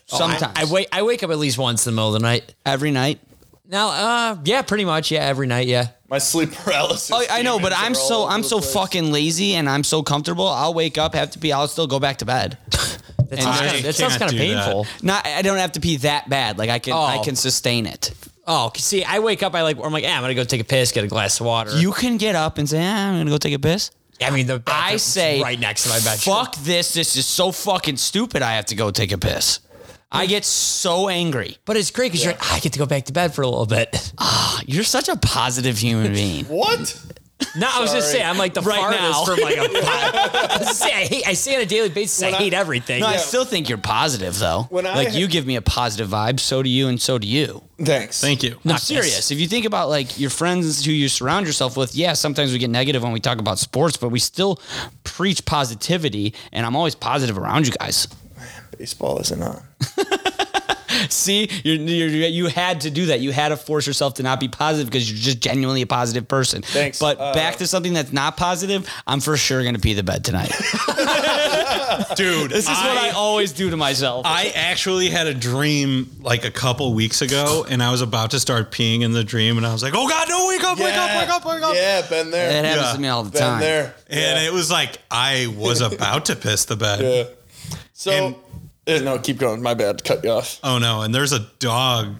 [SPEAKER 3] Sometimes.
[SPEAKER 5] I wake I wake up at least once in the middle of the night.
[SPEAKER 3] Every night.
[SPEAKER 5] Now, uh, yeah, pretty much, yeah, every night, yeah.
[SPEAKER 1] My sleep paralysis.
[SPEAKER 3] Oh, I know, but
[SPEAKER 1] demons
[SPEAKER 3] I'm
[SPEAKER 1] are all
[SPEAKER 3] so
[SPEAKER 1] over
[SPEAKER 3] I'm
[SPEAKER 1] the
[SPEAKER 3] so
[SPEAKER 1] place.
[SPEAKER 3] fucking lazy and I'm so comfortable. I'll wake up, have to pee, I'll still go back to bed.
[SPEAKER 5] That sounds
[SPEAKER 4] I
[SPEAKER 5] kinda- that sounds
[SPEAKER 4] can't
[SPEAKER 5] kind of
[SPEAKER 4] do that.
[SPEAKER 5] painful.
[SPEAKER 3] Not I don't have to pee that bad. Like I can I
[SPEAKER 5] Oh.
[SPEAKER 3] can sustain it.
[SPEAKER 5] Oh, 'cause see, I wake up, I like, I'm like, yeah, I'm gonna go take a piss, get a glass of water.
[SPEAKER 3] You can get up and say, ah, I'm gonna go take a piss.
[SPEAKER 5] I mean, the
[SPEAKER 3] I
[SPEAKER 5] bathroom's
[SPEAKER 3] say
[SPEAKER 5] right next to my bed.
[SPEAKER 3] Fuck this. This is so fucking stupid. I have to go take a piss. I get so angry.
[SPEAKER 5] but it's great because you're like, "Ah, I get to go back to bed for a little bit.
[SPEAKER 3] You're such a positive human being.
[SPEAKER 1] What?
[SPEAKER 5] No, I was just
[SPEAKER 1] Sorry.
[SPEAKER 5] saying, I'm like the right farthest
[SPEAKER 3] now.
[SPEAKER 5] from like a pot. I was just saying, I hate, I say on a daily basis, I hate everything.
[SPEAKER 3] No, I
[SPEAKER 1] Yeah.
[SPEAKER 3] still think you're positive though.
[SPEAKER 1] When I
[SPEAKER 3] like
[SPEAKER 1] ha-
[SPEAKER 3] you give me a positive vibe, so do you, and so do you.
[SPEAKER 1] Thanks.
[SPEAKER 4] Thank you.
[SPEAKER 3] I'm serious. If you think about like your friends who you surround yourself with, yeah, sometimes we get negative when we talk about sports, but we still preach positivity, and I'm always positive around you guys.
[SPEAKER 1] Baseball isn't on.
[SPEAKER 3] See, you're, you're, you had to do that. You had to force yourself to not be positive because you're just genuinely a positive person.
[SPEAKER 1] Thanks.
[SPEAKER 3] But
[SPEAKER 1] Uh,
[SPEAKER 3] back to something that's not positive, I'm for sure going to pee the bed tonight.
[SPEAKER 4] Dude,
[SPEAKER 3] this is what I always do to myself.
[SPEAKER 4] I actually had a dream like a couple weeks ago, and I was about to start peeing in the dream, and I was like, "Oh God, no! Wake up! Wake up! Wake up! Wake up!"
[SPEAKER 1] Yeah, been there.
[SPEAKER 3] that happens
[SPEAKER 4] yeah.
[SPEAKER 3] to me all the
[SPEAKER 1] been
[SPEAKER 3] time.
[SPEAKER 1] there.
[SPEAKER 4] And it was like I was about to piss the bed.
[SPEAKER 1] So
[SPEAKER 4] And-
[SPEAKER 3] uh,
[SPEAKER 1] Eh, no, keep going. My bad. Cut you off.
[SPEAKER 4] Oh no! And there's a dog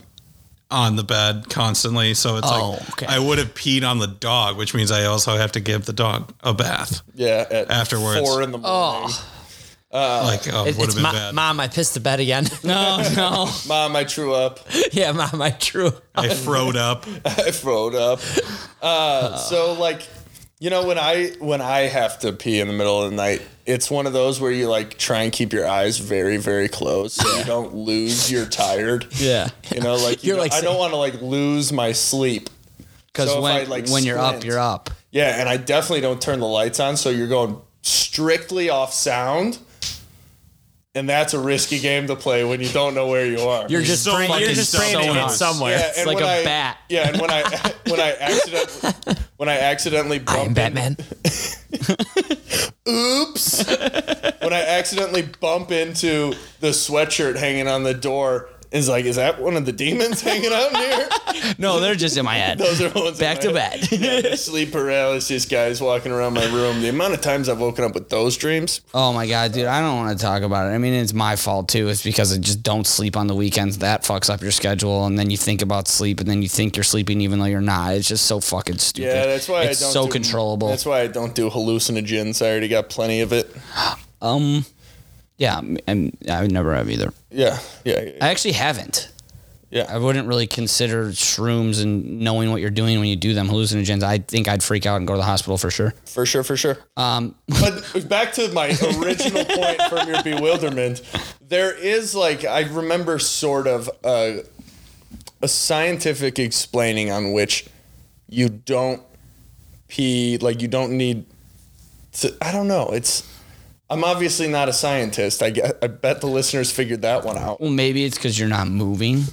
[SPEAKER 4] on the bed constantly, so it's
[SPEAKER 3] Oh,
[SPEAKER 4] like
[SPEAKER 3] okay.
[SPEAKER 4] I would have peed on the dog, which means I also have to give the dog a bath.
[SPEAKER 1] Yeah, at
[SPEAKER 4] Afterwards.
[SPEAKER 1] four in the morning.
[SPEAKER 4] like, oh, would
[SPEAKER 5] It- it's
[SPEAKER 4] have been
[SPEAKER 5] my,
[SPEAKER 4] bad.
[SPEAKER 5] mom. I pissed the bed again. No, no.
[SPEAKER 1] Mom, I threw up.
[SPEAKER 5] yeah, mom. I true.
[SPEAKER 4] I froed up.
[SPEAKER 1] I throwed up. Uh, so like, you know, when I when I have to pee in the middle of the night, it's one of those where you like try and keep your eyes very very close so you don't lose your tired.
[SPEAKER 5] Yeah.
[SPEAKER 1] You know, like you
[SPEAKER 5] You're
[SPEAKER 1] know,
[SPEAKER 5] like
[SPEAKER 1] I don't
[SPEAKER 5] saying-
[SPEAKER 1] want to like lose my sleep.
[SPEAKER 3] Because
[SPEAKER 1] So if I,
[SPEAKER 3] when
[SPEAKER 1] like,
[SPEAKER 3] when you're up,
[SPEAKER 1] squint-
[SPEAKER 3] you're up.
[SPEAKER 1] Yeah, and I definitely don't turn the lights on, so you're going strictly off sound. And that's a risky game to play when you don't know where you are.
[SPEAKER 5] You're just
[SPEAKER 4] So
[SPEAKER 5] praying. You're
[SPEAKER 4] fucking
[SPEAKER 5] just
[SPEAKER 4] dumb.
[SPEAKER 5] praying
[SPEAKER 4] So
[SPEAKER 5] to hit
[SPEAKER 4] nuts.
[SPEAKER 5] somewhere. it's like a
[SPEAKER 1] when I-
[SPEAKER 5] bat.
[SPEAKER 1] Yeah, and when I when I accidentally when I accidentally bump
[SPEAKER 5] I'm
[SPEAKER 1] in-
[SPEAKER 5] Batman.
[SPEAKER 1] oops when I accidentally bump into the sweatshirt hanging on the door is like is that one of the demons hanging out here?
[SPEAKER 3] No, they're just in my head.
[SPEAKER 1] Those are ones in
[SPEAKER 3] Back
[SPEAKER 1] my
[SPEAKER 3] to
[SPEAKER 1] head.
[SPEAKER 3] bed.
[SPEAKER 1] Yeah, the sleep paralysis guys walking around my room. The amount of times I've woken up with those dreams.
[SPEAKER 3] Oh my god, dude, I don't want to talk about it. I mean, it's my fault too. It's because I just don't sleep on the weekends. That fucks up your schedule, and then you think about sleep, and then you think you're sleeping even though you're not. It's just so fucking stupid.
[SPEAKER 1] Yeah, that's why
[SPEAKER 3] it's
[SPEAKER 1] I don't
[SPEAKER 3] so
[SPEAKER 1] do-
[SPEAKER 3] controllable.
[SPEAKER 1] That's why I don't do hallucinogens. I already got plenty of it.
[SPEAKER 3] um, yeah, and I would never have either.
[SPEAKER 1] Yeah, yeah, yeah.
[SPEAKER 3] I actually haven't.
[SPEAKER 1] Yeah.
[SPEAKER 3] I wouldn't really consider shrooms and knowing what you're doing when you do them hallucinogens. I think I'd freak out and go to the hospital for sure.
[SPEAKER 1] for sure, for sure. Um, but back to my original point from your bewilderment, there is like I remember sort of a, a scientific explaining on which you don't pee, like you don't need to. I don't know. It's I'm obviously not a scientist. I guess, I bet the listeners figured that one out.
[SPEAKER 3] Well, maybe it's because you're not moving.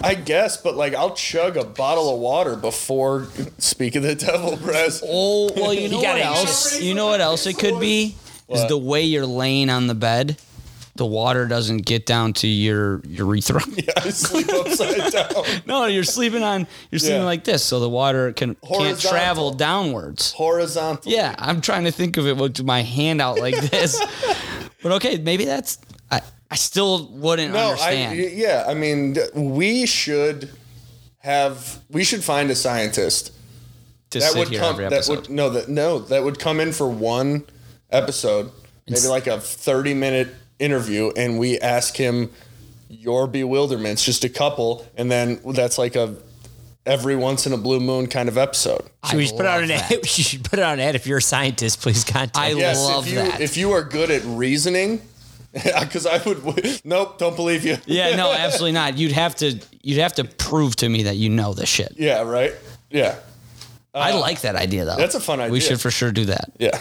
[SPEAKER 1] I guess, but like I'll chug a bottle of water before speak of the devil breath.
[SPEAKER 3] Oh, well, you know what
[SPEAKER 5] gotta
[SPEAKER 3] else? You know what else it could be is
[SPEAKER 1] What?
[SPEAKER 3] the way you're laying on the bed. The water doesn't get down to your urethra.
[SPEAKER 1] I sleep upside down.
[SPEAKER 3] No, you're sleeping on you're sleeping
[SPEAKER 1] Yeah.
[SPEAKER 3] like this, so the water can can't
[SPEAKER 1] Horizontal.
[SPEAKER 3] travel downwards.
[SPEAKER 1] Horizontal.
[SPEAKER 3] Yeah, I'm trying to think of it with my hand out like this. but okay, maybe that's I, I still wouldn't understand.
[SPEAKER 1] I, y- yeah, I mean, th- we should have we should find a scientist
[SPEAKER 3] to
[SPEAKER 1] that
[SPEAKER 3] sit
[SPEAKER 1] would
[SPEAKER 3] here
[SPEAKER 1] come
[SPEAKER 3] every
[SPEAKER 1] that
[SPEAKER 3] episode.
[SPEAKER 1] would no that no that would come in for one episode, maybe like a thirty minute interview, and we ask him your bewilderments, just a couple, and then that's like a every once in a blue moon kind of episode.
[SPEAKER 5] Should we just put out an
[SPEAKER 3] love
[SPEAKER 5] ad? You should put out an ad. If you're a scientist, please contact.
[SPEAKER 3] I
[SPEAKER 5] us.
[SPEAKER 1] Yes,
[SPEAKER 3] love
[SPEAKER 1] if you
[SPEAKER 3] that.
[SPEAKER 1] if you are good at reasoning, because I would nope, don't believe you.
[SPEAKER 3] yeah, no, absolutely not. You'd have to you'd have to prove to me that you know this shit.
[SPEAKER 1] yeah, right, yeah.
[SPEAKER 3] I like that idea though.
[SPEAKER 1] Uh, That's a fun idea.
[SPEAKER 3] We should for sure do that.
[SPEAKER 1] Yeah.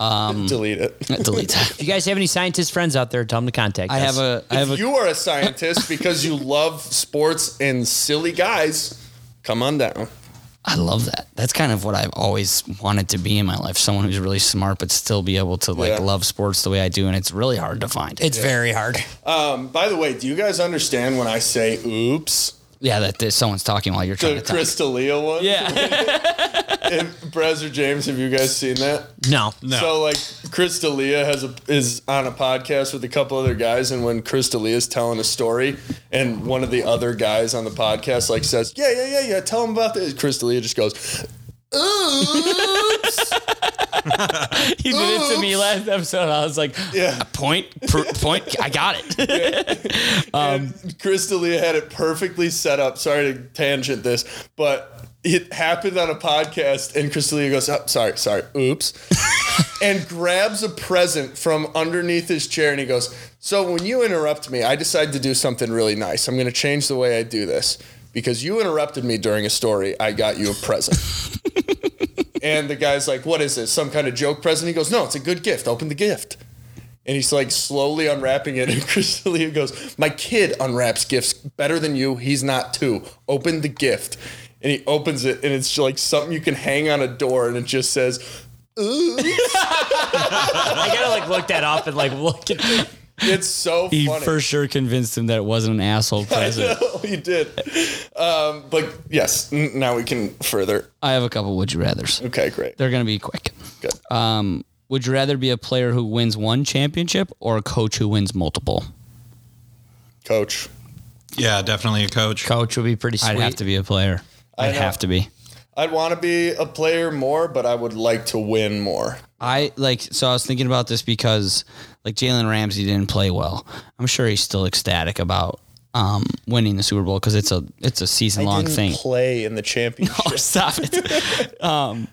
[SPEAKER 3] Um,
[SPEAKER 1] Delete it.
[SPEAKER 3] Delete that.
[SPEAKER 5] If you guys have any scientist friends out there, tell them to contact.
[SPEAKER 3] I
[SPEAKER 5] us.
[SPEAKER 3] have a I have a
[SPEAKER 1] You are a scientist because you love sports and silly guys. Come on down.
[SPEAKER 3] I love that. That's kind of what I've always wanted to be in my life. Someone who's really smart but still be able to like
[SPEAKER 1] Yeah.
[SPEAKER 3] love sports the way I do and it's really hard to find.
[SPEAKER 5] It's very hard.
[SPEAKER 1] Um, by the way, do you guys understand when I say oops?
[SPEAKER 3] yeah, that, that someone's talking while you're trying
[SPEAKER 1] The
[SPEAKER 3] to
[SPEAKER 1] Chris D'Elia one?
[SPEAKER 3] Yeah.
[SPEAKER 1] And Brez or James, have you guys seen that?
[SPEAKER 5] No.
[SPEAKER 4] No.
[SPEAKER 1] So like Chris D'Elia has a, is on a podcast with a couple other guys, and when Chris D'Elia is telling a story, and one of the other guys on the podcast like says, "Yeah, yeah, yeah, yeah, tell him about this," Chris D'Elia just goes, "Oops."
[SPEAKER 5] He did it to me last episode. I was like,
[SPEAKER 1] yeah.
[SPEAKER 3] point pr- point I got it.
[SPEAKER 1] Chris D'Elia had it perfectly set up. Sorry to tangent this, but it happened on a podcast, and Chris D'Elia goes, oh, sorry, sorry, oops, and grabs a present from underneath his chair, and he goes, so when you interrupt me, I decide to do something really nice. I'm going to change the way I do this. Because you interrupted me during a story, I got you a present. and the guy's like, What is this? Some kind of joke present? He goes, No, it's a good gift. Open the gift and he's like slowly unwrapping it. And Chris D'Elia goes, "My kid unwraps gifts better than you. He's not two. Open the gift." And he opens it, and it's like something you can hang on a door, and it just says,
[SPEAKER 5] I gotta like look that up and like look. At,
[SPEAKER 1] "It's so
[SPEAKER 3] He
[SPEAKER 1] funny."
[SPEAKER 3] for sure convinced him that it wasn't an asshole present.
[SPEAKER 1] he did. Um, but yes, n- now we can further.
[SPEAKER 3] I have a couple would you rather's.
[SPEAKER 1] Okay, great.
[SPEAKER 3] They're going to be quick.
[SPEAKER 1] Good.
[SPEAKER 3] Um would you rather be a player who wins one championship or a coach who wins multiple?
[SPEAKER 1] Coach,
[SPEAKER 4] Yeah, definitely a coach.
[SPEAKER 5] Coach would be pretty sweet.
[SPEAKER 3] I'd have to be a player. I'd
[SPEAKER 1] know.
[SPEAKER 3] have to be.
[SPEAKER 1] I'd want to be a player more, but I would like to win more.
[SPEAKER 3] I like so I was thinking about this because like Jalen Ramsey didn't play well. I'm sure he's still ecstatic about um, winning the Super Bowl because it's a it's a season long
[SPEAKER 1] Didn't
[SPEAKER 3] thing.
[SPEAKER 1] Play in the championship.
[SPEAKER 3] Oh, stop it. um,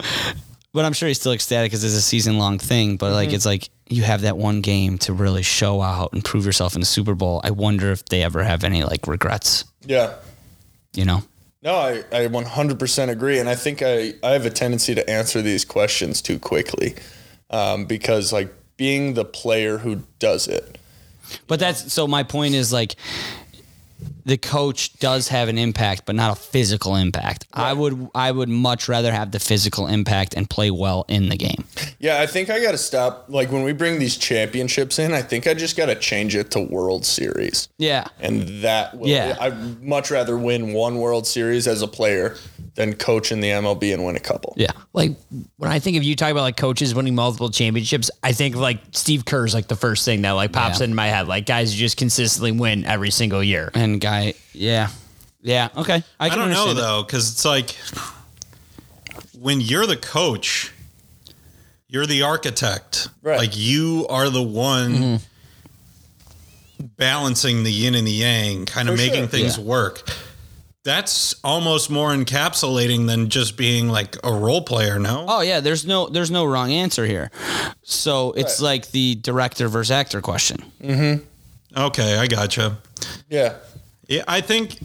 [SPEAKER 3] but I'm sure he's still ecstatic because it's a season long thing. But like, it's like you have that one game to really show out and prove yourself in the Super Bowl. I wonder if they ever have any like regrets,
[SPEAKER 1] Yeah.
[SPEAKER 3] you know?
[SPEAKER 1] No, I, I 100% agree. And I think I, I have a tendency to answer these questions too quickly um, because, like, being the player who does it.
[SPEAKER 3] But that's so my point is like the coach does have an impact, but not a physical impact. I would I would much rather have the physical impact and play well in the game.
[SPEAKER 1] Yeah, I think I got to stop. Like, when we bring these championships in, I think I just got to change it to World Series.
[SPEAKER 3] Yeah.
[SPEAKER 1] And that will,
[SPEAKER 3] Yeah.
[SPEAKER 1] I'd much rather win one World Series as a player than coach in the MLB and win a couple.
[SPEAKER 3] Yeah.
[SPEAKER 5] like when I think of you talking about like coaches winning multiple championships, I think of like Steve Kerr's like the first thing that like pops
[SPEAKER 3] Yeah.
[SPEAKER 5] into my head. Like guys who just consistently win every single year.
[SPEAKER 3] And guy, yeah. Yeah. Okay. I,
[SPEAKER 4] I
[SPEAKER 3] can
[SPEAKER 4] don't know
[SPEAKER 3] understand that.
[SPEAKER 4] though, because it's like when you're the coach, you're the architect.
[SPEAKER 1] Right.
[SPEAKER 4] Like you are the one
[SPEAKER 3] Mm-hmm.
[SPEAKER 4] balancing the yin and the yang, kind of
[SPEAKER 1] For
[SPEAKER 4] making
[SPEAKER 1] sure.
[SPEAKER 4] things work. That's almost more encapsulating than just being like a role player. No,
[SPEAKER 3] Oh yeah, there's no there's no wrong answer here. So it's like the director versus actor question. Oh.
[SPEAKER 4] okay, I gotcha.
[SPEAKER 1] Yeah.
[SPEAKER 4] Yeah, I think.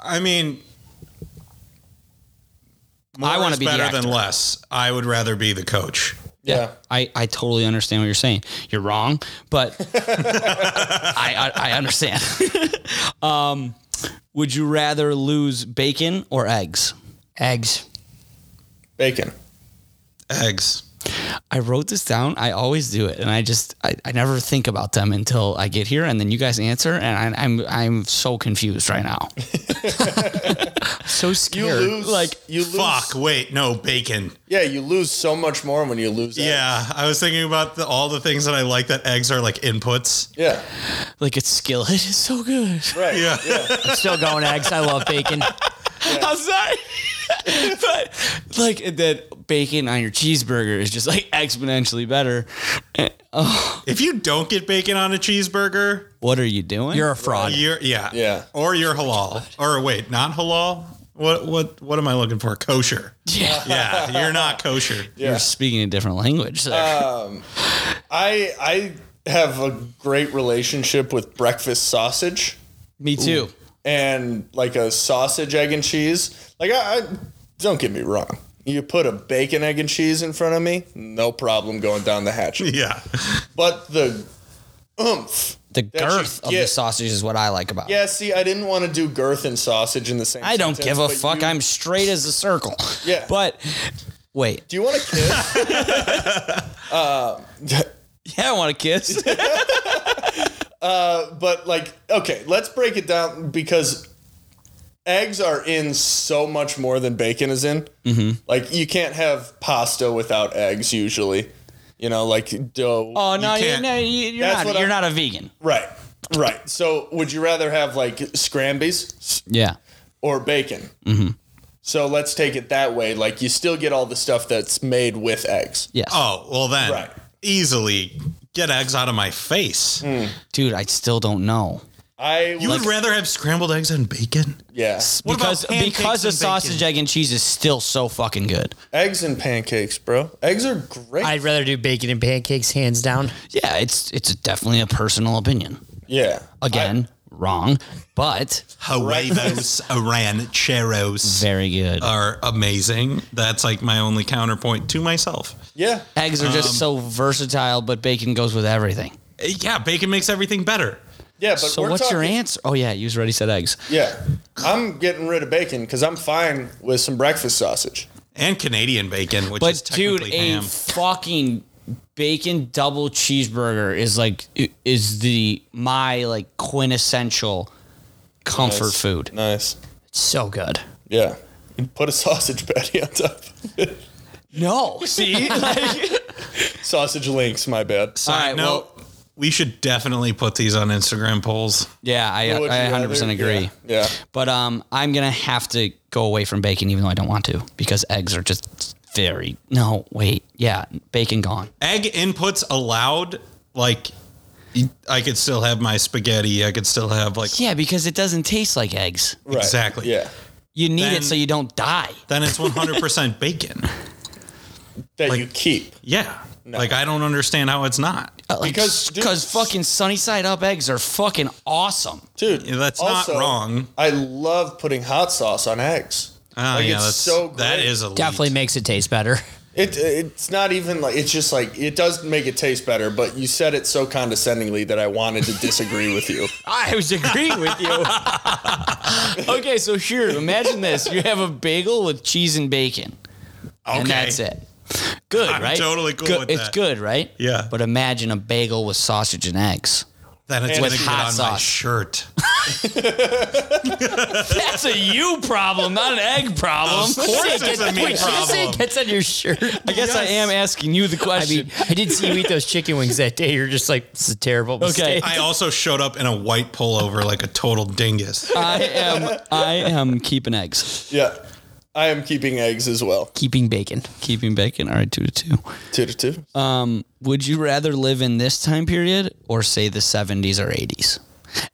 [SPEAKER 4] I mean, more
[SPEAKER 3] I wanna
[SPEAKER 4] is
[SPEAKER 3] be the
[SPEAKER 4] better than
[SPEAKER 3] actor.
[SPEAKER 4] less. I would rather be the coach.
[SPEAKER 1] Yeah.
[SPEAKER 3] I, I totally understand what you're saying. You're wrong, but I, I I understand. um, would you rather lose bacon or eggs?
[SPEAKER 5] Eggs.
[SPEAKER 1] Bacon.
[SPEAKER 4] Eggs.
[SPEAKER 3] I wrote this down. I always do it, and I just I, I never think about them until I get here, and then you guys answer, and I, I'm I'm so confused right now.
[SPEAKER 5] So
[SPEAKER 1] You
[SPEAKER 5] scared.
[SPEAKER 1] lose. Like, you lose.
[SPEAKER 4] Fuck, wait, no, bacon.
[SPEAKER 1] Yeah, you lose so much more when you lose. out.
[SPEAKER 4] Yeah, I was thinking about the, all the things that I like that eggs are like inputs.
[SPEAKER 1] Yeah.
[SPEAKER 3] Like it's skillet is so good.
[SPEAKER 1] Right.
[SPEAKER 4] Yeah.
[SPEAKER 5] I'm still going eggs. I love bacon.
[SPEAKER 3] I'm sorry. but like that bacon on your cheeseburger is just like exponentially better. Uh,
[SPEAKER 4] If you don't get bacon on a cheeseburger,
[SPEAKER 3] What are you doing?
[SPEAKER 5] You're a fraud.
[SPEAKER 4] you're yeah.
[SPEAKER 1] Yeah.
[SPEAKER 4] Or you're halal. Or wait, not halal? What what what am I looking for? Kosher.
[SPEAKER 3] Yeah.
[SPEAKER 4] Yeah, you're not kosher.
[SPEAKER 3] You're speaking a different language. there.
[SPEAKER 1] Uh, I I have a great relationship with breakfast sausage
[SPEAKER 3] Me too.
[SPEAKER 1] and like a sausage egg and cheese. Like I, I don't get me wrong. You put a bacon egg and cheese in front of me, no problem going down the hatch.
[SPEAKER 4] Yeah.
[SPEAKER 1] But the oomph.
[SPEAKER 3] The
[SPEAKER 1] you
[SPEAKER 3] girth of the
[SPEAKER 1] get-
[SPEAKER 3] sausage is what I like about. it.
[SPEAKER 1] Yeah, see, I didn't want to do girth and sausage in the same.
[SPEAKER 3] I don't
[SPEAKER 1] sentence,
[SPEAKER 3] give a
[SPEAKER 1] but
[SPEAKER 3] fuck.
[SPEAKER 1] you-
[SPEAKER 3] I'm straight as a circle.
[SPEAKER 1] Yeah.
[SPEAKER 3] But wait.
[SPEAKER 1] Do you want to kiss?
[SPEAKER 3] Yeah, I want to kiss.
[SPEAKER 1] but like, okay, let's break it down because eggs are in so much more than bacon is in. Mm-hmm. Like, you can't have pasta without eggs usually. You know, like dough.
[SPEAKER 3] oh no, you
[SPEAKER 4] can't.
[SPEAKER 3] no you, you're
[SPEAKER 1] That's
[SPEAKER 3] not.
[SPEAKER 1] what
[SPEAKER 3] You're
[SPEAKER 1] I'm-
[SPEAKER 3] not a vegan.
[SPEAKER 1] Right, right. So, would you rather have like scrambies
[SPEAKER 3] Yeah.
[SPEAKER 1] or bacon? Mm-hmm. So let's take it that way. Like, you still get all the stuff that's made with eggs.
[SPEAKER 3] Yes.
[SPEAKER 4] Oh, well then
[SPEAKER 1] Right.
[SPEAKER 4] easily get eggs out of my face.
[SPEAKER 3] Dude, I still don't know.
[SPEAKER 1] I
[SPEAKER 4] You
[SPEAKER 1] Hmm. like,
[SPEAKER 4] would rather have scrambled eggs and bacon?
[SPEAKER 1] yeah,
[SPEAKER 4] What about
[SPEAKER 3] because
[SPEAKER 4] pancakes
[SPEAKER 3] because the
[SPEAKER 4] and bacon?
[SPEAKER 3] sausage egg and cheese is still so fucking good.
[SPEAKER 1] eggs and pancakes, bro. Eggs are great.
[SPEAKER 5] I'd rather do bacon and pancakes, hands down.
[SPEAKER 3] Yeah, it's it's definitely a personal opinion.
[SPEAKER 1] yeah,
[SPEAKER 3] Again, wrong, but
[SPEAKER 4] Huevos rancheros.
[SPEAKER 3] very good.
[SPEAKER 4] are amazing. That's like my only counterpoint to myself.
[SPEAKER 1] yeah.
[SPEAKER 3] Eggs are
[SPEAKER 1] Um,
[SPEAKER 3] just so versatile, but bacon goes with everything.
[SPEAKER 4] Uh, Yeah, bacon makes everything better.
[SPEAKER 1] Yeah, but
[SPEAKER 3] So
[SPEAKER 1] we're
[SPEAKER 3] what's your
[SPEAKER 1] talking-
[SPEAKER 3] answer? Oh yeah, you already said eggs.
[SPEAKER 1] Yeah, I'm getting rid of bacon because I'm fine with some breakfast sausage.
[SPEAKER 4] And Canadian bacon, which is
[SPEAKER 3] But dude,
[SPEAKER 4] technically
[SPEAKER 3] a
[SPEAKER 4] ham.
[SPEAKER 3] fucking bacon double cheeseburger is like i- is the my like quintessential comfort
[SPEAKER 1] Nice.
[SPEAKER 3] food.
[SPEAKER 1] Nice.
[SPEAKER 5] So good.
[SPEAKER 1] Yeah, You put a sausage patty on top.
[SPEAKER 3] No, see, Like-
[SPEAKER 1] sausage links. My bad.
[SPEAKER 3] all right,
[SPEAKER 4] Uh, no,
[SPEAKER 3] well,
[SPEAKER 4] We should definitely put these on Instagram polls.
[SPEAKER 3] Yeah, I,
[SPEAKER 1] Would
[SPEAKER 3] I
[SPEAKER 1] you rather?
[SPEAKER 3] 100% agree.
[SPEAKER 1] Yeah.
[SPEAKER 3] But um, I'm gonna have to go away from bacon, even though I don't want to, because eggs are just very. No, wait, yeah, bacon gone.
[SPEAKER 4] Egg inputs allowed. Like, I could still have my spaghetti. I could still have like
[SPEAKER 3] Yeah, because it doesn't taste like eggs.
[SPEAKER 1] yeah. Right.
[SPEAKER 4] Exactly.
[SPEAKER 1] Yeah.
[SPEAKER 3] You need
[SPEAKER 4] Then-
[SPEAKER 3] it so you don't die.
[SPEAKER 4] then it's one hundred percent bacon.
[SPEAKER 1] That you keep.
[SPEAKER 4] Yeah. Like I don't understand how it's not.
[SPEAKER 3] Oh,
[SPEAKER 1] Because, dude-
[SPEAKER 3] because fucking sunny side up eggs are fucking awesome.
[SPEAKER 1] Dude,
[SPEAKER 4] Yeah, that's not wrong.
[SPEAKER 1] I love putting hot sauce on eggs.
[SPEAKER 4] Oh
[SPEAKER 1] Like,
[SPEAKER 4] yeah,
[SPEAKER 1] it's
[SPEAKER 4] that's
[SPEAKER 1] so
[SPEAKER 4] that
[SPEAKER 1] great.
[SPEAKER 4] is elite.
[SPEAKER 5] Definitely makes it taste better.
[SPEAKER 1] It it's not even like it's just like it does make it taste better, but you said it so condescendingly that I wanted to disagree with you.
[SPEAKER 5] I was agreeing with you. okay, so sure. Imagine this: you have a bagel with cheese and bacon, and
[SPEAKER 4] Okay.
[SPEAKER 5] that's it. Good,
[SPEAKER 4] I'm
[SPEAKER 5] right?
[SPEAKER 4] totally cool
[SPEAKER 5] Good-
[SPEAKER 4] with
[SPEAKER 5] it's
[SPEAKER 4] that.
[SPEAKER 5] good, right?
[SPEAKER 4] Yeah.
[SPEAKER 3] But imagine a bagel with sausage and eggs.
[SPEAKER 4] Then it's gonna
[SPEAKER 1] with
[SPEAKER 4] get
[SPEAKER 5] hot
[SPEAKER 4] on my
[SPEAKER 5] sauce.
[SPEAKER 4] shirt.
[SPEAKER 5] That's a you problem, not an egg problem.
[SPEAKER 4] Of course it's a me
[SPEAKER 5] Wait, did you say
[SPEAKER 4] problem.
[SPEAKER 5] it gets on your shirt.
[SPEAKER 3] I guess I am asking you the
[SPEAKER 5] I
[SPEAKER 3] question.
[SPEAKER 5] mean, I did see you eat those chicken wings that day. You're just like, this is a terrible
[SPEAKER 3] Okay.
[SPEAKER 5] mistake.
[SPEAKER 4] I also showed up in a white pullover like a total dingus.
[SPEAKER 5] Uh,
[SPEAKER 3] I am. I am keeping eggs.
[SPEAKER 1] yeah. I am keeping eggs as well.
[SPEAKER 5] Keeping bacon.
[SPEAKER 3] Keeping bacon. All right, two to two.
[SPEAKER 1] Two to two.
[SPEAKER 3] Would you rather live in this time period or say the 70s or 80s?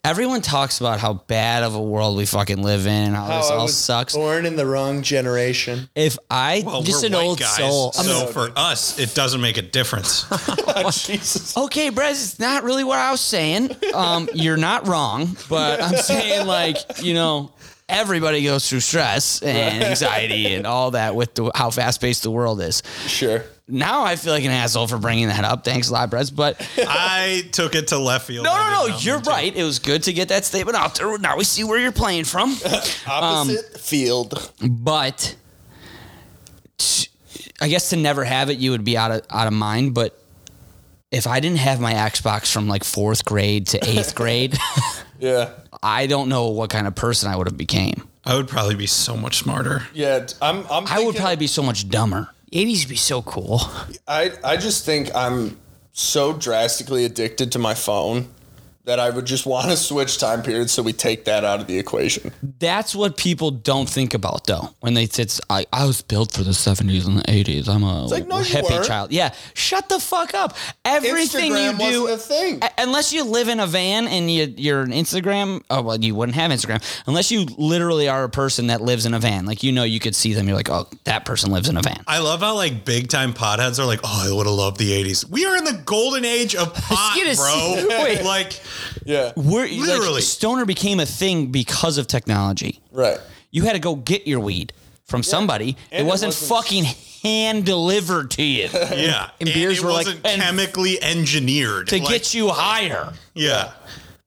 [SPEAKER 3] Everyone talks about how bad of a world we fucking live in and how,
[SPEAKER 1] How
[SPEAKER 3] this
[SPEAKER 1] Oh, I
[SPEAKER 3] all
[SPEAKER 1] was
[SPEAKER 3] sucks.
[SPEAKER 1] Born in the wrong generation.
[SPEAKER 3] If I
[SPEAKER 4] Well,
[SPEAKER 5] Just
[SPEAKER 4] we're
[SPEAKER 5] an
[SPEAKER 4] white
[SPEAKER 5] old
[SPEAKER 4] guys,
[SPEAKER 5] soul. I'm
[SPEAKER 4] So for us, it doesn't make a difference.
[SPEAKER 1] Jesus.
[SPEAKER 3] Okay, Brez, it's not really what I was saying. Um, you're not wrong, but I'm saying like you know everybody goes through stress and anxiety and all that with the, how fast paced the world is.
[SPEAKER 1] Sure.
[SPEAKER 3] Now I feel like an asshole for bringing that up. Thanks a lot, Brez, but
[SPEAKER 4] I took it to left field.
[SPEAKER 3] no,
[SPEAKER 4] I did
[SPEAKER 3] no, no,
[SPEAKER 4] not
[SPEAKER 3] you're
[SPEAKER 4] mean to.
[SPEAKER 3] right. It was good to get that statement out there. Now we see where you're playing from.
[SPEAKER 1] Opposite field.
[SPEAKER 3] but t- I guess to never have it, you would be out of out of mind. But if I didn't have my Xbox from like fourth grade to eighth grade,
[SPEAKER 1] Yeah.
[SPEAKER 3] I don't know what kind of person I would have became.
[SPEAKER 4] I would probably be so much smarter.
[SPEAKER 1] Yeah. I'm I'm
[SPEAKER 3] I would
[SPEAKER 1] thinking-
[SPEAKER 3] probably be so much dumber.
[SPEAKER 5] 80s would be so cool.
[SPEAKER 1] I I just think I'm so drastically addicted to my phone that I would just want to switch time periods so we take that out of the equation.
[SPEAKER 3] That's what people don't think about though when they say I, I was built for the seventies and the eighties. I'm a
[SPEAKER 1] like, no, you
[SPEAKER 3] hippie
[SPEAKER 1] weren't.
[SPEAKER 3] child. Yeah, shut the fuck up. Everything
[SPEAKER 1] Instagram
[SPEAKER 3] you do
[SPEAKER 1] wasn't a thing.
[SPEAKER 3] A- unless you live in a van and you, you're an Instagram, oh well, you wouldn't have Instagram unless you literally are a person that lives in a van. Like you know, you could see them. You're like, oh, that person lives in a van.
[SPEAKER 4] I love how like big time potheads are like, oh, I would have loved the '80s. We are in the golden age of pot, bro.
[SPEAKER 5] gonna say- wait.
[SPEAKER 4] Like,
[SPEAKER 1] Yeah.
[SPEAKER 3] We're, like,
[SPEAKER 4] Literally.
[SPEAKER 3] stoner became a thing because of technology.
[SPEAKER 1] Right.
[SPEAKER 3] You had to go get your weed from somebody.
[SPEAKER 1] And
[SPEAKER 3] it
[SPEAKER 1] it
[SPEAKER 3] wasn't
[SPEAKER 1] wasn't-
[SPEAKER 3] fucking hand delivered to you to
[SPEAKER 4] yeah, and
[SPEAKER 5] beers
[SPEAKER 4] it
[SPEAKER 5] were, like,
[SPEAKER 4] wasn't
[SPEAKER 3] and-
[SPEAKER 4] chemically engineered like,
[SPEAKER 3] get you higher.
[SPEAKER 4] Yeah,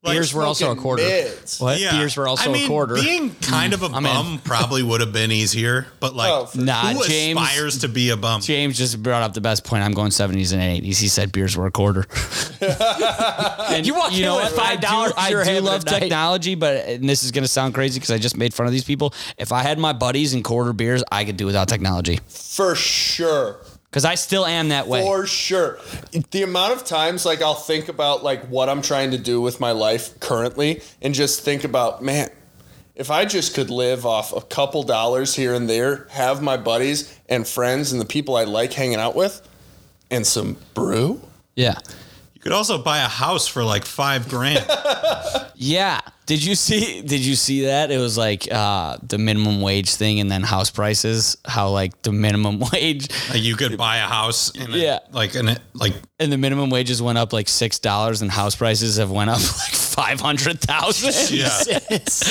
[SPEAKER 4] like,
[SPEAKER 5] Beers were also a
[SPEAKER 1] Fucking
[SPEAKER 5] quarter.
[SPEAKER 1] mids.
[SPEAKER 5] What?
[SPEAKER 4] yeah.
[SPEAKER 5] Beers were also
[SPEAKER 4] I mean,
[SPEAKER 5] a quarter.
[SPEAKER 4] Being kind of a bum probably would have been easier, but like,
[SPEAKER 1] Oh, for
[SPEAKER 3] Nah,
[SPEAKER 4] who
[SPEAKER 3] James-
[SPEAKER 4] aspires to be a bum?
[SPEAKER 3] James just brought up the best point. I'm going 70s and 80s. He said beers were a quarter. and
[SPEAKER 5] You walk in with
[SPEAKER 3] what? I
[SPEAKER 5] $5
[SPEAKER 3] do, I
[SPEAKER 5] you're
[SPEAKER 3] do
[SPEAKER 5] having a
[SPEAKER 3] love
[SPEAKER 5] night.
[SPEAKER 3] technology, but and this is going to sound crazy because I just made fun of these people. If I had my buddies and quarter beers, I could do without technology
[SPEAKER 1] For sure.
[SPEAKER 3] because I still am that way.
[SPEAKER 1] For sure. The amount of times like I'll think about like what I'm trying to do with my life currently and just think about, man, if I just could live off a couple dollars here and there, have my buddies and friends and the people I like hanging out with and some brew.
[SPEAKER 3] yeah.
[SPEAKER 4] You could also buy a house for like five grand.
[SPEAKER 3] Yeah. Did you see did you see that? It was like uh the minimum wage thing and then house prices, how like the minimum wage
[SPEAKER 4] Like, you could buy a house. In a,
[SPEAKER 3] Yeah.
[SPEAKER 4] like in a, like
[SPEAKER 3] and the minimum wages went up like six dollars and house prices have went up like five hundred thousand.
[SPEAKER 4] yeah,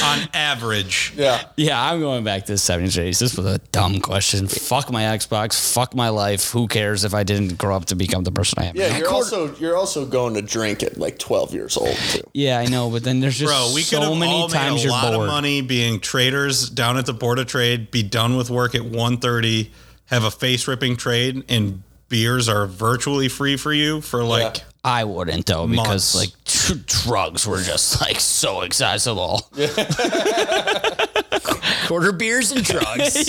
[SPEAKER 4] on average.
[SPEAKER 1] Yeah.
[SPEAKER 3] Yeah, I'm going back to the 70s, 80s. This was a dumb question. Fuck my Xbox. Fuck my life. Who cares if I didn't grow up to become the person I am?
[SPEAKER 1] Yeah,
[SPEAKER 3] now?
[SPEAKER 1] you're also you're also going to drink at like 12 years old too.
[SPEAKER 3] yeah, I know, but then there's just
[SPEAKER 4] Bro, we could
[SPEAKER 3] so
[SPEAKER 4] have
[SPEAKER 3] many
[SPEAKER 4] all
[SPEAKER 3] times
[SPEAKER 4] made a
[SPEAKER 3] you're
[SPEAKER 4] lot
[SPEAKER 3] bored.
[SPEAKER 4] of money being traders down at the board of trade. Be done with work at 1.30, Have a face ripping trade, and beers are virtually free for you for like.
[SPEAKER 1] Yeah.
[SPEAKER 3] I wouldn't though, because
[SPEAKER 4] Months.
[SPEAKER 3] like drugs were just like so accessible.
[SPEAKER 5] quarter beers and drugs.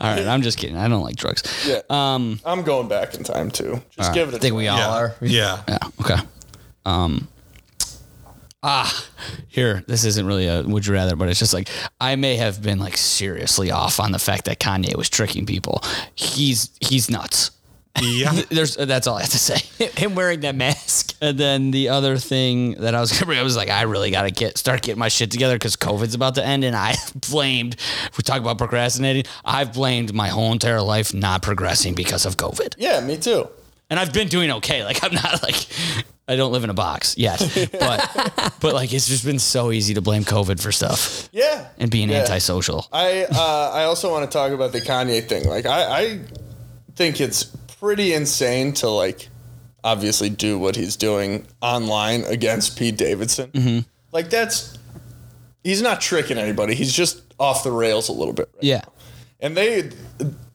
[SPEAKER 3] All right, I'm just kidding. I don't like drugs.
[SPEAKER 1] Yeah. Um I'm going back in time too. Just give it a
[SPEAKER 3] I think we all
[SPEAKER 4] Yeah.
[SPEAKER 3] are.
[SPEAKER 4] Yeah.
[SPEAKER 3] Yeah. Oh, Okay. Um, ah, here, this isn't really a would you rather, but it's just like I may have been like seriously off on the fact that Kanye was tricking people. He's he's nuts.
[SPEAKER 4] Yeah.
[SPEAKER 3] There's that's all I have to say.
[SPEAKER 5] Him wearing that mask.
[SPEAKER 3] And then the other thing that I was gonna bring, I was like, I really gotta get start getting my shit together because COVID's about to end, and I blamed. If we talk about procrastinating, I've blamed my whole entire life not progressing because of COVID,
[SPEAKER 1] Yeah, me too.
[SPEAKER 3] and I've been doing okay. Like I'm not like I don't live in a box yet, but but like it's just been so easy to blame COVID for stuff
[SPEAKER 1] Yeah.
[SPEAKER 3] and being
[SPEAKER 1] Yeah.
[SPEAKER 3] antisocial.
[SPEAKER 1] I uh, I also want to talk about the Kanye thing. Like I, I think it's pretty insane to like obviously do what he's doing online against Pete Davidson. Like that's he's not tricking anybody. He's just off the rails a little bit. Right?
[SPEAKER 3] Yeah,
[SPEAKER 1] And they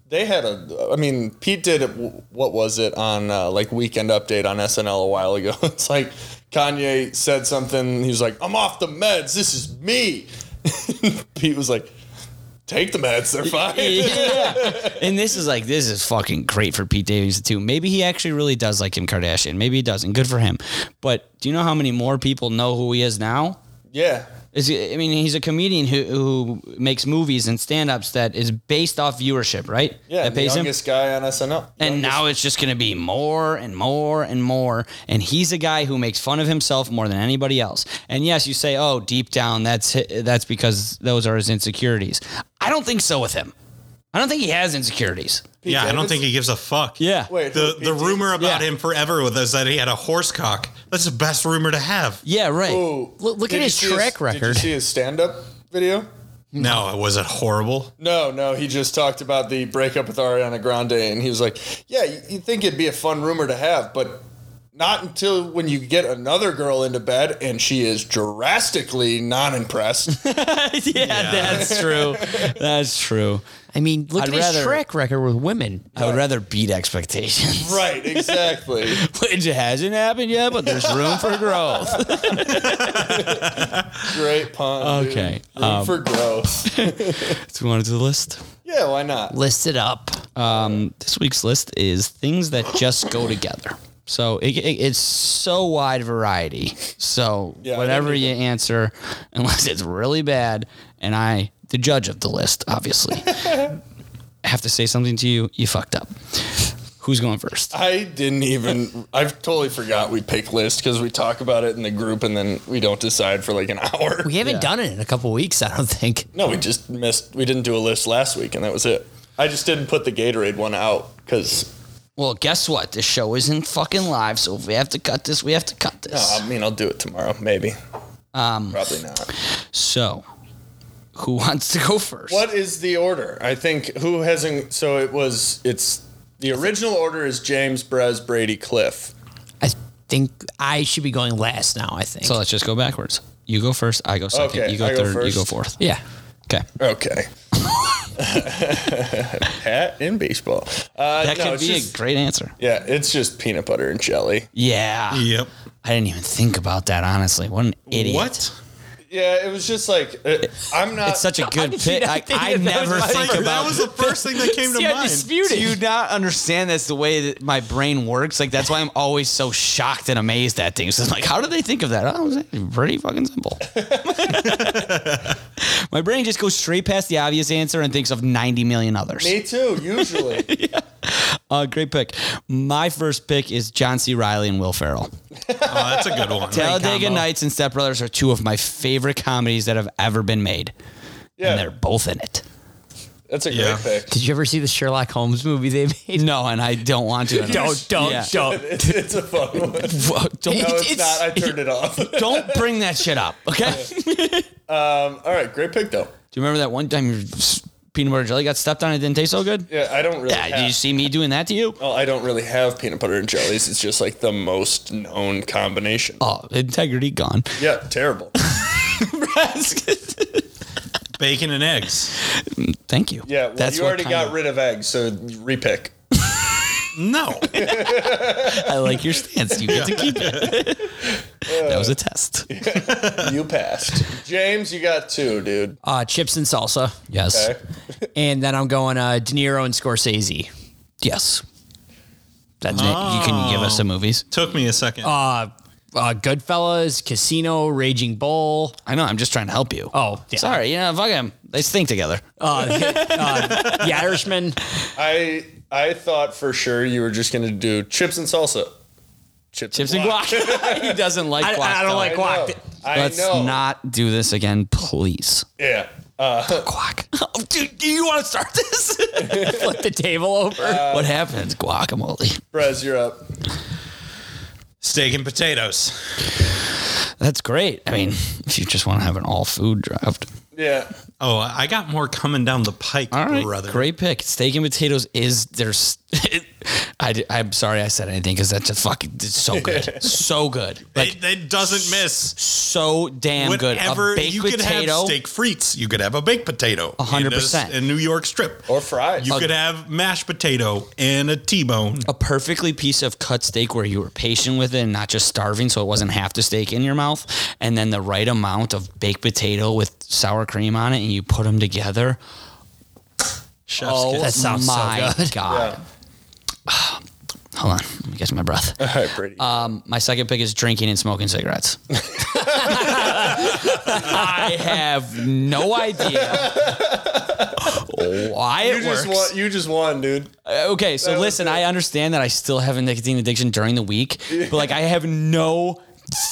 [SPEAKER 1] they had a I mean Pete did it- what was it on uh, like weekend update on SNL a while ago. It's like Kanye said something. He was like, "I'm off the meds. This is me." Pete was like, "Take the meds. They're fine."
[SPEAKER 3] and this is like this is fucking great for Pete Davidson too. Maybe he actually really does like Kim Kardashian. Maybe he doesn't. Good for him. But do you know how many more people know who he is now?
[SPEAKER 1] yeah.
[SPEAKER 3] Is he, I mean, he's a comedian who, who makes movies and stand-ups that is based off viewership, right?
[SPEAKER 1] Yeah,
[SPEAKER 3] that
[SPEAKER 1] the
[SPEAKER 3] pays him.
[SPEAKER 1] youngest guy on SNL.
[SPEAKER 3] And now it's just going to be more and more and more. And he's a guy who makes fun of himself more than anybody else. And yes, you say, "Oh, deep down, that's hi- that's because those are his insecurities." I don't think so with him. I don't think he has insecurities.
[SPEAKER 4] Yeah, I don't
[SPEAKER 1] Davidson?
[SPEAKER 4] think he gives a fuck.
[SPEAKER 3] Yeah.
[SPEAKER 1] Wait,
[SPEAKER 4] The
[SPEAKER 1] who-
[SPEAKER 4] the
[SPEAKER 1] Pete
[SPEAKER 4] rumor about
[SPEAKER 3] Yeah.
[SPEAKER 4] him forever was that he had a horse cock. That's the best rumor to have.
[SPEAKER 3] Yeah, right.
[SPEAKER 1] Davidson?
[SPEAKER 5] Look- look
[SPEAKER 1] Did
[SPEAKER 5] at
[SPEAKER 1] you
[SPEAKER 5] his
[SPEAKER 1] see
[SPEAKER 5] track
[SPEAKER 1] Did you
[SPEAKER 5] record.
[SPEAKER 1] see his stand-up video?
[SPEAKER 4] No, was it horrible?
[SPEAKER 1] No, no, he just talked about the breakup with Ariana Grande, and he was like, "Yeah, you you'd think it'd be a fun rumor to have, but not until when you get another girl into bed and she is drastically not impressed."
[SPEAKER 3] yeah, that's true. That's true.
[SPEAKER 5] I mean, look
[SPEAKER 3] I'd
[SPEAKER 5] at
[SPEAKER 3] rather-
[SPEAKER 5] his track record with women.
[SPEAKER 3] I would rather beat expectations.
[SPEAKER 1] right, exactly.
[SPEAKER 3] Which hasn't happened yet, but there's room for growth.
[SPEAKER 1] Great pun. dude.
[SPEAKER 3] Okay,
[SPEAKER 1] Room for growth.
[SPEAKER 3] Do you want to do the list?
[SPEAKER 1] Yeah, why not?
[SPEAKER 5] List it up.
[SPEAKER 3] Um, this week's list is things that just go together. So it, it- it's so wide variety. So
[SPEAKER 1] Yeah, I
[SPEAKER 3] whatever
[SPEAKER 1] don't
[SPEAKER 3] you answer, unless it's really bad, and I, the judge of the list, obviously, have to say something to you, you fucked up. Who's going first?
[SPEAKER 1] I didn't even. I've totally forgot we pick list because we talk about it in the group and then we don't decide for like an hour.
[SPEAKER 5] We haven't done it in a couple weeks, I don't think.
[SPEAKER 1] No, we just missed. We didn't do a list last week, and that was it. I just didn't put the Gatorade one out because
[SPEAKER 3] Well, guess what? This show isn't fucking live, so if we have to cut this, we have to cut this.
[SPEAKER 1] I mean I'll do it tomorrow, maybe. Um, Probably not.
[SPEAKER 3] So, who wants to go first?
[SPEAKER 1] What is the order? I think who hasn't. So it was. It's the original order is James, Brez, Brady, Cliff.
[SPEAKER 5] I think I should be going last now, I think.
[SPEAKER 3] So let's just go backwards. You go first. I go second.
[SPEAKER 1] Okay,
[SPEAKER 3] you go
[SPEAKER 1] I go
[SPEAKER 3] third. you go
[SPEAKER 1] first.
[SPEAKER 3] fourth.
[SPEAKER 5] yeah.
[SPEAKER 3] Okay.
[SPEAKER 1] Okay. Pat in baseball. Uh,
[SPEAKER 3] That
[SPEAKER 1] no,
[SPEAKER 3] could
[SPEAKER 1] it's
[SPEAKER 3] be
[SPEAKER 1] just-
[SPEAKER 3] a great answer.
[SPEAKER 1] yeah, it's just peanut butter and jelly.
[SPEAKER 3] Yeah.
[SPEAKER 4] Yep.
[SPEAKER 3] I didn't even think about that, honestly. What an idiot.
[SPEAKER 4] What?
[SPEAKER 1] Yeah, it was just like uh, I'm not.
[SPEAKER 3] It's such a good pick. I, I never think
[SPEAKER 4] Like, that
[SPEAKER 3] about
[SPEAKER 4] was the first thing that came to mind.
[SPEAKER 3] Do you not understand that's the way that my brain works? Like that's why I'm always so shocked and amazed at things. It's like, how did they think of that? Oh, it was actually pretty fucking simple. my brain just goes straight past the obvious answer and thinks of 90 million others.
[SPEAKER 1] me too. Usually.
[SPEAKER 3] Uh, great pick. My first pick is John C. Riley and Will Ferrell.
[SPEAKER 4] Oh, that's a good one.
[SPEAKER 3] Talladega Nights and Step Brothers are two of my favorite comedies that have ever been made, and
[SPEAKER 1] Yeah,
[SPEAKER 3] they're both in it.
[SPEAKER 1] that's a great
[SPEAKER 4] Yeah.
[SPEAKER 1] pick.
[SPEAKER 5] Did you ever see the Sherlock Holmes movie they made?
[SPEAKER 3] No, and I don't want to.
[SPEAKER 5] Don't, don't,
[SPEAKER 3] Yeah.
[SPEAKER 5] don't.
[SPEAKER 1] It's, it's a fun one. No, it's
[SPEAKER 3] don't,
[SPEAKER 1] not. I turned it off.
[SPEAKER 3] don't bring that shit up, okay? Do
[SPEAKER 1] All right, great pick though.
[SPEAKER 3] you remember that one time your s- peanut butter jelly got stepped on? and It didn't taste so good.
[SPEAKER 1] Yeah, Oh. I don't really.
[SPEAKER 3] Yeah,
[SPEAKER 1] have,
[SPEAKER 3] did you see me doing that to you?
[SPEAKER 1] well, I don't really have peanut butter and jellies. It's just like the most known combination.
[SPEAKER 3] Oh, integrity gone.
[SPEAKER 1] Yeah, terrible.
[SPEAKER 4] Bacon and eggs.
[SPEAKER 3] Thank you.
[SPEAKER 1] Yeah, well, you
[SPEAKER 3] what
[SPEAKER 1] already
[SPEAKER 3] kind
[SPEAKER 1] got
[SPEAKER 3] of-
[SPEAKER 1] rid of eggs, so repick.
[SPEAKER 4] No.
[SPEAKER 3] I like your stance. You get to keep it. that
[SPEAKER 1] Uh.
[SPEAKER 3] was a test.
[SPEAKER 1] You passed. James, you got two, dude.
[SPEAKER 5] Uh, chips and salsa.
[SPEAKER 3] Yes.
[SPEAKER 1] Okay.
[SPEAKER 5] And then I'm going uh, De Niro and Scorsese.
[SPEAKER 1] Oh.
[SPEAKER 3] Yes. That's it. You can give us some movies.
[SPEAKER 4] Took me a second.
[SPEAKER 5] Uh, uh, Goodfellas, Casino, Raging Bull.
[SPEAKER 3] I know. I'm just trying to help you.
[SPEAKER 5] Oh, yeah.
[SPEAKER 3] sorry. Yeah, fuck him. They stink together.
[SPEAKER 5] Uh, uh, the Irishman.
[SPEAKER 1] I I thought for sure you were just gonna do chips and salsa. Chips,
[SPEAKER 3] Chips and guac. he doesn't like
[SPEAKER 5] I,
[SPEAKER 3] guac.
[SPEAKER 5] I don't
[SPEAKER 3] though.
[SPEAKER 5] like
[SPEAKER 1] I know.
[SPEAKER 5] guac.
[SPEAKER 1] I
[SPEAKER 3] Let's
[SPEAKER 1] know.
[SPEAKER 3] not do this again, please.
[SPEAKER 1] Yeah. Uh,
[SPEAKER 3] Guac. Oh, dude, do you want to start this? Uh,
[SPEAKER 5] Flip the table over.
[SPEAKER 3] what happens? Guacamole.
[SPEAKER 1] Brez, you're up.
[SPEAKER 4] Steak and potatoes.
[SPEAKER 3] That's great. I mean, if you just want to have an all food draft.
[SPEAKER 1] Yeah.
[SPEAKER 4] Oh, I got more coming down the pike,
[SPEAKER 3] All right,
[SPEAKER 4] brother.
[SPEAKER 3] great pick. Steak and potatoes is there's. I di- I'm sorry I said anything because that's just fucking it's so good, so good, like
[SPEAKER 4] it, it doesn't miss.
[SPEAKER 3] so damn
[SPEAKER 4] Whatever
[SPEAKER 3] good. A baked
[SPEAKER 4] you could
[SPEAKER 3] potato.
[SPEAKER 4] have steak frites. You could have a baked potato. in
[SPEAKER 3] hundred
[SPEAKER 4] a s-
[SPEAKER 3] percent.
[SPEAKER 4] A New York strip.
[SPEAKER 1] Or fries.
[SPEAKER 4] You could have mashed potato and a T-bone.
[SPEAKER 3] a perfectly piece of cut steak where you were patient with it and not just starving so it wasn't half the steak in your mouth and then the right amount of baked potato with sour cream on it and you put them together
[SPEAKER 4] Chef's
[SPEAKER 3] oh
[SPEAKER 4] kiss.
[SPEAKER 3] that
[SPEAKER 5] sounds so
[SPEAKER 3] my god
[SPEAKER 1] Yeah.
[SPEAKER 3] hold on let me catch my breath
[SPEAKER 1] All right, Brady.
[SPEAKER 3] um, my second pick is drinking and smoking cigarettes i have no idea why it
[SPEAKER 1] you
[SPEAKER 3] works Uh,
[SPEAKER 1] just won. You just won, dude.
[SPEAKER 3] Okay, so
[SPEAKER 1] That was
[SPEAKER 3] listen,
[SPEAKER 1] it.
[SPEAKER 3] I understand that I still have a nicotine addiction during the week, but like I have no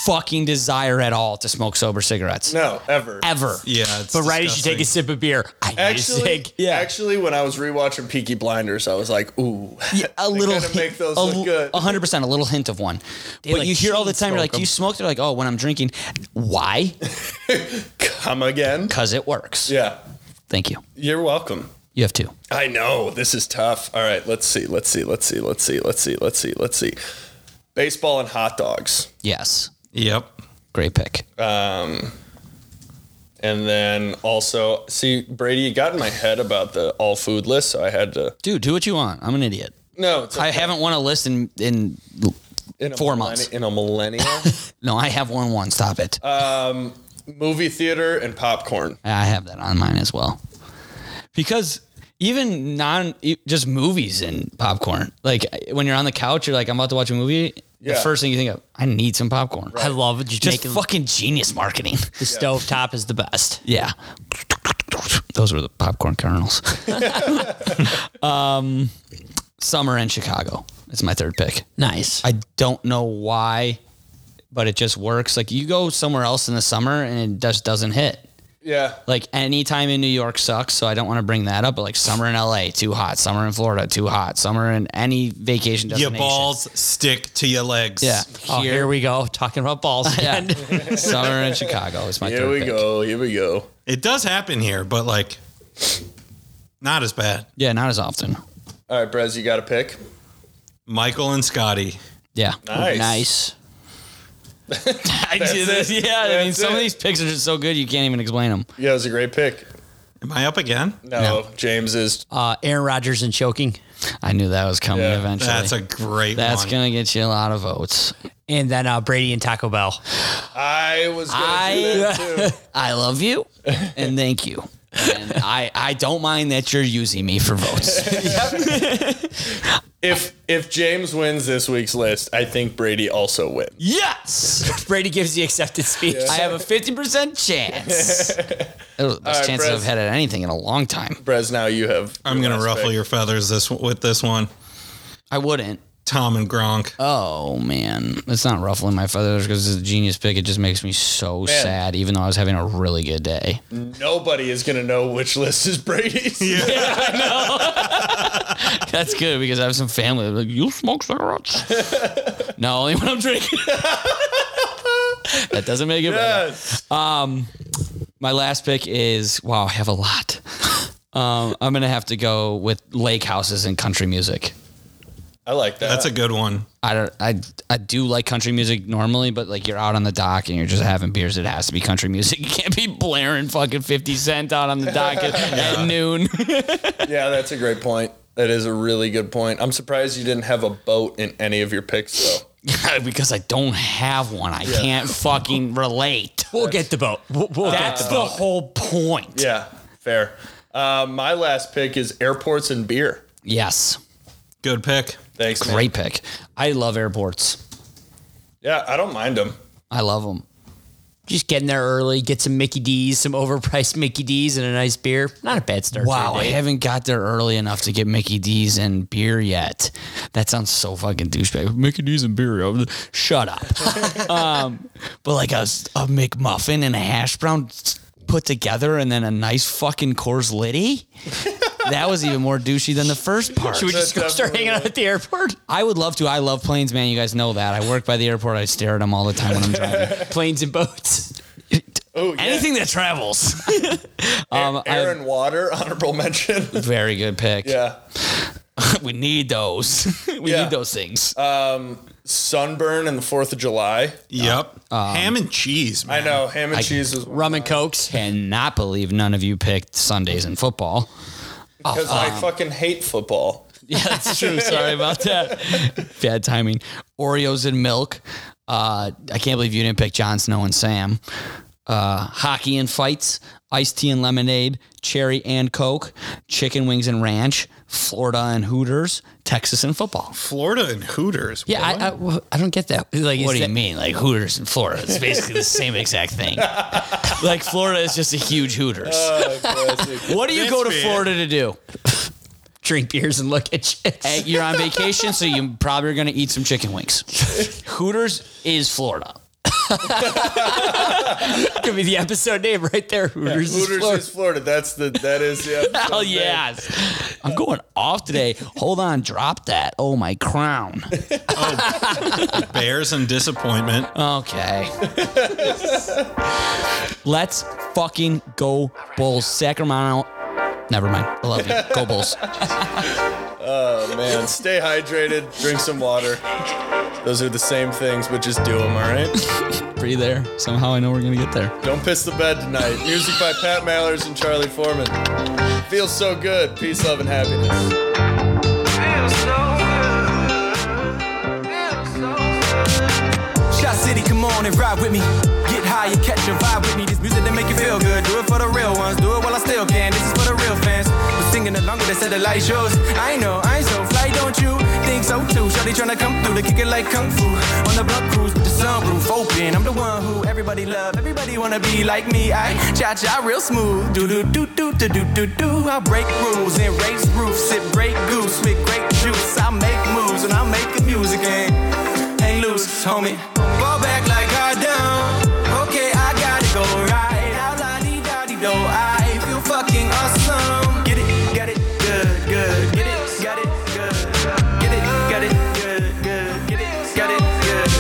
[SPEAKER 3] fucking desire at all to smoke sober cigarettes
[SPEAKER 1] No, ever.
[SPEAKER 3] ever.
[SPEAKER 4] Yeah, it's
[SPEAKER 5] But right as you take a sip of beer, I need a
[SPEAKER 1] Actually,
[SPEAKER 5] cig.
[SPEAKER 1] yeah. actually, when I was rewatching Peaky Blinders, I was like, ooh.
[SPEAKER 3] Yeah, a little
[SPEAKER 1] kinda make those
[SPEAKER 3] a, uh,
[SPEAKER 1] look good.
[SPEAKER 3] hundred percent, a little hint of one. but
[SPEAKER 5] like
[SPEAKER 3] you hear all the time, you're like,
[SPEAKER 5] chain smoke
[SPEAKER 3] you
[SPEAKER 5] 'em.
[SPEAKER 3] smoke. They're like, oh, when I'm drinking, why?
[SPEAKER 1] Come again?
[SPEAKER 3] Because it works.
[SPEAKER 1] Yeah.
[SPEAKER 3] Thank you.
[SPEAKER 1] You're welcome.
[SPEAKER 3] You have two.
[SPEAKER 1] I know this is tough. All right, let's see. Let's see. Let's see. Let's see. Let's see. Let's see. Let's see. Baseball and hot dogs.
[SPEAKER 3] Yes,
[SPEAKER 4] Yep.
[SPEAKER 3] great pick.
[SPEAKER 1] um, And then also, see, Brady, you got in my head about the all food list, so I had to.
[SPEAKER 3] Dude, do what you want. I'm an idiot.
[SPEAKER 1] No, it's
[SPEAKER 3] I haven't won a list in in.
[SPEAKER 1] in a
[SPEAKER 3] four
[SPEAKER 1] millenni-
[SPEAKER 3] months.
[SPEAKER 1] In a millennial.
[SPEAKER 3] No, I have won one. Stop it.
[SPEAKER 1] Movie theater and popcorn.
[SPEAKER 3] I have that on mine as well. Because even non, e- just movies and popcorn. Like when you're on the couch, you're like, I'm about to watch a movie. The
[SPEAKER 1] Yeah.
[SPEAKER 3] first thing you think of, I need some popcorn.
[SPEAKER 5] I love it. Just,
[SPEAKER 3] Just
[SPEAKER 5] making
[SPEAKER 3] fucking genius marketing.
[SPEAKER 5] the stove stovetop is the best.
[SPEAKER 3] yeah. Those were the popcorn kernels. um, summer in Chicago is my third pick.
[SPEAKER 5] Nice.
[SPEAKER 3] I don't know why, but it just works. Like you go somewhere else in the summer and it just doesn't hit.
[SPEAKER 1] Yeah.
[SPEAKER 3] Like any time in New York sucks, so I don't want to bring that up. But like summer in LA, too hot. Summer in Florida, too hot. Summer in any vacation
[SPEAKER 4] Your
[SPEAKER 3] destination.
[SPEAKER 4] balls stick to your legs.
[SPEAKER 3] Yeah.
[SPEAKER 5] oh, here we go talking about balls
[SPEAKER 3] Yeah.
[SPEAKER 5] again.
[SPEAKER 3] summer in Chicago is my.
[SPEAKER 1] Here
[SPEAKER 3] third
[SPEAKER 1] we
[SPEAKER 3] pick.
[SPEAKER 1] go. Here we go.
[SPEAKER 4] It does happen here, but like not as bad.
[SPEAKER 3] Yeah, not as often.
[SPEAKER 1] All right, Brez, you got a pick.
[SPEAKER 4] Michael and Scotty.
[SPEAKER 3] Yeah.
[SPEAKER 1] Nice.
[SPEAKER 3] Nice. I do
[SPEAKER 1] That's
[SPEAKER 3] this.
[SPEAKER 1] it.
[SPEAKER 3] Yeah. I mean,
[SPEAKER 1] That's
[SPEAKER 3] some of
[SPEAKER 1] it.
[SPEAKER 3] these pictures are so good you can't even explain them.
[SPEAKER 1] Yeah, it was a great pick.
[SPEAKER 4] Am I up again?
[SPEAKER 1] No, James is.
[SPEAKER 5] Uh, Aaron Rodgers and choking,
[SPEAKER 3] I knew that was coming
[SPEAKER 1] Yeah.
[SPEAKER 3] eventually.
[SPEAKER 4] That's a great
[SPEAKER 3] That's
[SPEAKER 4] one.
[SPEAKER 3] gonna get you a lot of votes.
[SPEAKER 5] and then uh, Brady and Taco Bell.
[SPEAKER 1] I was. Gonna
[SPEAKER 3] I-
[SPEAKER 1] do that too.
[SPEAKER 3] I love you and thank you. And I, I don't mind that you're using me for votes.
[SPEAKER 1] If if James wins this week's list, I think Brady also wins.
[SPEAKER 3] yes.
[SPEAKER 5] Brady gives the accepted speech.
[SPEAKER 3] I have a fifty percent chance. that was the best
[SPEAKER 1] right,
[SPEAKER 3] chances
[SPEAKER 1] Brez.
[SPEAKER 3] I've had at anything in a long time.
[SPEAKER 1] Brez, now you have.
[SPEAKER 4] I'm gonna
[SPEAKER 1] last
[SPEAKER 4] ruffle
[SPEAKER 1] pick.
[SPEAKER 4] your feathers this with this one.
[SPEAKER 3] I wouldn't.
[SPEAKER 4] Tom and Gronk.
[SPEAKER 3] Oh man, it's not ruffling my feathers because it's a genius pick. It just makes me so sad, even though I was having a really good day.
[SPEAKER 1] Nobody is gonna know which list is Brady's.
[SPEAKER 3] That's good because I have some family. that are Like you smoke cigarettes? no, only when I'm drinking. that doesn't make it better.
[SPEAKER 1] Yes.
[SPEAKER 3] My last pick is wow, I have a lot. Um, I'm gonna have to go with lake houses and country music.
[SPEAKER 1] I like that.
[SPEAKER 4] That's a good one.
[SPEAKER 3] I don't. I I do like country music normally, but like you're out on the dock and you're just having beers. It has to be country music. You can't be blaring fucking Fifty Cent out on the dock at, at noon.
[SPEAKER 1] yeah, that's a great point. That is a really good point. I'm surprised you didn't have a boat in any of your picks, though.
[SPEAKER 3] because I don't have one. I can't fucking relate.
[SPEAKER 5] We'll get the boat. We'll, we'll
[SPEAKER 3] That's
[SPEAKER 5] get
[SPEAKER 3] the whole point.
[SPEAKER 1] Yeah, fair. Uh, my last pick is airports and beer.
[SPEAKER 3] Yes,
[SPEAKER 4] Good pick.
[SPEAKER 1] Thanks, man.
[SPEAKER 3] great pick. I love airports.
[SPEAKER 1] Yeah, I don't mind him.
[SPEAKER 5] I love them. Just get in there early, get some Mickey D's, some overpriced Mickey D's, and a nice beer. Not a bad start. to
[SPEAKER 3] Wow,
[SPEAKER 5] your
[SPEAKER 3] I
[SPEAKER 5] day.
[SPEAKER 3] haven't got there early enough to get Mickey D's and beer yet. That sounds so fucking douchebag. Mickey D's and beer. I'm- Shut up. um, but like a, s- a McMuffin and a hash brown s- put together and then a nice fucking Coors Liddy? that was even more douchey than the first part.
[SPEAKER 5] Should we just go start hanging out at the airport?
[SPEAKER 3] I would love to. I love planes, man. You guys know that. I work by the airport. I stare at them all the time when I'm driving.
[SPEAKER 5] Planes and boats.
[SPEAKER 1] Oh, yeah.
[SPEAKER 3] Anything that travels. um, I-
[SPEAKER 1] Air and water, honorable mention.
[SPEAKER 3] very good pick.
[SPEAKER 1] yeah.
[SPEAKER 3] we need those. we
[SPEAKER 1] Yeah. Uh,
[SPEAKER 3] need those things.
[SPEAKER 1] Sunburn and the 4th of July.
[SPEAKER 4] Yep.
[SPEAKER 5] Um,
[SPEAKER 4] Ham and cheese, man.
[SPEAKER 1] I know. Ham and cheese was
[SPEAKER 5] Rum and Cokes.
[SPEAKER 3] cannot believe none of you picked Sundays in football.
[SPEAKER 1] because I fucking hate football.
[SPEAKER 3] Yeah, that's true. Sorry about that. Bad timing. Oreos and milk. Uh, I can't believe you didn't pick Jon Snow and Sam. Uh, hockey and fights, iced tea and lemonade, cherry and coke, chicken wings and ranch, Florida and Hooters, Texas and football.
[SPEAKER 4] Florida and Hooters.
[SPEAKER 5] Yeah, I, I, wh- I don't get that.
[SPEAKER 3] What
[SPEAKER 5] Like, is
[SPEAKER 3] do you
[SPEAKER 5] that-
[SPEAKER 3] mean? Like Hooters in Florida? It's basically the same exact thing. like Florida is just a huge Hooters. what do you go to
[SPEAKER 4] That's fair.
[SPEAKER 3] Florida to do?
[SPEAKER 5] Drink beers and look at chicks.
[SPEAKER 3] Hey, you're on vacation, so you probably are going to eat some chicken wings. Hooters is Florida.
[SPEAKER 5] Could be the episode name right there. Hooters, is
[SPEAKER 1] Hooters
[SPEAKER 5] Florida.
[SPEAKER 1] is Florida. That's the that is yeah.
[SPEAKER 3] Hell yes. I'm going off today. Hold on, drop that. Oh, my crown.
[SPEAKER 4] Bears and disappointment.
[SPEAKER 3] Okay. Let's fucking go Bulls. Sacramento. Never mind. I love you. Go Bulls.
[SPEAKER 1] Man, stay hydrated, drink some water. Those are the same things, but just do them, all right?
[SPEAKER 3] Pretty there. Somehow I know we're going to get there.
[SPEAKER 1] Don't piss the bed tonight. Music by Pat Mallers and Charlie Foreman. Feels so good. Peace, love, and happiness.
[SPEAKER 2] Shot City, come on and ride with me. Get high and catch a vibe with me. This music that make you feel good. Do it for the real ones. Do it while I still can. This is for the real fans. We're singing along with the satellite shows. I know, I ain't so fly, don't you? Think so too. Shawty tryna come through to kick it like kung fu. On the block cruise with the sunroof open. I'm the one who everybody love. Everybody wanna be like me. I cha cha real smooth. Do do do do do do do do. I break rules and race roofs. Sit break goose with grape juice. I make moves and I make the music and hang loose, homie. Fall back like I don't. Okay, I gotta go right out. La di da di do. I feel fucking awesome. Get it, got it, good, good. Get it, got it, good. Get it, got it, good, good. Get it, got it, good.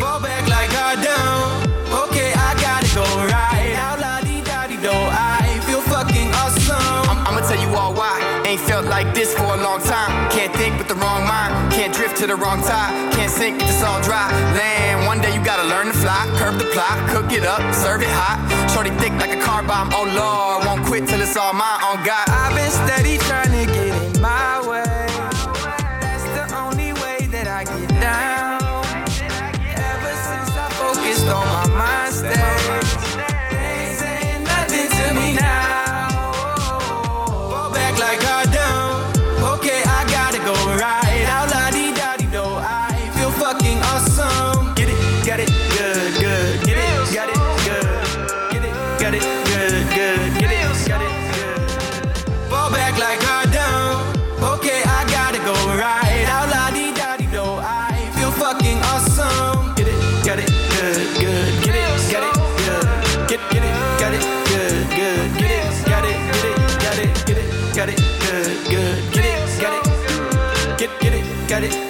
[SPEAKER 2] Fall back like I don't. Okay, I gotta go right out. La di da di do. I feel fucking awesome.
[SPEAKER 7] I'm, I'ma tell you all why. Ain't felt like this for a long time. Can't think with the wrong mind. Can't drift to the wrong tide. Can't sink if it's all dry. Land, one day you gotta learn to fly. Curb the plot, cook it up, serve it hot. Shorty thick like a car bomb. Oh lord, won't quit till it's all mine. On God.
[SPEAKER 2] I've been steady trying to get it my way. That's the only way that I get down. Ever since I focused on my mind state, they ain't saying nothing to me now. Fall back like I don't. Okay, I gotta go right out. La di da di do. I feel fucking awesome. Get it, got it, good, good. Get it, got it, good. Get it, got it, good, good. Get it, got it, good. Fall back like I don't. Okay, I gotta go right out. La di da di do. I feel fucking awesome. Get it, got it, good, good. Get it, got it, good. Get, get it, got it, good, good. Get it, got it, get it, got it, get it, got it, good, good. Get it, got it, get, get it, got it,